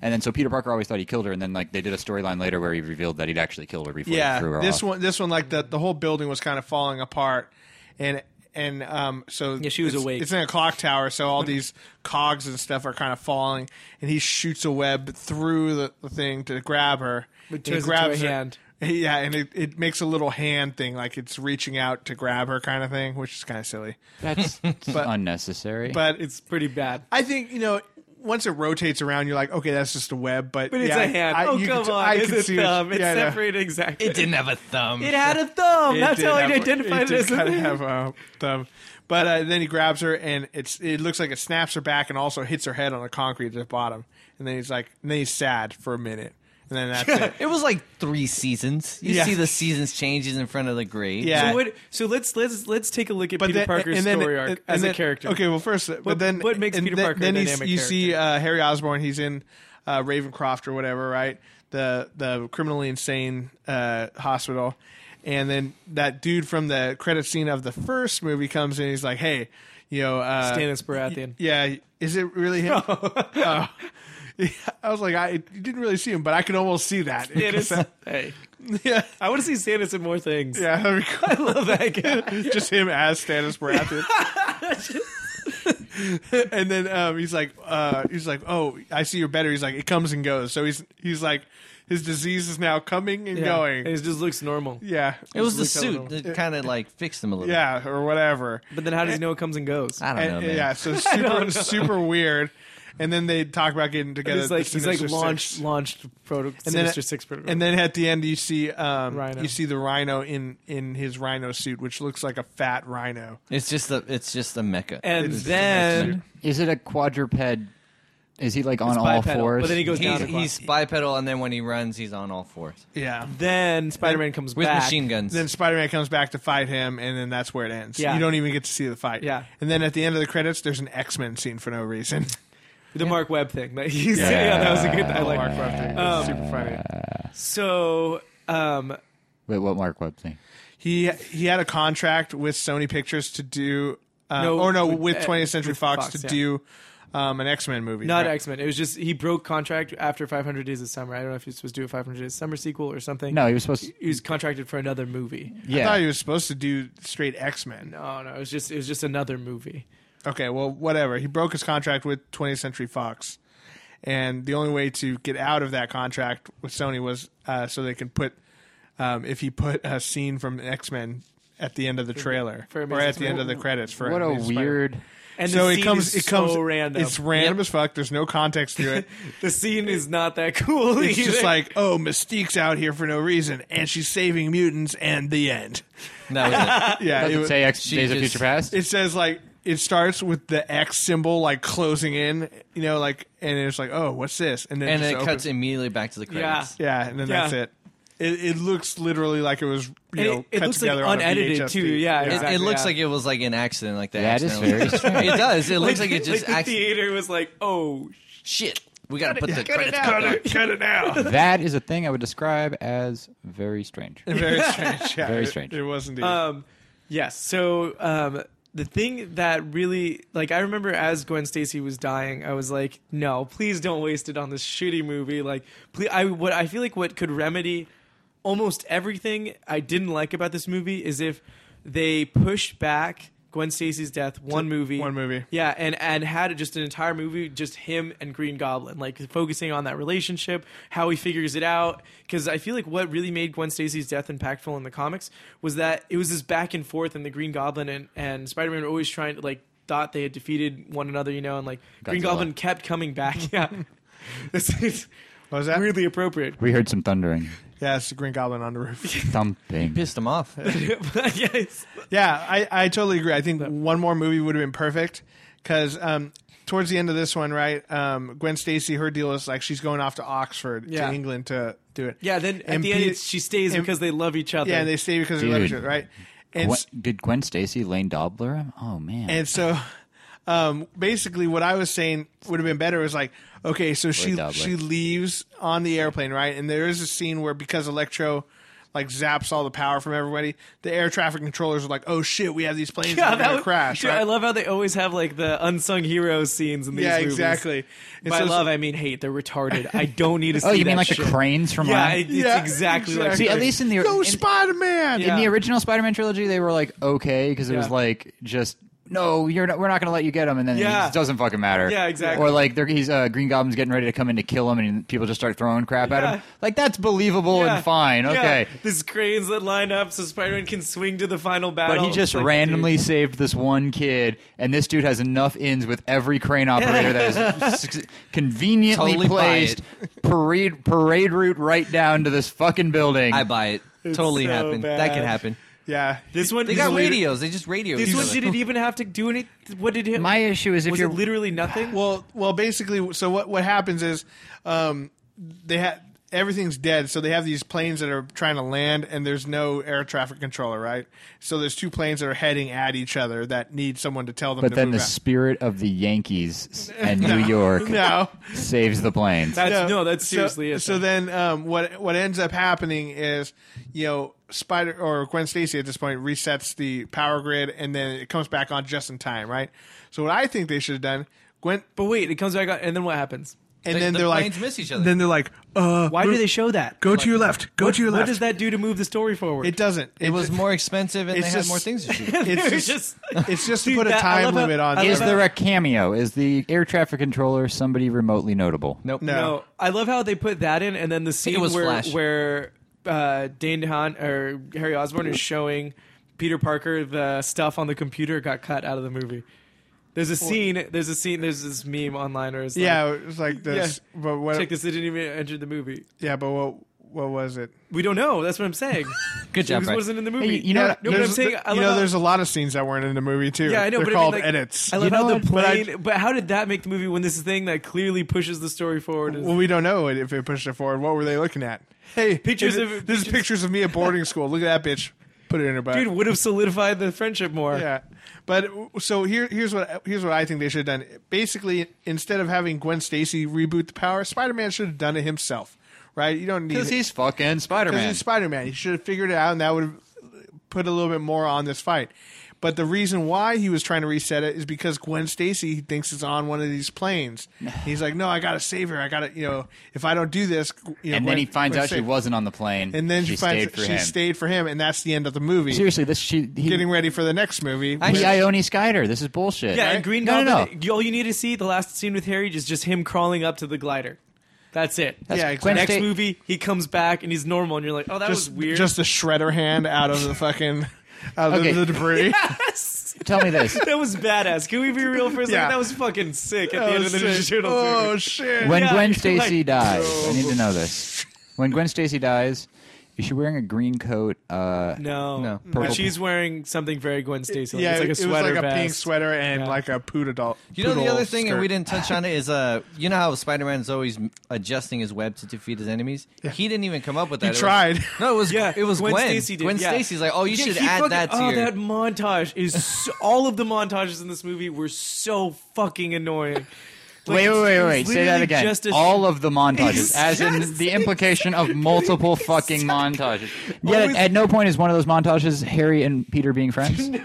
[SPEAKER 2] and then so Peter Parker always thought he killed her, and then like they did a storyline later where he revealed that he'd actually killed her before he threw
[SPEAKER 1] yeah
[SPEAKER 2] her off.
[SPEAKER 1] this one this one like the the whole building was kind of falling apart and and um so
[SPEAKER 3] Yeah, she was
[SPEAKER 1] it's,
[SPEAKER 3] awake.
[SPEAKER 1] it's in a clock tower so all these cogs and stuff are kind of falling and he shoots a web through the, the thing to grab her
[SPEAKER 3] It
[SPEAKER 1] And he
[SPEAKER 3] turns into
[SPEAKER 1] grabs
[SPEAKER 3] a
[SPEAKER 1] her-
[SPEAKER 3] hand.
[SPEAKER 1] yeah and it, it makes a little hand thing like it's reaching out to grab her kind of thing which is kind of silly
[SPEAKER 2] That's unnecessary.
[SPEAKER 1] but it's
[SPEAKER 3] it's pretty bad.
[SPEAKER 1] i think you know once it rotates around, you're like, okay, that's just a web, but
[SPEAKER 3] But it's
[SPEAKER 1] yeah,
[SPEAKER 3] a hand.
[SPEAKER 1] I-
[SPEAKER 3] oh
[SPEAKER 1] you
[SPEAKER 3] come
[SPEAKER 1] could-
[SPEAKER 3] on!
[SPEAKER 1] I
[SPEAKER 3] It's
[SPEAKER 1] could
[SPEAKER 3] a
[SPEAKER 1] see what-
[SPEAKER 3] thumb. It's
[SPEAKER 1] yeah, I know.
[SPEAKER 3] separated exactly.
[SPEAKER 4] It didn't have a thumb.
[SPEAKER 3] It had a thumb.
[SPEAKER 1] It
[SPEAKER 3] That's
[SPEAKER 1] did
[SPEAKER 3] how I
[SPEAKER 1] have-
[SPEAKER 3] identified it,
[SPEAKER 1] did
[SPEAKER 3] as a
[SPEAKER 1] kinda
[SPEAKER 3] thing.
[SPEAKER 1] have a thumb. But uh, then he grabs her, and it's it looks like it snaps her back, and also hits her head on the concrete at the bottom. And then he's like, and then he's sad for a minute, and then that's it.
[SPEAKER 4] It was like three seasons. You
[SPEAKER 1] Yeah.
[SPEAKER 4] see the seasons changes in front of the grave.
[SPEAKER 1] Yeah.
[SPEAKER 3] So, what, so let's let's let's take a look at
[SPEAKER 1] But
[SPEAKER 3] Peter
[SPEAKER 1] then-
[SPEAKER 3] Parker's
[SPEAKER 1] and then-
[SPEAKER 3] story arc
[SPEAKER 1] and
[SPEAKER 3] as a
[SPEAKER 1] then-
[SPEAKER 3] character.
[SPEAKER 1] Okay, well first, but
[SPEAKER 3] What-
[SPEAKER 1] then
[SPEAKER 3] what makes
[SPEAKER 1] and
[SPEAKER 3] Peter
[SPEAKER 1] then,
[SPEAKER 3] Parker a
[SPEAKER 1] Then you,
[SPEAKER 3] dynamic
[SPEAKER 1] you see uh, Harry Osborn. He's in uh, Ravencroft or whatever, right? The the criminally insane uh, hospital, and then that dude from the credit scene of the first movie comes in. He's like, "Hey, you know, uh,
[SPEAKER 3] Stannis Baratheon.
[SPEAKER 1] Yeah, is it really him? Oh. Yeah, I was like, I you didn't really see him, but I could almost see that.
[SPEAKER 3] Stannis. hey,
[SPEAKER 1] yeah,
[SPEAKER 3] I want to see Stannis in more things.
[SPEAKER 1] yeah, that'd be cool.
[SPEAKER 3] I love that guy.
[SPEAKER 1] just him as Stannis Baratheon. and then um, he's like, uh, he's like, oh, I see you're better. He's like, it comes and goes. So he's he's like, his disease is now coming and
[SPEAKER 3] Yeah.
[SPEAKER 1] going.
[SPEAKER 3] And it just looks normal.
[SPEAKER 1] yeah,
[SPEAKER 4] It was the
[SPEAKER 3] Just look
[SPEAKER 4] suit
[SPEAKER 3] over
[SPEAKER 4] that kind of like fixed him a little.
[SPEAKER 1] yeah, or whatever.
[SPEAKER 3] But then how
[SPEAKER 1] Eh.
[SPEAKER 3] does he know it comes and goes?
[SPEAKER 4] I don't know,
[SPEAKER 1] And-
[SPEAKER 4] man.
[SPEAKER 1] yeah, so super super weird. And then they talk about getting together.
[SPEAKER 3] He's
[SPEAKER 1] the
[SPEAKER 3] like he's like
[SPEAKER 1] Sinister
[SPEAKER 3] launched
[SPEAKER 1] Six.
[SPEAKER 3] launched proto
[SPEAKER 1] and
[SPEAKER 3] Sinister
[SPEAKER 1] then,
[SPEAKER 3] Six proto-
[SPEAKER 1] and then at the end you see um,
[SPEAKER 3] Rhino.
[SPEAKER 1] you see the rhino in in his rhino suit, which looks like a fat rhino.
[SPEAKER 4] It's just the it's just the mecca.
[SPEAKER 3] and
[SPEAKER 1] It's-
[SPEAKER 3] then
[SPEAKER 2] is it a quadruped? Is he like on
[SPEAKER 3] it's
[SPEAKER 2] all
[SPEAKER 3] bipedal,
[SPEAKER 2] fours?
[SPEAKER 3] But then he goes
[SPEAKER 4] he's,
[SPEAKER 3] down. to
[SPEAKER 4] he's bipedal, and then when he runs, he's on all fours
[SPEAKER 1] Yeah.
[SPEAKER 3] then Spider Man comes
[SPEAKER 4] with
[SPEAKER 3] back
[SPEAKER 4] machine guns.
[SPEAKER 1] Then Spider Man comes back to fight him, and then that's where it ends.
[SPEAKER 3] Yeah.
[SPEAKER 1] You don't even get to see the fight.
[SPEAKER 3] Yeah.
[SPEAKER 1] And then at the end of the credits, there's an X Men scene for no reason.
[SPEAKER 3] The Mark Webb thing. That he's, yeah. that was a good. I like.
[SPEAKER 1] Mark Ruffin. It's
[SPEAKER 3] Um,
[SPEAKER 1] super funny.
[SPEAKER 3] So um,
[SPEAKER 2] Wait, what Mark Webb thing?
[SPEAKER 1] He he had a contract with Sony Pictures to do, uh,
[SPEAKER 3] No,
[SPEAKER 1] or no,
[SPEAKER 3] with-
[SPEAKER 1] with
[SPEAKER 3] uh,
[SPEAKER 1] 20th Century
[SPEAKER 3] with
[SPEAKER 1] Fox,
[SPEAKER 3] Fox,
[SPEAKER 1] to
[SPEAKER 3] yeah.
[SPEAKER 1] do um, an X Men movie.
[SPEAKER 3] not
[SPEAKER 1] Right.
[SPEAKER 3] X Men. It was just he broke contract after 500 Days of Summer. I don't know if he was supposed to do a 500 Days of Summer sequel or something.
[SPEAKER 2] No, he was supposed. to...
[SPEAKER 3] he was contracted for another movie. Oh,
[SPEAKER 1] I
[SPEAKER 2] Yeah,
[SPEAKER 1] thought he was supposed to do straight X Men.
[SPEAKER 3] No, no, it was just it was just another movie.
[SPEAKER 1] Okay, well, whatever. He broke his contract with 20th Century Fox, and the only way to get out of that contract with Sony was uh, so they could put um, if he put a scene from X Men at the end of the trailer
[SPEAKER 3] for
[SPEAKER 1] or
[SPEAKER 3] Amazing
[SPEAKER 1] at the end of the credits for
[SPEAKER 2] what a
[SPEAKER 1] Amazing
[SPEAKER 2] weird.
[SPEAKER 1] Spider-Man.
[SPEAKER 3] And
[SPEAKER 1] So
[SPEAKER 3] the
[SPEAKER 1] it
[SPEAKER 3] scene
[SPEAKER 1] comes.
[SPEAKER 3] is
[SPEAKER 1] It comes.
[SPEAKER 3] so random.
[SPEAKER 1] It's random as fuck. There's no context to it.
[SPEAKER 3] the scene is not that cool.
[SPEAKER 1] It's just
[SPEAKER 3] either.
[SPEAKER 1] like, oh, Mystique's out here for no reason, and she's saving mutants, and the end.
[SPEAKER 4] that
[SPEAKER 3] Uh,
[SPEAKER 4] was it.
[SPEAKER 1] Yeah,
[SPEAKER 2] Doesn't
[SPEAKER 1] it-
[SPEAKER 2] say X
[SPEAKER 4] she
[SPEAKER 2] Days of
[SPEAKER 4] just-
[SPEAKER 2] Future Past.
[SPEAKER 1] it says like it starts with the X symbol like closing in, you know, like and it's like, oh, what's this? And then
[SPEAKER 4] and
[SPEAKER 1] just
[SPEAKER 4] then it
[SPEAKER 1] opens-
[SPEAKER 4] cuts immediately back to the
[SPEAKER 3] yeah,
[SPEAKER 4] credits.
[SPEAKER 1] Yeah, and then
[SPEAKER 3] Yeah.
[SPEAKER 1] that's it. It, it looks literally like it was you
[SPEAKER 3] And
[SPEAKER 1] know
[SPEAKER 3] it- it
[SPEAKER 1] cut
[SPEAKER 3] looks like
[SPEAKER 1] together on a
[SPEAKER 3] unedited,
[SPEAKER 1] VHS
[SPEAKER 3] too,
[SPEAKER 1] tape.
[SPEAKER 3] yeah,
[SPEAKER 4] It,
[SPEAKER 3] exactly.
[SPEAKER 4] it looks
[SPEAKER 3] yeah.
[SPEAKER 4] like it was like an accident, like that.
[SPEAKER 2] That is very strange.
[SPEAKER 4] It does. It looks like it just
[SPEAKER 3] like the
[SPEAKER 4] accident.
[SPEAKER 3] theater was like, oh
[SPEAKER 4] Shit, we gotta put the
[SPEAKER 3] cut it
[SPEAKER 4] credits
[SPEAKER 3] out.
[SPEAKER 4] back
[SPEAKER 1] Cut
[SPEAKER 4] on.
[SPEAKER 1] it, cut it now.
[SPEAKER 2] that is a thing I would describe as very strange.
[SPEAKER 1] Very strange. Yeah,
[SPEAKER 2] Very
[SPEAKER 1] it-
[SPEAKER 2] strange.
[SPEAKER 1] It, was indeed.
[SPEAKER 3] Um, yes. So um, the thing that really, like, I remember as Gwen Stacy was dying, I was like, no, please don't waste it on this shitty movie. Like, please, I what I feel like what could remedy almost everything I didn't like about this movie is if they pushed back. Gwen Stacy's death, one movie,
[SPEAKER 1] one movie.
[SPEAKER 3] yeah, and and had just an entire movie just him and Green Goblin, like focusing on that relationship, how he figures it out. Because I feel like what really made Gwen Stacy's death impactful in the comics was that it was this back and forth, and the Green Goblin and and Spider Man were always trying to like thought they had defeated one another, you know, and like Green
[SPEAKER 2] Godzilla.
[SPEAKER 3] Goblin kept coming back. Yeah, this is
[SPEAKER 1] What was that?
[SPEAKER 3] weirdly appropriate.
[SPEAKER 2] We heard some thundering.
[SPEAKER 1] Yeah, it's the Green Goblin on the roof.
[SPEAKER 2] Thumping.
[SPEAKER 4] Pissed him off.
[SPEAKER 3] yes.
[SPEAKER 1] yeah, I, I totally agree. I think one more movie would have been perfect because um, towards the end of this one, right? Um, Gwen Stacy, her deal is like she's going off to Oxford
[SPEAKER 3] Yeah.
[SPEAKER 1] to England to do it.
[SPEAKER 3] Yeah. Then at
[SPEAKER 1] And
[SPEAKER 3] the end,
[SPEAKER 1] Pe-
[SPEAKER 3] it's, she stays
[SPEAKER 1] and-
[SPEAKER 3] because they love each other.
[SPEAKER 1] yeah, and they stay because they love
[SPEAKER 2] Dude.
[SPEAKER 1] each other, right? And
[SPEAKER 2] Gwen,
[SPEAKER 1] s-
[SPEAKER 2] did Gwen Stacy Lane Dobler him? Oh man.
[SPEAKER 1] And so, um, basically, what I was saying would have been better was like, okay, so she
[SPEAKER 2] doublet.
[SPEAKER 1] she leaves on the airplane, right? And there is a scene where because Electro like zaps all the power from everybody, the air traffic controllers are like, oh shit, we have these planes
[SPEAKER 3] yeah,
[SPEAKER 1] that are
[SPEAKER 3] that
[SPEAKER 1] gonna
[SPEAKER 3] would,
[SPEAKER 1] crash,
[SPEAKER 3] Dude,
[SPEAKER 1] right?
[SPEAKER 3] I love how they always have like the unsung hero scenes in these
[SPEAKER 1] yeah,
[SPEAKER 3] movies.
[SPEAKER 1] exactly. And
[SPEAKER 3] By
[SPEAKER 1] so-
[SPEAKER 3] love, I mean hate. They're retarded. I don't need to see
[SPEAKER 2] oh, you mean
[SPEAKER 3] that
[SPEAKER 2] like
[SPEAKER 3] shit.
[SPEAKER 2] the cranes from
[SPEAKER 3] Yeah,
[SPEAKER 2] last-
[SPEAKER 3] it- it's
[SPEAKER 1] Yeah,
[SPEAKER 3] exactly, like
[SPEAKER 1] exactly.
[SPEAKER 2] See, at least in the
[SPEAKER 1] Go
[SPEAKER 2] in-
[SPEAKER 1] Spider Man.
[SPEAKER 3] Yeah.
[SPEAKER 2] in the original Spider-Man trilogy, they were like okay because it was
[SPEAKER 3] Yeah.
[SPEAKER 2] like just no, you're not, we're not going to let you get him, and then
[SPEAKER 3] Yeah.
[SPEAKER 2] it just doesn't fucking matter.
[SPEAKER 3] Yeah, exactly.
[SPEAKER 2] Or like they're, he's uh, Green Goblin's getting ready to come in to kill him, and people just start throwing crap at
[SPEAKER 3] Yeah.
[SPEAKER 2] him. Like that's believable
[SPEAKER 3] Yeah,
[SPEAKER 2] and fine.
[SPEAKER 3] yeah.
[SPEAKER 2] Okay.
[SPEAKER 3] There's cranes that line up so Spider-Man can swing to the final battle.
[SPEAKER 2] But he just
[SPEAKER 3] It's like,
[SPEAKER 2] randomly
[SPEAKER 3] dude.
[SPEAKER 2] saved this one kid, and this dude has enough ins with every crane operator that is s- conveniently
[SPEAKER 4] Totally buy
[SPEAKER 2] placed parade parade route right down to this fucking building.
[SPEAKER 4] I buy it. totally
[SPEAKER 3] so
[SPEAKER 4] happened. That
[SPEAKER 3] bad.
[SPEAKER 4] can happen.
[SPEAKER 1] Yeah.
[SPEAKER 3] This one
[SPEAKER 4] They
[SPEAKER 3] this
[SPEAKER 4] got
[SPEAKER 3] one-
[SPEAKER 4] radios. They just radio.
[SPEAKER 3] This
[SPEAKER 4] each
[SPEAKER 3] one
[SPEAKER 4] other.
[SPEAKER 3] didn't even have to do any. What did it?
[SPEAKER 2] "Oh." My issue is if
[SPEAKER 3] was
[SPEAKER 2] you're
[SPEAKER 3] it literally nothing.
[SPEAKER 1] Well, well, basically, so what what happens is, um, they have everything's dead, so they have these planes that are trying to land, and there's no air traffic controller, right? So there's two planes that are heading at each other that need someone to tell them.
[SPEAKER 2] but
[SPEAKER 1] to
[SPEAKER 2] then
[SPEAKER 1] move
[SPEAKER 2] the spirit of the Yankees and New York
[SPEAKER 1] out. no.
[SPEAKER 2] saves the planes.
[SPEAKER 3] that's no, that's
[SPEAKER 1] So-
[SPEAKER 3] seriously it.
[SPEAKER 1] So then, um, what what ends up happening is, you know, Spider or Gwen Stacy at this point resets the power grid, and then it comes back on just in time, right? So what I think they should have done, Gwen,
[SPEAKER 3] but wait, it comes back on, and then what happens?
[SPEAKER 1] and
[SPEAKER 4] They-
[SPEAKER 1] then
[SPEAKER 4] the
[SPEAKER 1] they're like,
[SPEAKER 4] planes miss each other.
[SPEAKER 1] Then they're like, uh,
[SPEAKER 3] Why do they show that?
[SPEAKER 1] Go to your left. Go
[SPEAKER 3] what,
[SPEAKER 1] to your left.
[SPEAKER 3] What does that do to move the story forward?
[SPEAKER 1] It doesn't.
[SPEAKER 4] It was
[SPEAKER 1] ju-
[SPEAKER 4] more expensive, and they
[SPEAKER 1] it's
[SPEAKER 4] had
[SPEAKER 1] just-
[SPEAKER 4] more things to shoot.
[SPEAKER 1] It's
[SPEAKER 3] They're
[SPEAKER 1] just,
[SPEAKER 3] just-
[SPEAKER 1] it's just to
[SPEAKER 3] Dude,
[SPEAKER 1] put a
[SPEAKER 3] that- I
[SPEAKER 1] time
[SPEAKER 3] love how-
[SPEAKER 1] limit on.
[SPEAKER 3] I
[SPEAKER 2] Is
[SPEAKER 3] love
[SPEAKER 2] there a cameo? Is the air traffic controller somebody remotely notable?
[SPEAKER 4] Nope.
[SPEAKER 1] No.
[SPEAKER 3] No, I love how they put that in, and then the scene
[SPEAKER 4] was
[SPEAKER 3] where
[SPEAKER 4] Flash.
[SPEAKER 3] where uh, Dane DeHaan or Harry Osborn is showing Peter Parker the stuff on the computer got cut out of the movie. There's a scene. There's a scene. There's this meme online or it's like,
[SPEAKER 1] yeah, it was like this.
[SPEAKER 3] Yeah.
[SPEAKER 1] But what?
[SPEAKER 3] check this. It didn't even enter the movie.
[SPEAKER 1] Yeah, but what? What was it?
[SPEAKER 3] We don't know. That's what I'm saying.
[SPEAKER 4] Good job,
[SPEAKER 3] This
[SPEAKER 4] Brett.
[SPEAKER 3] wasn't in the movie.
[SPEAKER 2] you know
[SPEAKER 3] yeah,
[SPEAKER 2] what-
[SPEAKER 3] no, but I'm
[SPEAKER 1] There's-
[SPEAKER 3] saying. I
[SPEAKER 1] you
[SPEAKER 3] love
[SPEAKER 1] know,
[SPEAKER 3] how-
[SPEAKER 1] there's a lot of scenes that weren't in the movie too.
[SPEAKER 3] yeah, I know,
[SPEAKER 1] They're
[SPEAKER 3] but
[SPEAKER 1] called
[SPEAKER 3] I mean, like,
[SPEAKER 1] edits.
[SPEAKER 3] I love
[SPEAKER 2] You know
[SPEAKER 3] how the
[SPEAKER 2] what? But I-
[SPEAKER 3] plane. But how did that make the movie when this is thing that clearly pushes the story forward? Is,
[SPEAKER 1] well, we don't know if it pushed it forward. What were they looking at? Hey,
[SPEAKER 3] Pictures
[SPEAKER 1] is it-
[SPEAKER 3] of-
[SPEAKER 1] this is pictures of me at boarding school. Look at that bitch. Put it in her butt.
[SPEAKER 3] dude would have solidified the friendship more.
[SPEAKER 1] Yeah, but so here, here's what here's what I think they should have done. Basically, instead of having Gwen Stacy reboot the power, Spider Man should have done it himself. Right? You don't need
[SPEAKER 2] Because he's fucking Spider
[SPEAKER 1] because
[SPEAKER 2] Man.
[SPEAKER 1] he's Spider Man. He should have figured it out, and that would have put a little bit more on this fight. But the reason why he was trying to reset it is because Gwen Stacy thinks is on one of these planes. He's like, "No, I gotta save her. I gotta, you know, if I don't do this, you know,
[SPEAKER 2] and
[SPEAKER 1] Gwen-
[SPEAKER 2] then he finds
[SPEAKER 1] Gwen
[SPEAKER 2] out she
[SPEAKER 1] Stacy-
[SPEAKER 2] wasn't on the plane.
[SPEAKER 1] And then she, finds
[SPEAKER 2] stayed for
[SPEAKER 1] she
[SPEAKER 2] him.
[SPEAKER 1] stayed for him, and that's the end of the movie.
[SPEAKER 2] Seriously, this she he,
[SPEAKER 1] Getting ready for the next movie.
[SPEAKER 4] I-
[SPEAKER 2] he Ione Skyder. This is bullshit.
[SPEAKER 3] Yeah, and Green
[SPEAKER 2] no,
[SPEAKER 3] Goblin.
[SPEAKER 2] No, no.
[SPEAKER 3] All you need to see the last scene with Harry is just him crawling up to the glider. That's it.
[SPEAKER 1] yeah,
[SPEAKER 2] Gwen
[SPEAKER 1] exactly.
[SPEAKER 3] Next
[SPEAKER 2] Sta-
[SPEAKER 3] movie, he comes back and he's normal, and you're like, "Oh, that
[SPEAKER 1] just
[SPEAKER 3] was weird."
[SPEAKER 1] Just the shredder hand out of the fucking out of
[SPEAKER 2] Okay.
[SPEAKER 1] the, the debris.
[SPEAKER 3] Yes!
[SPEAKER 2] Tell me this.
[SPEAKER 3] that was badass. Can we be real for a second?
[SPEAKER 1] Yeah.
[SPEAKER 3] That was fucking sick. At
[SPEAKER 1] That
[SPEAKER 3] the end of
[SPEAKER 1] was
[SPEAKER 3] the Ninja
[SPEAKER 1] sick.
[SPEAKER 3] Turtles.
[SPEAKER 1] Oh
[SPEAKER 3] movie.
[SPEAKER 1] shit!
[SPEAKER 2] When
[SPEAKER 3] Yeah,
[SPEAKER 2] Gwen
[SPEAKER 3] you're
[SPEAKER 2] Stacy
[SPEAKER 3] like-
[SPEAKER 2] dies, I need to know this. When Gwen Stacy dies, is she wearing a green coat? Uh,
[SPEAKER 3] no,
[SPEAKER 4] No.
[SPEAKER 3] But she's wearing something very Gwen Stacy. Like,
[SPEAKER 1] yeah,
[SPEAKER 3] it's like a
[SPEAKER 1] it was
[SPEAKER 3] sweater
[SPEAKER 1] like a
[SPEAKER 3] vest.
[SPEAKER 1] pink sweater and
[SPEAKER 3] Yeah.
[SPEAKER 1] like a poodle doll.
[SPEAKER 4] You know the
[SPEAKER 1] poodle
[SPEAKER 4] other thing,
[SPEAKER 1] skirt.
[SPEAKER 4] and we didn't touch on it, is uh, you know how Spider Man is always m- adjusting his web to defeat his enemies. He didn't even come up with that. It was-
[SPEAKER 1] tried.
[SPEAKER 4] no, it was
[SPEAKER 3] Yeah,
[SPEAKER 4] it was Gwen.
[SPEAKER 3] Stacy did.
[SPEAKER 4] Gwen
[SPEAKER 3] yeah.
[SPEAKER 4] Stacy's like, oh, you
[SPEAKER 3] Yeah,
[SPEAKER 4] should
[SPEAKER 3] he
[SPEAKER 4] add
[SPEAKER 3] fucking-
[SPEAKER 4] that to
[SPEAKER 3] oh,
[SPEAKER 4] your.
[SPEAKER 3] that montage is so, all of the montages in this movie were so fucking annoying. Like,
[SPEAKER 2] wait, wait, wait,
[SPEAKER 3] it's
[SPEAKER 2] wait. Say that
[SPEAKER 3] literally
[SPEAKER 2] again.
[SPEAKER 3] just a-
[SPEAKER 2] All of the montages, as in
[SPEAKER 3] Yes,
[SPEAKER 2] the implication of multiple fucking montages. Yet,
[SPEAKER 3] Always-
[SPEAKER 2] at no point is one of those montages Harry and Peter being friends. no,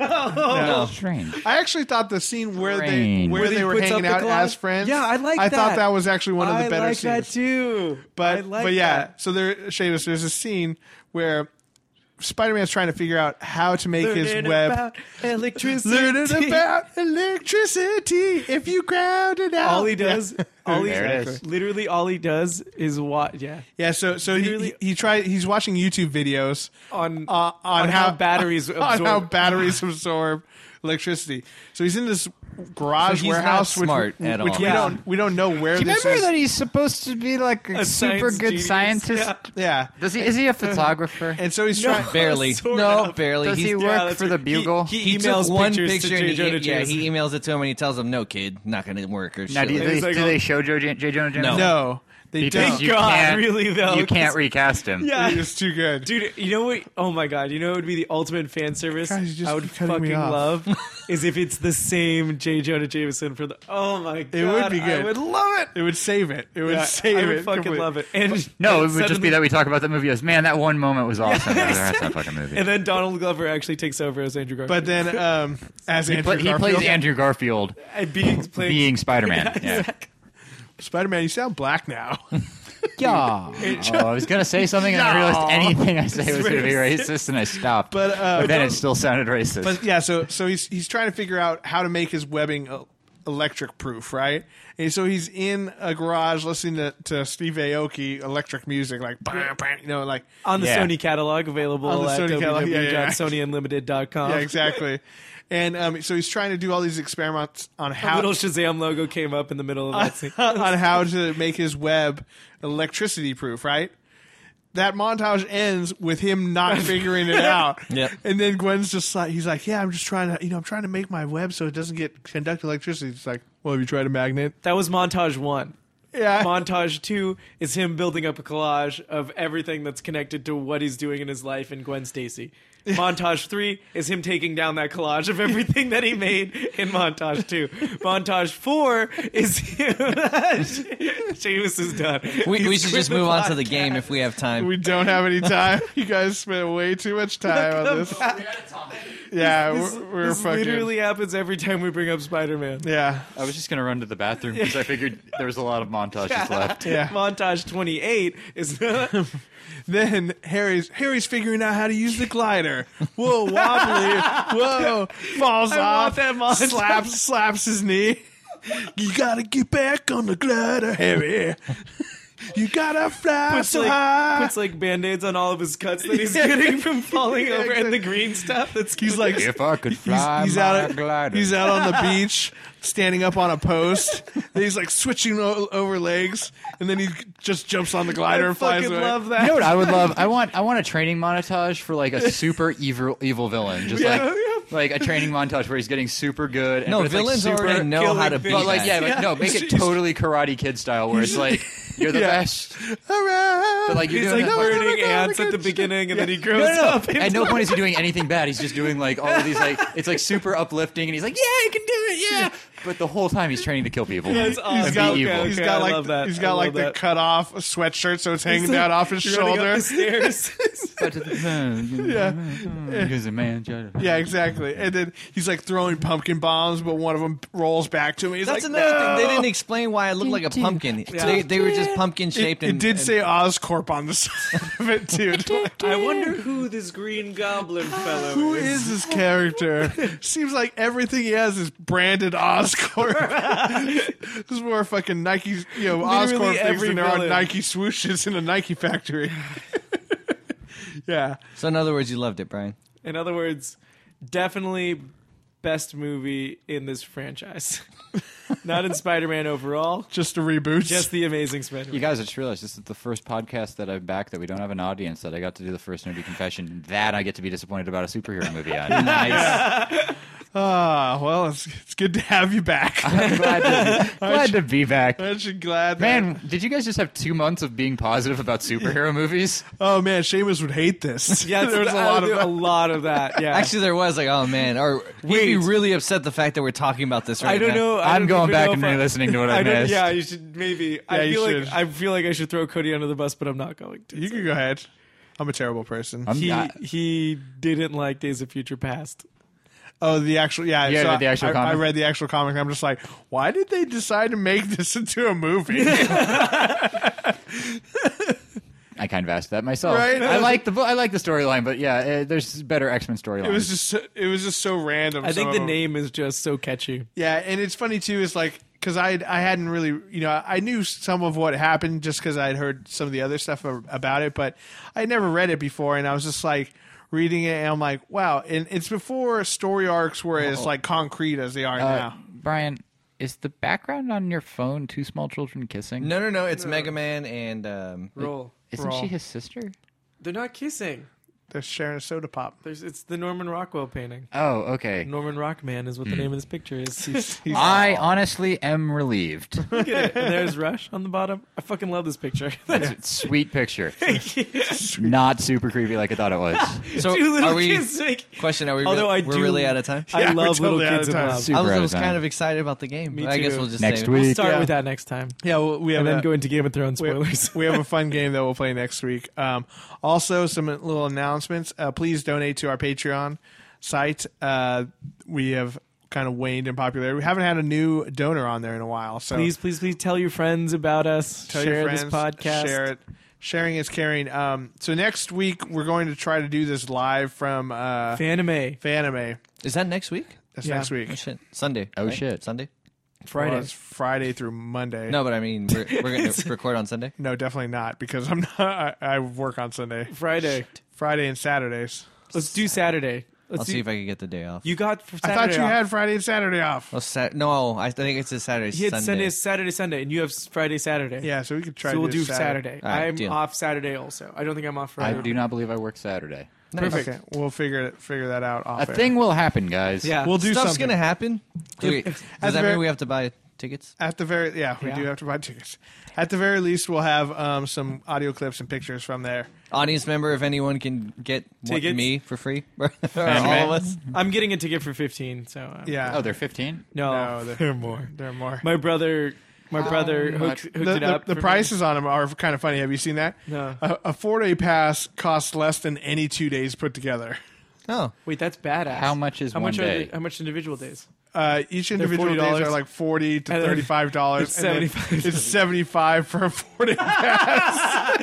[SPEAKER 2] strange.
[SPEAKER 1] I actually thought the scene where they
[SPEAKER 2] Strange.
[SPEAKER 1] where
[SPEAKER 2] Where
[SPEAKER 1] they
[SPEAKER 3] he
[SPEAKER 1] were
[SPEAKER 3] puts up
[SPEAKER 1] hanging
[SPEAKER 3] the
[SPEAKER 1] out
[SPEAKER 3] glove.
[SPEAKER 1] as friends.
[SPEAKER 3] Yeah, I like
[SPEAKER 1] I thought
[SPEAKER 3] that.
[SPEAKER 1] that was actually one of the
[SPEAKER 3] I
[SPEAKER 1] better
[SPEAKER 3] like
[SPEAKER 1] scenes.
[SPEAKER 3] that too.
[SPEAKER 1] But
[SPEAKER 3] I like
[SPEAKER 1] but yeah,
[SPEAKER 3] that.
[SPEAKER 1] so there, Seamus, there's a scene where Spider-Man's trying to figure out how to make his
[SPEAKER 3] Learning
[SPEAKER 1] web.
[SPEAKER 3] about electricity.
[SPEAKER 1] Learning about electricity. If you crowd it out,
[SPEAKER 3] all he does. All he,
[SPEAKER 2] There it is.
[SPEAKER 3] literally all he does is what? Yeah,
[SPEAKER 1] Yeah, so so he,
[SPEAKER 3] Literally-
[SPEAKER 1] he tried. He's watching YouTube videos
[SPEAKER 3] On-
[SPEAKER 1] uh, on,
[SPEAKER 3] on how batteries
[SPEAKER 1] on how
[SPEAKER 3] absorb-
[SPEAKER 1] batteries absorb electricity. So he's in this garage
[SPEAKER 4] So he's
[SPEAKER 1] warehouse,
[SPEAKER 4] not
[SPEAKER 1] which,
[SPEAKER 4] smart
[SPEAKER 1] we-
[SPEAKER 4] at
[SPEAKER 1] which
[SPEAKER 4] all.
[SPEAKER 1] we
[SPEAKER 3] Yeah.
[SPEAKER 1] don't we don't know where
[SPEAKER 2] Do you
[SPEAKER 1] this
[SPEAKER 2] remember
[SPEAKER 1] is.
[SPEAKER 2] that he's supposed to be like a, super
[SPEAKER 3] A science
[SPEAKER 2] good
[SPEAKER 3] genius,
[SPEAKER 2] scientist?
[SPEAKER 3] yeah.
[SPEAKER 1] yeah,
[SPEAKER 2] Does he? Is he a photographer?
[SPEAKER 1] and so he's trying.
[SPEAKER 4] barely.
[SPEAKER 3] Sort
[SPEAKER 4] no,
[SPEAKER 3] of.
[SPEAKER 4] barely.
[SPEAKER 2] Does
[SPEAKER 4] He's
[SPEAKER 2] he
[SPEAKER 3] Yeah,
[SPEAKER 2] work
[SPEAKER 3] that's
[SPEAKER 2] for the
[SPEAKER 3] right. He-
[SPEAKER 2] Bugle?
[SPEAKER 3] He,
[SPEAKER 4] he
[SPEAKER 3] emails
[SPEAKER 4] took one
[SPEAKER 3] pictures
[SPEAKER 4] picture
[SPEAKER 3] to
[SPEAKER 4] and
[SPEAKER 3] Jay
[SPEAKER 4] he,
[SPEAKER 3] Jonah
[SPEAKER 4] yeah,
[SPEAKER 3] Jameson.
[SPEAKER 4] he emails it to him and he tells him, "No, kid, not going to work or
[SPEAKER 2] now, do,
[SPEAKER 4] shit."
[SPEAKER 2] they,
[SPEAKER 3] he's like,
[SPEAKER 2] do they show Joe, Jan- Jay Jonah Jameson?
[SPEAKER 1] No, they
[SPEAKER 2] because
[SPEAKER 1] don't.
[SPEAKER 2] you
[SPEAKER 3] God,
[SPEAKER 2] can't.
[SPEAKER 3] really, though,
[SPEAKER 2] you can't
[SPEAKER 3] 'cause-
[SPEAKER 2] recast him.
[SPEAKER 3] Yeah.
[SPEAKER 1] It's too good.
[SPEAKER 3] Dude, you know what? Oh my god, you know what would be the ultimate fan service
[SPEAKER 1] Guys, you just
[SPEAKER 3] I would
[SPEAKER 1] keep cutting me
[SPEAKER 3] fucking
[SPEAKER 1] off.
[SPEAKER 3] love is if it's the same J. Jonah Jameson for the. Oh my god,
[SPEAKER 1] it would be good.
[SPEAKER 3] I would love it.
[SPEAKER 1] It would save it. It would
[SPEAKER 3] Yeah,
[SPEAKER 1] save
[SPEAKER 3] I would
[SPEAKER 1] it.
[SPEAKER 3] fucking
[SPEAKER 1] completely.
[SPEAKER 3] love it. And
[SPEAKER 2] No, it
[SPEAKER 3] and
[SPEAKER 2] would just be
[SPEAKER 3] suddenly-
[SPEAKER 2] that we talk about that movie as man. That one moment was awesome. Yeah, that's that fucking movie.
[SPEAKER 3] And then Donald Glover actually takes over as Andrew Garfield.
[SPEAKER 1] But then, um, as
[SPEAKER 2] he,
[SPEAKER 1] Andrew
[SPEAKER 2] pla- he plays
[SPEAKER 1] Garfield-
[SPEAKER 2] Andrew Garfield
[SPEAKER 1] uh,
[SPEAKER 3] and being played
[SPEAKER 2] being Spider-Man. Yeah.
[SPEAKER 1] Spider-Man, you sound black now.
[SPEAKER 2] Yeah. Oh, I was gonna say something, and I realized anything I say was gonna be
[SPEAKER 3] racist.
[SPEAKER 2] racist, and I stopped.
[SPEAKER 1] But, uh,
[SPEAKER 2] then it still sounded racist.
[SPEAKER 1] But yeah, so so he's he's trying to figure out how to make his webbing uh, electric proof, right? And so he's in a garage listening to, to Steve Aoki electric music, like bam, bam, you know, like
[SPEAKER 3] on the
[SPEAKER 2] Yeah.
[SPEAKER 3] Sony catalog available
[SPEAKER 1] On the
[SPEAKER 3] at E
[SPEAKER 1] Sony catalog, yeah, yeah, yeah.
[SPEAKER 3] www.sonyunlimited.com.
[SPEAKER 1] yeah, exactly. And um, so he's trying to do all these experiments on
[SPEAKER 3] A
[SPEAKER 1] how
[SPEAKER 3] little Shazam logo came up in the middle of that scene.
[SPEAKER 1] on how to make his web electricity proof, right? That montage ends with him not figuring it out.
[SPEAKER 4] Yep.
[SPEAKER 1] And then Gwen's just like he's like, Yeah, I'm just trying to you know, I'm trying to make my web so it doesn't get conduct electricity. It's like, Well, have you tried a magnet?
[SPEAKER 3] That was montage one.
[SPEAKER 1] Yeah.
[SPEAKER 3] Montage two is him building up a collage of everything that's connected to what he's doing in his life and Gwen Stacy. Montage three is him taking down that collage of everything that he made in montage two. Montage four is him. Seamus is done.
[SPEAKER 4] we, we
[SPEAKER 3] He's
[SPEAKER 4] should
[SPEAKER 3] quit
[SPEAKER 4] just
[SPEAKER 3] the
[SPEAKER 4] move on to the
[SPEAKER 3] podcast.
[SPEAKER 4] game if we have time.
[SPEAKER 1] We don't have any time. you guys spent way too much time on this. Yeah,
[SPEAKER 3] This,
[SPEAKER 1] we're, we're
[SPEAKER 3] this
[SPEAKER 1] fucking.
[SPEAKER 3] literally happens every time we bring up Spider Man.
[SPEAKER 1] yeah,
[SPEAKER 2] I was just gonna run to the bathroom because I figured there was a lot of montages left.
[SPEAKER 1] yeah.
[SPEAKER 3] Montage 28 is
[SPEAKER 1] Then Harry's Harry's figuring out how to use the glider. Whoa, wobbly. Whoa, falls
[SPEAKER 3] I want
[SPEAKER 1] off.
[SPEAKER 3] that montage.
[SPEAKER 1] slaps slaps his knee. You gotta get back on the glider, Harry. You gotta fly
[SPEAKER 3] puts
[SPEAKER 1] so
[SPEAKER 3] like,
[SPEAKER 1] high.
[SPEAKER 3] puts like band-aids on all of his cuts that he's
[SPEAKER 1] Yeah.
[SPEAKER 3] getting from falling
[SPEAKER 1] Yeah,
[SPEAKER 3] over and
[SPEAKER 1] exactly.
[SPEAKER 3] the green stuff that's
[SPEAKER 1] he's like
[SPEAKER 2] If I could
[SPEAKER 1] He's,
[SPEAKER 2] fly
[SPEAKER 1] he's
[SPEAKER 2] my
[SPEAKER 1] out.
[SPEAKER 2] glider,
[SPEAKER 1] He's out on the beach, standing up on a post. Then he's like switching o- over legs, and then he just jumps on the
[SPEAKER 3] I
[SPEAKER 1] glider and flies
[SPEAKER 3] fucking
[SPEAKER 1] away.
[SPEAKER 3] love
[SPEAKER 2] You
[SPEAKER 3] that.
[SPEAKER 2] know what I would love? I want I want a training montage for like a super evil evil villain, just
[SPEAKER 1] Yeah,
[SPEAKER 2] like like a training montage where he's getting super good. And
[SPEAKER 4] no,
[SPEAKER 2] but it's, like,
[SPEAKER 4] villains
[SPEAKER 2] super,
[SPEAKER 4] already know how to
[SPEAKER 3] killing
[SPEAKER 4] be.
[SPEAKER 2] But like
[SPEAKER 4] that.
[SPEAKER 2] yeah, but no, make it totally Karate Kid style where it's like you're the
[SPEAKER 1] Yeah.
[SPEAKER 2] best.
[SPEAKER 1] Hooray!
[SPEAKER 2] But like you're
[SPEAKER 3] He's
[SPEAKER 2] doing
[SPEAKER 3] like
[SPEAKER 2] that, like-
[SPEAKER 3] burning
[SPEAKER 1] Oh my God,
[SPEAKER 3] ants
[SPEAKER 1] I
[SPEAKER 3] at the
[SPEAKER 1] got
[SPEAKER 3] beginning, and then he grows
[SPEAKER 2] No, no,
[SPEAKER 3] up.
[SPEAKER 2] no. At no point is he doing anything bad. He's just doing like all of these like it's like super uplifting, and he's like, "Yeah, I can do it, yeah." But the whole time he's training to kill people.
[SPEAKER 3] That's awesome.
[SPEAKER 2] And
[SPEAKER 1] He's
[SPEAKER 2] be
[SPEAKER 1] got,
[SPEAKER 2] evil.
[SPEAKER 1] he's
[SPEAKER 3] Okay,
[SPEAKER 1] got
[SPEAKER 3] I
[SPEAKER 1] like
[SPEAKER 3] love
[SPEAKER 1] the,
[SPEAKER 3] that.
[SPEAKER 1] he's
[SPEAKER 3] I
[SPEAKER 1] got
[SPEAKER 3] love
[SPEAKER 1] like the
[SPEAKER 3] that.
[SPEAKER 1] cut off sweatshirt, so it's hanging
[SPEAKER 3] He's
[SPEAKER 1] down
[SPEAKER 3] like
[SPEAKER 1] off his
[SPEAKER 3] running up
[SPEAKER 1] shoulder.
[SPEAKER 3] the stairs.
[SPEAKER 2] But to the-
[SPEAKER 1] Yeah,
[SPEAKER 2] Because a man. tried to-
[SPEAKER 1] yeah, exactly. And then he's like throwing pumpkin bombs, but one of them rolls back to him. He's
[SPEAKER 4] That's
[SPEAKER 1] like,
[SPEAKER 4] another
[SPEAKER 1] "No!"
[SPEAKER 4] thing. They didn't explain why it looked like a pumpkin. They, they were just pumpkin shaped.
[SPEAKER 1] It,
[SPEAKER 4] and
[SPEAKER 1] it did
[SPEAKER 4] and-
[SPEAKER 1] say Oscorp on the side of it too.
[SPEAKER 3] I wonder who this green goblin fellow
[SPEAKER 1] Ah, Who
[SPEAKER 3] is.
[SPEAKER 1] is this character? Seems like everything he has is branded Oscorp. There's more fucking Nike, you know,
[SPEAKER 3] Literally
[SPEAKER 1] Oscorp things
[SPEAKER 3] every
[SPEAKER 1] than there are
[SPEAKER 3] villain.
[SPEAKER 1] Nike swooshes in a Nike factory. yeah.
[SPEAKER 4] So in other words, you loved it, Brian.
[SPEAKER 3] In other words, definitely best movie in this franchise. Not in Spider-Man overall,
[SPEAKER 1] Just a reboot.
[SPEAKER 3] just the Amazing Spider-Man.
[SPEAKER 2] You guys, I just realized this is the first podcast that I'm back that we don't have an audience that I got to do the first nerdy confession. That I get to be disappointed about a superhero movie on. nice.
[SPEAKER 1] Ah, well, it's, it's good to have you back.
[SPEAKER 2] I'm glad to, be, glad to be back.
[SPEAKER 1] I'm actually glad. that-
[SPEAKER 2] Man, did you guys just have two months of being positive about superhero movies?
[SPEAKER 1] oh man, Seamus would hate this.
[SPEAKER 3] Yeah,
[SPEAKER 1] there was a lot of
[SPEAKER 3] uh, a lot of that. Yeah,
[SPEAKER 4] Actually, there was like, oh man, or we'd be really upset the fact that we're talking about this right
[SPEAKER 3] I don't
[SPEAKER 4] now.
[SPEAKER 3] know. I
[SPEAKER 2] I'm
[SPEAKER 3] don't
[SPEAKER 2] going
[SPEAKER 3] even
[SPEAKER 2] back
[SPEAKER 3] know
[SPEAKER 2] and
[SPEAKER 3] if I-
[SPEAKER 2] re-listening to what I,
[SPEAKER 3] I don't,
[SPEAKER 2] missed.
[SPEAKER 3] yeah, you should maybe. I
[SPEAKER 1] you
[SPEAKER 3] feel
[SPEAKER 1] should.
[SPEAKER 3] like I feel like I should throw Cody under the bus, but I'm not going to.
[SPEAKER 1] You can go ahead. I'm a terrible person.
[SPEAKER 2] I'm
[SPEAKER 3] he
[SPEAKER 2] not-
[SPEAKER 3] he didn't like Days of Future Past.
[SPEAKER 1] oh, the actual yeah.
[SPEAKER 2] You
[SPEAKER 1] so
[SPEAKER 2] read
[SPEAKER 1] I-
[SPEAKER 2] the actual
[SPEAKER 1] I, I
[SPEAKER 2] comic?
[SPEAKER 1] read the actual comic. and I'm just like, why did they decide to make this into a movie?
[SPEAKER 2] I kind of asked that myself.
[SPEAKER 1] Right?
[SPEAKER 2] I like the bo- I like the storyline, but yeah, uh, there's better X Men storylines.
[SPEAKER 1] it was just so- it was just so random.
[SPEAKER 3] I
[SPEAKER 1] some
[SPEAKER 3] think
[SPEAKER 1] of
[SPEAKER 3] the
[SPEAKER 1] them.
[SPEAKER 3] name is just so catchy.
[SPEAKER 1] Yeah, and it's funny too. Is like because I I hadn't really you know I knew some of what happened just because I'd heard some of the other stuff a- about it, but I never read it before, and I was just like reading it, and I'm like, wow. And it's before story arcs were
[SPEAKER 3] Oh.
[SPEAKER 1] as like concrete as they are
[SPEAKER 3] Uh,
[SPEAKER 1] now.
[SPEAKER 2] Brian, is the background on your phone two small children kissing?
[SPEAKER 4] No, no, no. It's Mega Man and um,
[SPEAKER 3] Roll.
[SPEAKER 2] Isn't she his sister?
[SPEAKER 3] They're not kissing.
[SPEAKER 1] They're sharing a soda pop.
[SPEAKER 3] There's, it's the Norman Rockwell painting.
[SPEAKER 2] Oh, okay.
[SPEAKER 3] Norman Rockman is what the name of this picture is.
[SPEAKER 2] I honestly am relieved.
[SPEAKER 3] Look at it. And there's Rush on the bottom. I fucking love this picture.
[SPEAKER 2] Sweet picture. Not super creepy like I thought it was.
[SPEAKER 4] so
[SPEAKER 3] Two little
[SPEAKER 4] are we?
[SPEAKER 3] kids, like-
[SPEAKER 4] Question: Are we?
[SPEAKER 3] Although I
[SPEAKER 4] we're
[SPEAKER 3] do-
[SPEAKER 4] really out of time.
[SPEAKER 3] I
[SPEAKER 1] Yeah, we're
[SPEAKER 3] love little
[SPEAKER 1] totally out
[SPEAKER 3] kids
[SPEAKER 1] of
[SPEAKER 3] in
[SPEAKER 1] time.
[SPEAKER 3] love.
[SPEAKER 2] Super
[SPEAKER 4] I was, I
[SPEAKER 2] out
[SPEAKER 4] was
[SPEAKER 2] of
[SPEAKER 4] kind
[SPEAKER 2] time.
[SPEAKER 4] of excited about the game.
[SPEAKER 3] Me
[SPEAKER 4] but I guess
[SPEAKER 3] too.
[SPEAKER 4] we'll just
[SPEAKER 2] Next
[SPEAKER 4] save it.
[SPEAKER 2] week.
[SPEAKER 3] We'll start
[SPEAKER 1] Yeah.
[SPEAKER 3] with that next time.
[SPEAKER 1] Yeah, well, we have
[SPEAKER 3] And then
[SPEAKER 1] a-
[SPEAKER 3] go into Game of Thrones
[SPEAKER 1] we-
[SPEAKER 3] spoilers.
[SPEAKER 1] we have a fun game that we'll play next week. Um, also, some little announcements. Uh, please donate to our Patreon site. Uh, we have kind of waned in popularity. We haven't had a new donor on there in a while. So
[SPEAKER 3] please, please, please tell your friends about us.
[SPEAKER 1] tell
[SPEAKER 3] share
[SPEAKER 1] your friends,
[SPEAKER 3] this podcast.
[SPEAKER 1] Share it. Sharing is caring. Um, so next week we're going to try to do this live from uh,
[SPEAKER 3] Fanime
[SPEAKER 1] Fanime.
[SPEAKER 4] Is that next week?
[SPEAKER 1] That's
[SPEAKER 3] Yeah.
[SPEAKER 1] next week.
[SPEAKER 4] Oh shit! Sunday.
[SPEAKER 2] Oh,
[SPEAKER 4] right?
[SPEAKER 2] shit.
[SPEAKER 4] Sunday.
[SPEAKER 3] Friday.
[SPEAKER 1] Well, it's Friday through Monday.
[SPEAKER 4] No, but I mean, we're, we're going to record on Sunday.
[SPEAKER 1] no, definitely not because I'm not. I, I work on Sunday,
[SPEAKER 3] Friday.
[SPEAKER 1] Friday and Saturdays.
[SPEAKER 3] Let's do Saturday. Let's
[SPEAKER 4] I'll
[SPEAKER 3] do,
[SPEAKER 4] see if I can get the day off.
[SPEAKER 3] you got for Saturday.
[SPEAKER 1] I thought you
[SPEAKER 3] off.
[SPEAKER 1] had Friday and Saturday off.
[SPEAKER 4] oh, Sat- no, I think it's a Saturday.
[SPEAKER 3] He had
[SPEAKER 4] Sunday.
[SPEAKER 3] Sunday, Saturday, Sunday, and you have Friday, Saturday.
[SPEAKER 1] Yeah, so we could try.
[SPEAKER 3] so
[SPEAKER 1] to
[SPEAKER 3] we'll
[SPEAKER 1] do
[SPEAKER 3] do
[SPEAKER 1] Saturday.
[SPEAKER 3] Saturday.
[SPEAKER 4] All right,
[SPEAKER 3] I'm
[SPEAKER 4] deal.
[SPEAKER 3] off Saturday also. I don't think I'm off
[SPEAKER 2] I
[SPEAKER 3] Friday.
[SPEAKER 2] do not believe I work Saturday.
[SPEAKER 4] Nice.
[SPEAKER 1] Okay, we'll figure it, figure that out. Off
[SPEAKER 2] A
[SPEAKER 1] air.
[SPEAKER 2] thing will happen, guys.
[SPEAKER 3] Yeah.
[SPEAKER 1] We'll do
[SPEAKER 4] Stuff's
[SPEAKER 1] something.
[SPEAKER 4] gonna happen. Do we- does
[SPEAKER 1] the
[SPEAKER 4] that
[SPEAKER 1] very-
[SPEAKER 4] mean we have to buy tickets?
[SPEAKER 1] At the very yeah, we
[SPEAKER 3] Yeah.
[SPEAKER 1] do have to buy tickets. At the very least, we'll have um, some audio clips and pictures from there.
[SPEAKER 4] Audience member, if anyone can get one-
[SPEAKER 3] Tickets?
[SPEAKER 4] me for free, or
[SPEAKER 1] man.
[SPEAKER 4] all of us.
[SPEAKER 3] I'm getting a ticket for 15. So um,
[SPEAKER 1] Yeah.
[SPEAKER 2] Oh, they're 15?
[SPEAKER 3] no,
[SPEAKER 1] No, they're-
[SPEAKER 3] they're more.
[SPEAKER 1] Oh, there are more.
[SPEAKER 3] My brother, my brother hooked, hooked
[SPEAKER 1] the
[SPEAKER 3] it
[SPEAKER 1] the,
[SPEAKER 3] up.
[SPEAKER 1] the
[SPEAKER 3] for me.
[SPEAKER 1] prices on them are kind of funny. Have you seen that?
[SPEAKER 3] No.
[SPEAKER 1] A, a four day pass costs less than any two days put together.
[SPEAKER 4] Oh,
[SPEAKER 3] Wait, that's badass.
[SPEAKER 2] How much is
[SPEAKER 3] how
[SPEAKER 2] one
[SPEAKER 3] much
[SPEAKER 2] day?
[SPEAKER 3] Are the, how much individual days?
[SPEAKER 1] Uh, each individual days
[SPEAKER 3] $40.
[SPEAKER 1] are like forty to
[SPEAKER 3] And then
[SPEAKER 1] thirty five dollars.
[SPEAKER 3] it's $75.
[SPEAKER 1] It's seventy five for a four day pass.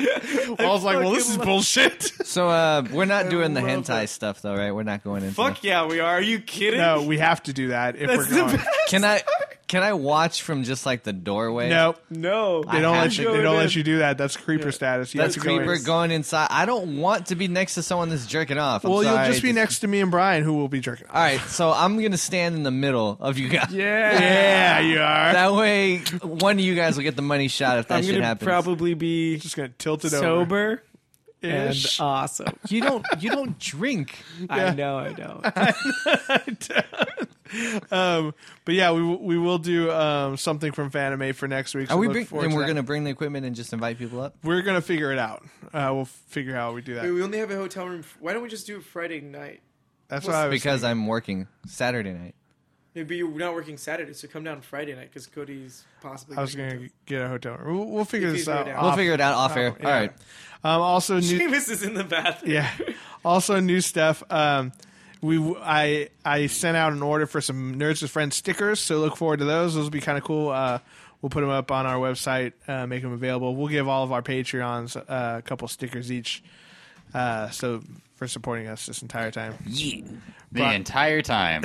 [SPEAKER 1] Well, I was like, well, this is bullshit.
[SPEAKER 4] so uh, we're not doing the hentai stuff though, right? We're not going into.
[SPEAKER 3] Fuck yeah, we are. Are you kidding?
[SPEAKER 1] no, we have to do that if
[SPEAKER 3] That's
[SPEAKER 1] we're going.
[SPEAKER 3] the best.
[SPEAKER 4] Can I? Can I watch from just like the doorway?
[SPEAKER 1] Nope.
[SPEAKER 3] Oh, No,
[SPEAKER 1] They don't
[SPEAKER 4] have
[SPEAKER 1] let
[SPEAKER 4] to
[SPEAKER 1] you.
[SPEAKER 3] go
[SPEAKER 1] They don't
[SPEAKER 3] in.
[SPEAKER 1] let you do that. That's creeper status. You
[SPEAKER 4] That's
[SPEAKER 1] have to go in.
[SPEAKER 4] creeper going inside. I don't want to be next to someone that's jerking off. I'm
[SPEAKER 1] Well,
[SPEAKER 4] sorry.
[SPEAKER 1] you'll just be next to me and Brian, who will be jerking. off.
[SPEAKER 4] All right, so I'm gonna stand in the middle of you guys.
[SPEAKER 3] Yeah.
[SPEAKER 1] Yeah, you are.
[SPEAKER 4] That way, one of you guys will get the money shot if that
[SPEAKER 3] I'm
[SPEAKER 4] shit
[SPEAKER 3] gonna
[SPEAKER 4] happens.
[SPEAKER 3] probably be
[SPEAKER 1] just gonna tilt it over. uh,
[SPEAKER 3] sober and
[SPEAKER 1] Ish.
[SPEAKER 3] awesome.
[SPEAKER 4] you don't. You don't drink.
[SPEAKER 3] I know, I know.
[SPEAKER 1] Um, but yeah, we w- we will do um, something from Fanime for next week.
[SPEAKER 4] Are
[SPEAKER 1] so
[SPEAKER 4] we?
[SPEAKER 1] look
[SPEAKER 4] Bring,
[SPEAKER 1] forward
[SPEAKER 4] and
[SPEAKER 1] to
[SPEAKER 4] we're
[SPEAKER 1] that.
[SPEAKER 4] gonna bring the equipment and just invite people up.
[SPEAKER 1] we're gonna figure it out. Uh, we'll figure out how we do that.
[SPEAKER 3] we only have a hotel room. Why don't we just do it Friday night?
[SPEAKER 1] That's what I was
[SPEAKER 4] because I'm working Saturday night.
[SPEAKER 3] Maybe you're not working Saturday, so come down Friday night because Cody's possibly.
[SPEAKER 1] I was gonna get a hotel room. We'll, we'll figure
[SPEAKER 3] If you
[SPEAKER 1] this
[SPEAKER 3] do it
[SPEAKER 1] out.
[SPEAKER 3] out.
[SPEAKER 4] We'll
[SPEAKER 1] off-
[SPEAKER 4] figure it out off air.
[SPEAKER 1] yeah.
[SPEAKER 4] All right.
[SPEAKER 1] Um, also, new,
[SPEAKER 3] Seamus is in the bathroom.
[SPEAKER 1] yeah. Also, new stuff. Um, we w- I I sent out an order for some Nerds with Friends stickers, so look forward to those. Those will be kind of cool. Uh, we'll put them up on our website, uh, make them available. We'll give all of our Patreons uh, a couple stickers each. Uh, so for supporting us this entire time,
[SPEAKER 2] The entire time.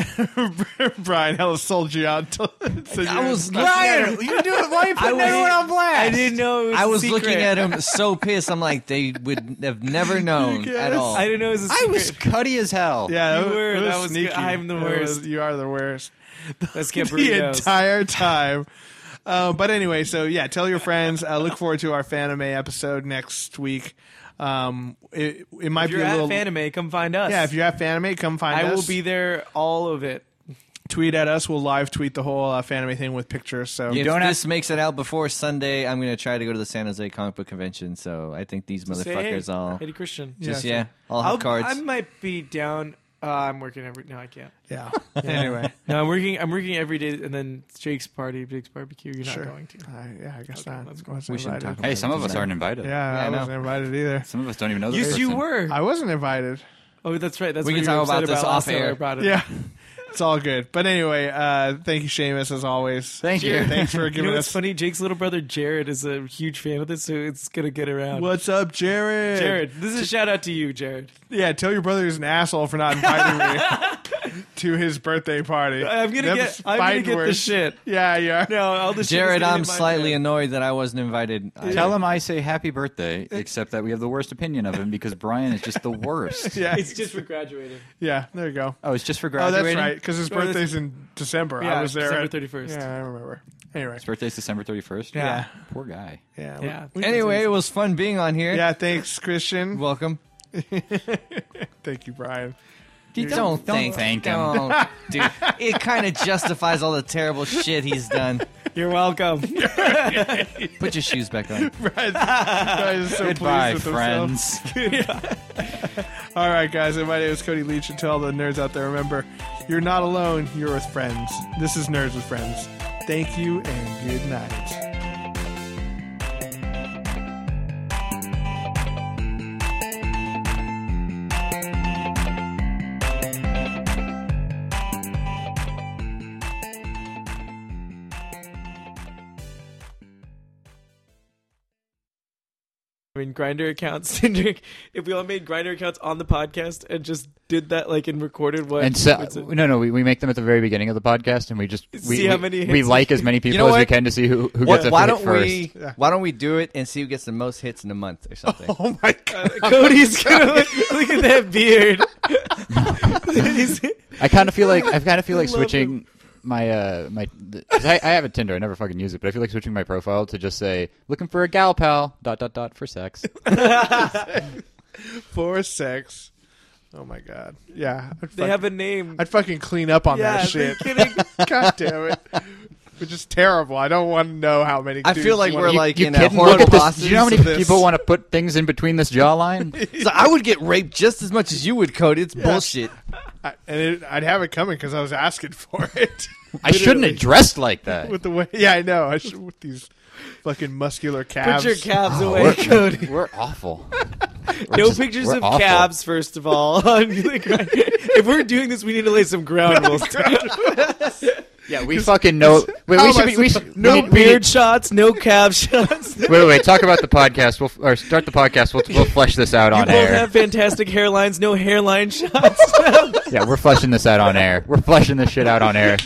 [SPEAKER 1] Brian hella sold you out. till- so
[SPEAKER 4] I
[SPEAKER 1] you're-
[SPEAKER 4] was
[SPEAKER 1] Brian.
[SPEAKER 4] looking
[SPEAKER 1] You do it. Why are you
[SPEAKER 4] I
[SPEAKER 1] putting
[SPEAKER 4] was-
[SPEAKER 1] everyone on blast?
[SPEAKER 3] I didn't know. It was
[SPEAKER 4] I was
[SPEAKER 3] secret.
[SPEAKER 4] looking at him so pissed. I'm like, they would have never known at all.
[SPEAKER 3] I didn't know it was a
[SPEAKER 2] I
[SPEAKER 3] secret.
[SPEAKER 2] was cutty as hell.
[SPEAKER 1] Yeah,
[SPEAKER 3] You
[SPEAKER 1] that
[SPEAKER 3] were.
[SPEAKER 1] was, it was
[SPEAKER 3] That was good.
[SPEAKER 1] sneaky.
[SPEAKER 3] I'm the
[SPEAKER 1] It
[SPEAKER 3] worst.
[SPEAKER 1] was- you are the worst.
[SPEAKER 3] Let's get
[SPEAKER 1] the
[SPEAKER 3] burritos.
[SPEAKER 1] entire time. Uh, but anyway, so yeah, tell your friends. Uh, look forward to our Fanime episode next week. Um, it, it might
[SPEAKER 3] if
[SPEAKER 1] be
[SPEAKER 3] you're
[SPEAKER 1] a
[SPEAKER 3] at
[SPEAKER 1] little
[SPEAKER 3] Fanime, come find us.
[SPEAKER 1] yeah. If you're at Fanime, come find
[SPEAKER 3] I
[SPEAKER 1] us.
[SPEAKER 3] will be there. All of it.
[SPEAKER 1] Tweet at us. We'll live tweet the whole uh, Fanime thing with pictures. So
[SPEAKER 4] if
[SPEAKER 2] don't have-
[SPEAKER 4] this makes it out before Sunday, I'm going to try to go to the San Jose Comic Book Convention. So I think these
[SPEAKER 3] Say,
[SPEAKER 4] motherfuckers
[SPEAKER 3] hey,
[SPEAKER 4] all
[SPEAKER 3] Eddie Christian.
[SPEAKER 4] just
[SPEAKER 1] Yeah.
[SPEAKER 4] yeah, all have
[SPEAKER 3] I'll-
[SPEAKER 4] cards.
[SPEAKER 3] I might be down. Uh, I'm working every. No, I can't.
[SPEAKER 1] yeah. anyway,
[SPEAKER 3] No, I'm working. I'm working every day, and then Jake's party, Jake's barbecue. You're
[SPEAKER 1] sure.
[SPEAKER 3] not going to.
[SPEAKER 1] I, yeah, I guess not.
[SPEAKER 3] let's go.
[SPEAKER 1] Wasn't
[SPEAKER 4] we shouldn't
[SPEAKER 1] invited.
[SPEAKER 4] talk. About
[SPEAKER 2] Hey, some
[SPEAKER 4] it
[SPEAKER 2] of us
[SPEAKER 4] tonight.
[SPEAKER 2] aren't invited.
[SPEAKER 1] Yeah,
[SPEAKER 4] Yeah,
[SPEAKER 1] I
[SPEAKER 4] I know.
[SPEAKER 1] wasn't invited either.
[SPEAKER 2] Some of us don't even know this
[SPEAKER 3] Yes, you
[SPEAKER 2] person.
[SPEAKER 3] were.
[SPEAKER 1] I wasn't invited.
[SPEAKER 3] oh, that's right. That's
[SPEAKER 4] We
[SPEAKER 3] what
[SPEAKER 4] can
[SPEAKER 3] you were
[SPEAKER 4] talk about
[SPEAKER 3] upset
[SPEAKER 4] this
[SPEAKER 3] last
[SPEAKER 4] off
[SPEAKER 3] time I
[SPEAKER 4] air.
[SPEAKER 3] brought it up.
[SPEAKER 1] Yeah, it's all good. But anyway, uh, thank you, Seamus, as always.
[SPEAKER 2] Thank you.
[SPEAKER 1] Thanks for
[SPEAKER 3] You
[SPEAKER 1] giving
[SPEAKER 3] know what's
[SPEAKER 1] us.
[SPEAKER 3] funny? Jake's little brother Jared is a huge fan of this, so it's gonna get around.
[SPEAKER 1] What's up, Jared?
[SPEAKER 3] Jared, this is a shout out to you, Jared.
[SPEAKER 1] Yeah, tell your brother he's an asshole for not inviting me. to his birthday party.
[SPEAKER 3] I'm gonna
[SPEAKER 1] Them's
[SPEAKER 3] get- I'm gonna
[SPEAKER 1] fighting
[SPEAKER 3] get the
[SPEAKER 1] words.
[SPEAKER 3] shit.
[SPEAKER 1] Yeah, yeah.
[SPEAKER 3] No, all the shit is
[SPEAKER 4] Jared,
[SPEAKER 3] gonna be
[SPEAKER 4] I'm
[SPEAKER 3] in my
[SPEAKER 4] slightly
[SPEAKER 3] head.
[SPEAKER 4] annoyed that I wasn't invited. either.
[SPEAKER 2] Tell him I say happy birthday, except that we have the worst opinion of him because Brian is just the worst.
[SPEAKER 1] Yeah,
[SPEAKER 3] It's just for graduating.
[SPEAKER 1] yeah. There you
[SPEAKER 3] Uh,
[SPEAKER 1] go.
[SPEAKER 2] Oh, it's just for
[SPEAKER 4] Uh,
[SPEAKER 1] Oh,
[SPEAKER 2] graduating.
[SPEAKER 1] that's right. Because his
[SPEAKER 3] that's-
[SPEAKER 1] birthday's in December. I
[SPEAKER 3] Yeah,
[SPEAKER 1] was there.
[SPEAKER 3] December
[SPEAKER 1] at-
[SPEAKER 3] 31st.
[SPEAKER 1] Yeah, I remember. Anyway.
[SPEAKER 2] His birthday's December 31st.
[SPEAKER 1] Yeah.
[SPEAKER 2] Poor guy.
[SPEAKER 1] Yeah.
[SPEAKER 3] Yeah.
[SPEAKER 4] Anyway, it was fun being on here.
[SPEAKER 1] Yeah. Thanks, Christian.
[SPEAKER 4] Welcome.
[SPEAKER 1] Thank you, Brian.
[SPEAKER 4] Don't,
[SPEAKER 2] don't thank him.
[SPEAKER 4] Don't, dude. It kind of justifies all the terrible shit he's done.
[SPEAKER 3] You're welcome.
[SPEAKER 4] Put your shoes back on.
[SPEAKER 1] Brian's, Brian's so
[SPEAKER 2] Goodbye,
[SPEAKER 1] pleased with himself.
[SPEAKER 2] friends.
[SPEAKER 1] All right, guys. And my name is Cody Leach. And to all the nerds out there, remember, you're not alone. You're with friends. This is Nerds with Friends. Thank you and good night.
[SPEAKER 3] I mean, grinder accounts, Tinder. If we all made grinder accounts on the podcast and just did that, like, and recorded what,
[SPEAKER 2] And so,
[SPEAKER 3] what's it-
[SPEAKER 2] no, no, we, we make them at the very beginning of the podcast, and we just we,
[SPEAKER 3] See
[SPEAKER 2] we-
[SPEAKER 3] how many
[SPEAKER 2] we
[SPEAKER 3] hits-
[SPEAKER 2] like as many people
[SPEAKER 4] know
[SPEAKER 2] as we
[SPEAKER 4] what?
[SPEAKER 2] can to see who who gets
[SPEAKER 4] Why,
[SPEAKER 2] up to
[SPEAKER 4] why
[SPEAKER 2] hit
[SPEAKER 4] don't
[SPEAKER 2] first.
[SPEAKER 4] we? Why don't we do it and see who gets the most hits in a month or something?
[SPEAKER 1] Oh my god.
[SPEAKER 3] Cody's gonna look, look at that beard. He's-
[SPEAKER 2] I kind of feel like I kind of feel like
[SPEAKER 3] love
[SPEAKER 2] switching my uh my 'cause I, I have a Tinder. I never fucking use it, but I feel like switching my profile to just say looking for a gal pal dot dot dot for sex.
[SPEAKER 1] Four sex. Oh my god. Yeah. I'd,
[SPEAKER 3] they
[SPEAKER 1] fuck-
[SPEAKER 3] have a name.
[SPEAKER 1] I'd fucking clean up on
[SPEAKER 3] yeah,
[SPEAKER 1] that
[SPEAKER 3] are you
[SPEAKER 1] shit.
[SPEAKER 3] kidding?
[SPEAKER 1] God damn it. Which is terrible. I don't want to know how many.
[SPEAKER 4] I feel
[SPEAKER 1] dudes
[SPEAKER 4] like
[SPEAKER 1] wanna-
[SPEAKER 4] we're like
[SPEAKER 2] you
[SPEAKER 4] in a
[SPEAKER 2] kidding?
[SPEAKER 4] horrible
[SPEAKER 2] Look at this.
[SPEAKER 4] hostage.
[SPEAKER 2] Do you know how many
[SPEAKER 1] of this.
[SPEAKER 2] people want to put things in between this jawline?
[SPEAKER 4] So I would get raped just as much as you would, Cody. It's bullshit.
[SPEAKER 1] I, and it, I'd have it coming because I was asking for it.
[SPEAKER 2] I shouldn't have dressed like that.
[SPEAKER 1] with the way. Yeah, I know. I should with these fucking muscular
[SPEAKER 3] Put
[SPEAKER 1] calves.
[SPEAKER 3] your calves
[SPEAKER 2] Oh,
[SPEAKER 3] away,
[SPEAKER 2] we're-
[SPEAKER 3] Cody.
[SPEAKER 2] We're awful. We're
[SPEAKER 3] No
[SPEAKER 2] just-
[SPEAKER 3] pictures
[SPEAKER 2] we're
[SPEAKER 3] of
[SPEAKER 2] awful.
[SPEAKER 3] calves, first of all. on the grinder. if we're doing this, we need to lay some ground rules.
[SPEAKER 2] Yeah, we fucking know. Wait,
[SPEAKER 1] How
[SPEAKER 2] we
[SPEAKER 1] am
[SPEAKER 2] should
[SPEAKER 1] I
[SPEAKER 2] be. We
[SPEAKER 1] supposed-
[SPEAKER 2] should,
[SPEAKER 3] Oh No
[SPEAKER 2] we- we-
[SPEAKER 3] beard shots, no calf shots.
[SPEAKER 2] Wait, wait, wait. Talk about the podcast. We'll or start the podcast. We'll we'll flesh this out on
[SPEAKER 3] Both
[SPEAKER 2] air.
[SPEAKER 3] have fantastic hairlines, no hairline shots.
[SPEAKER 2] Yeah, we're fleshing this out on air. We're fleshing this shit out on air.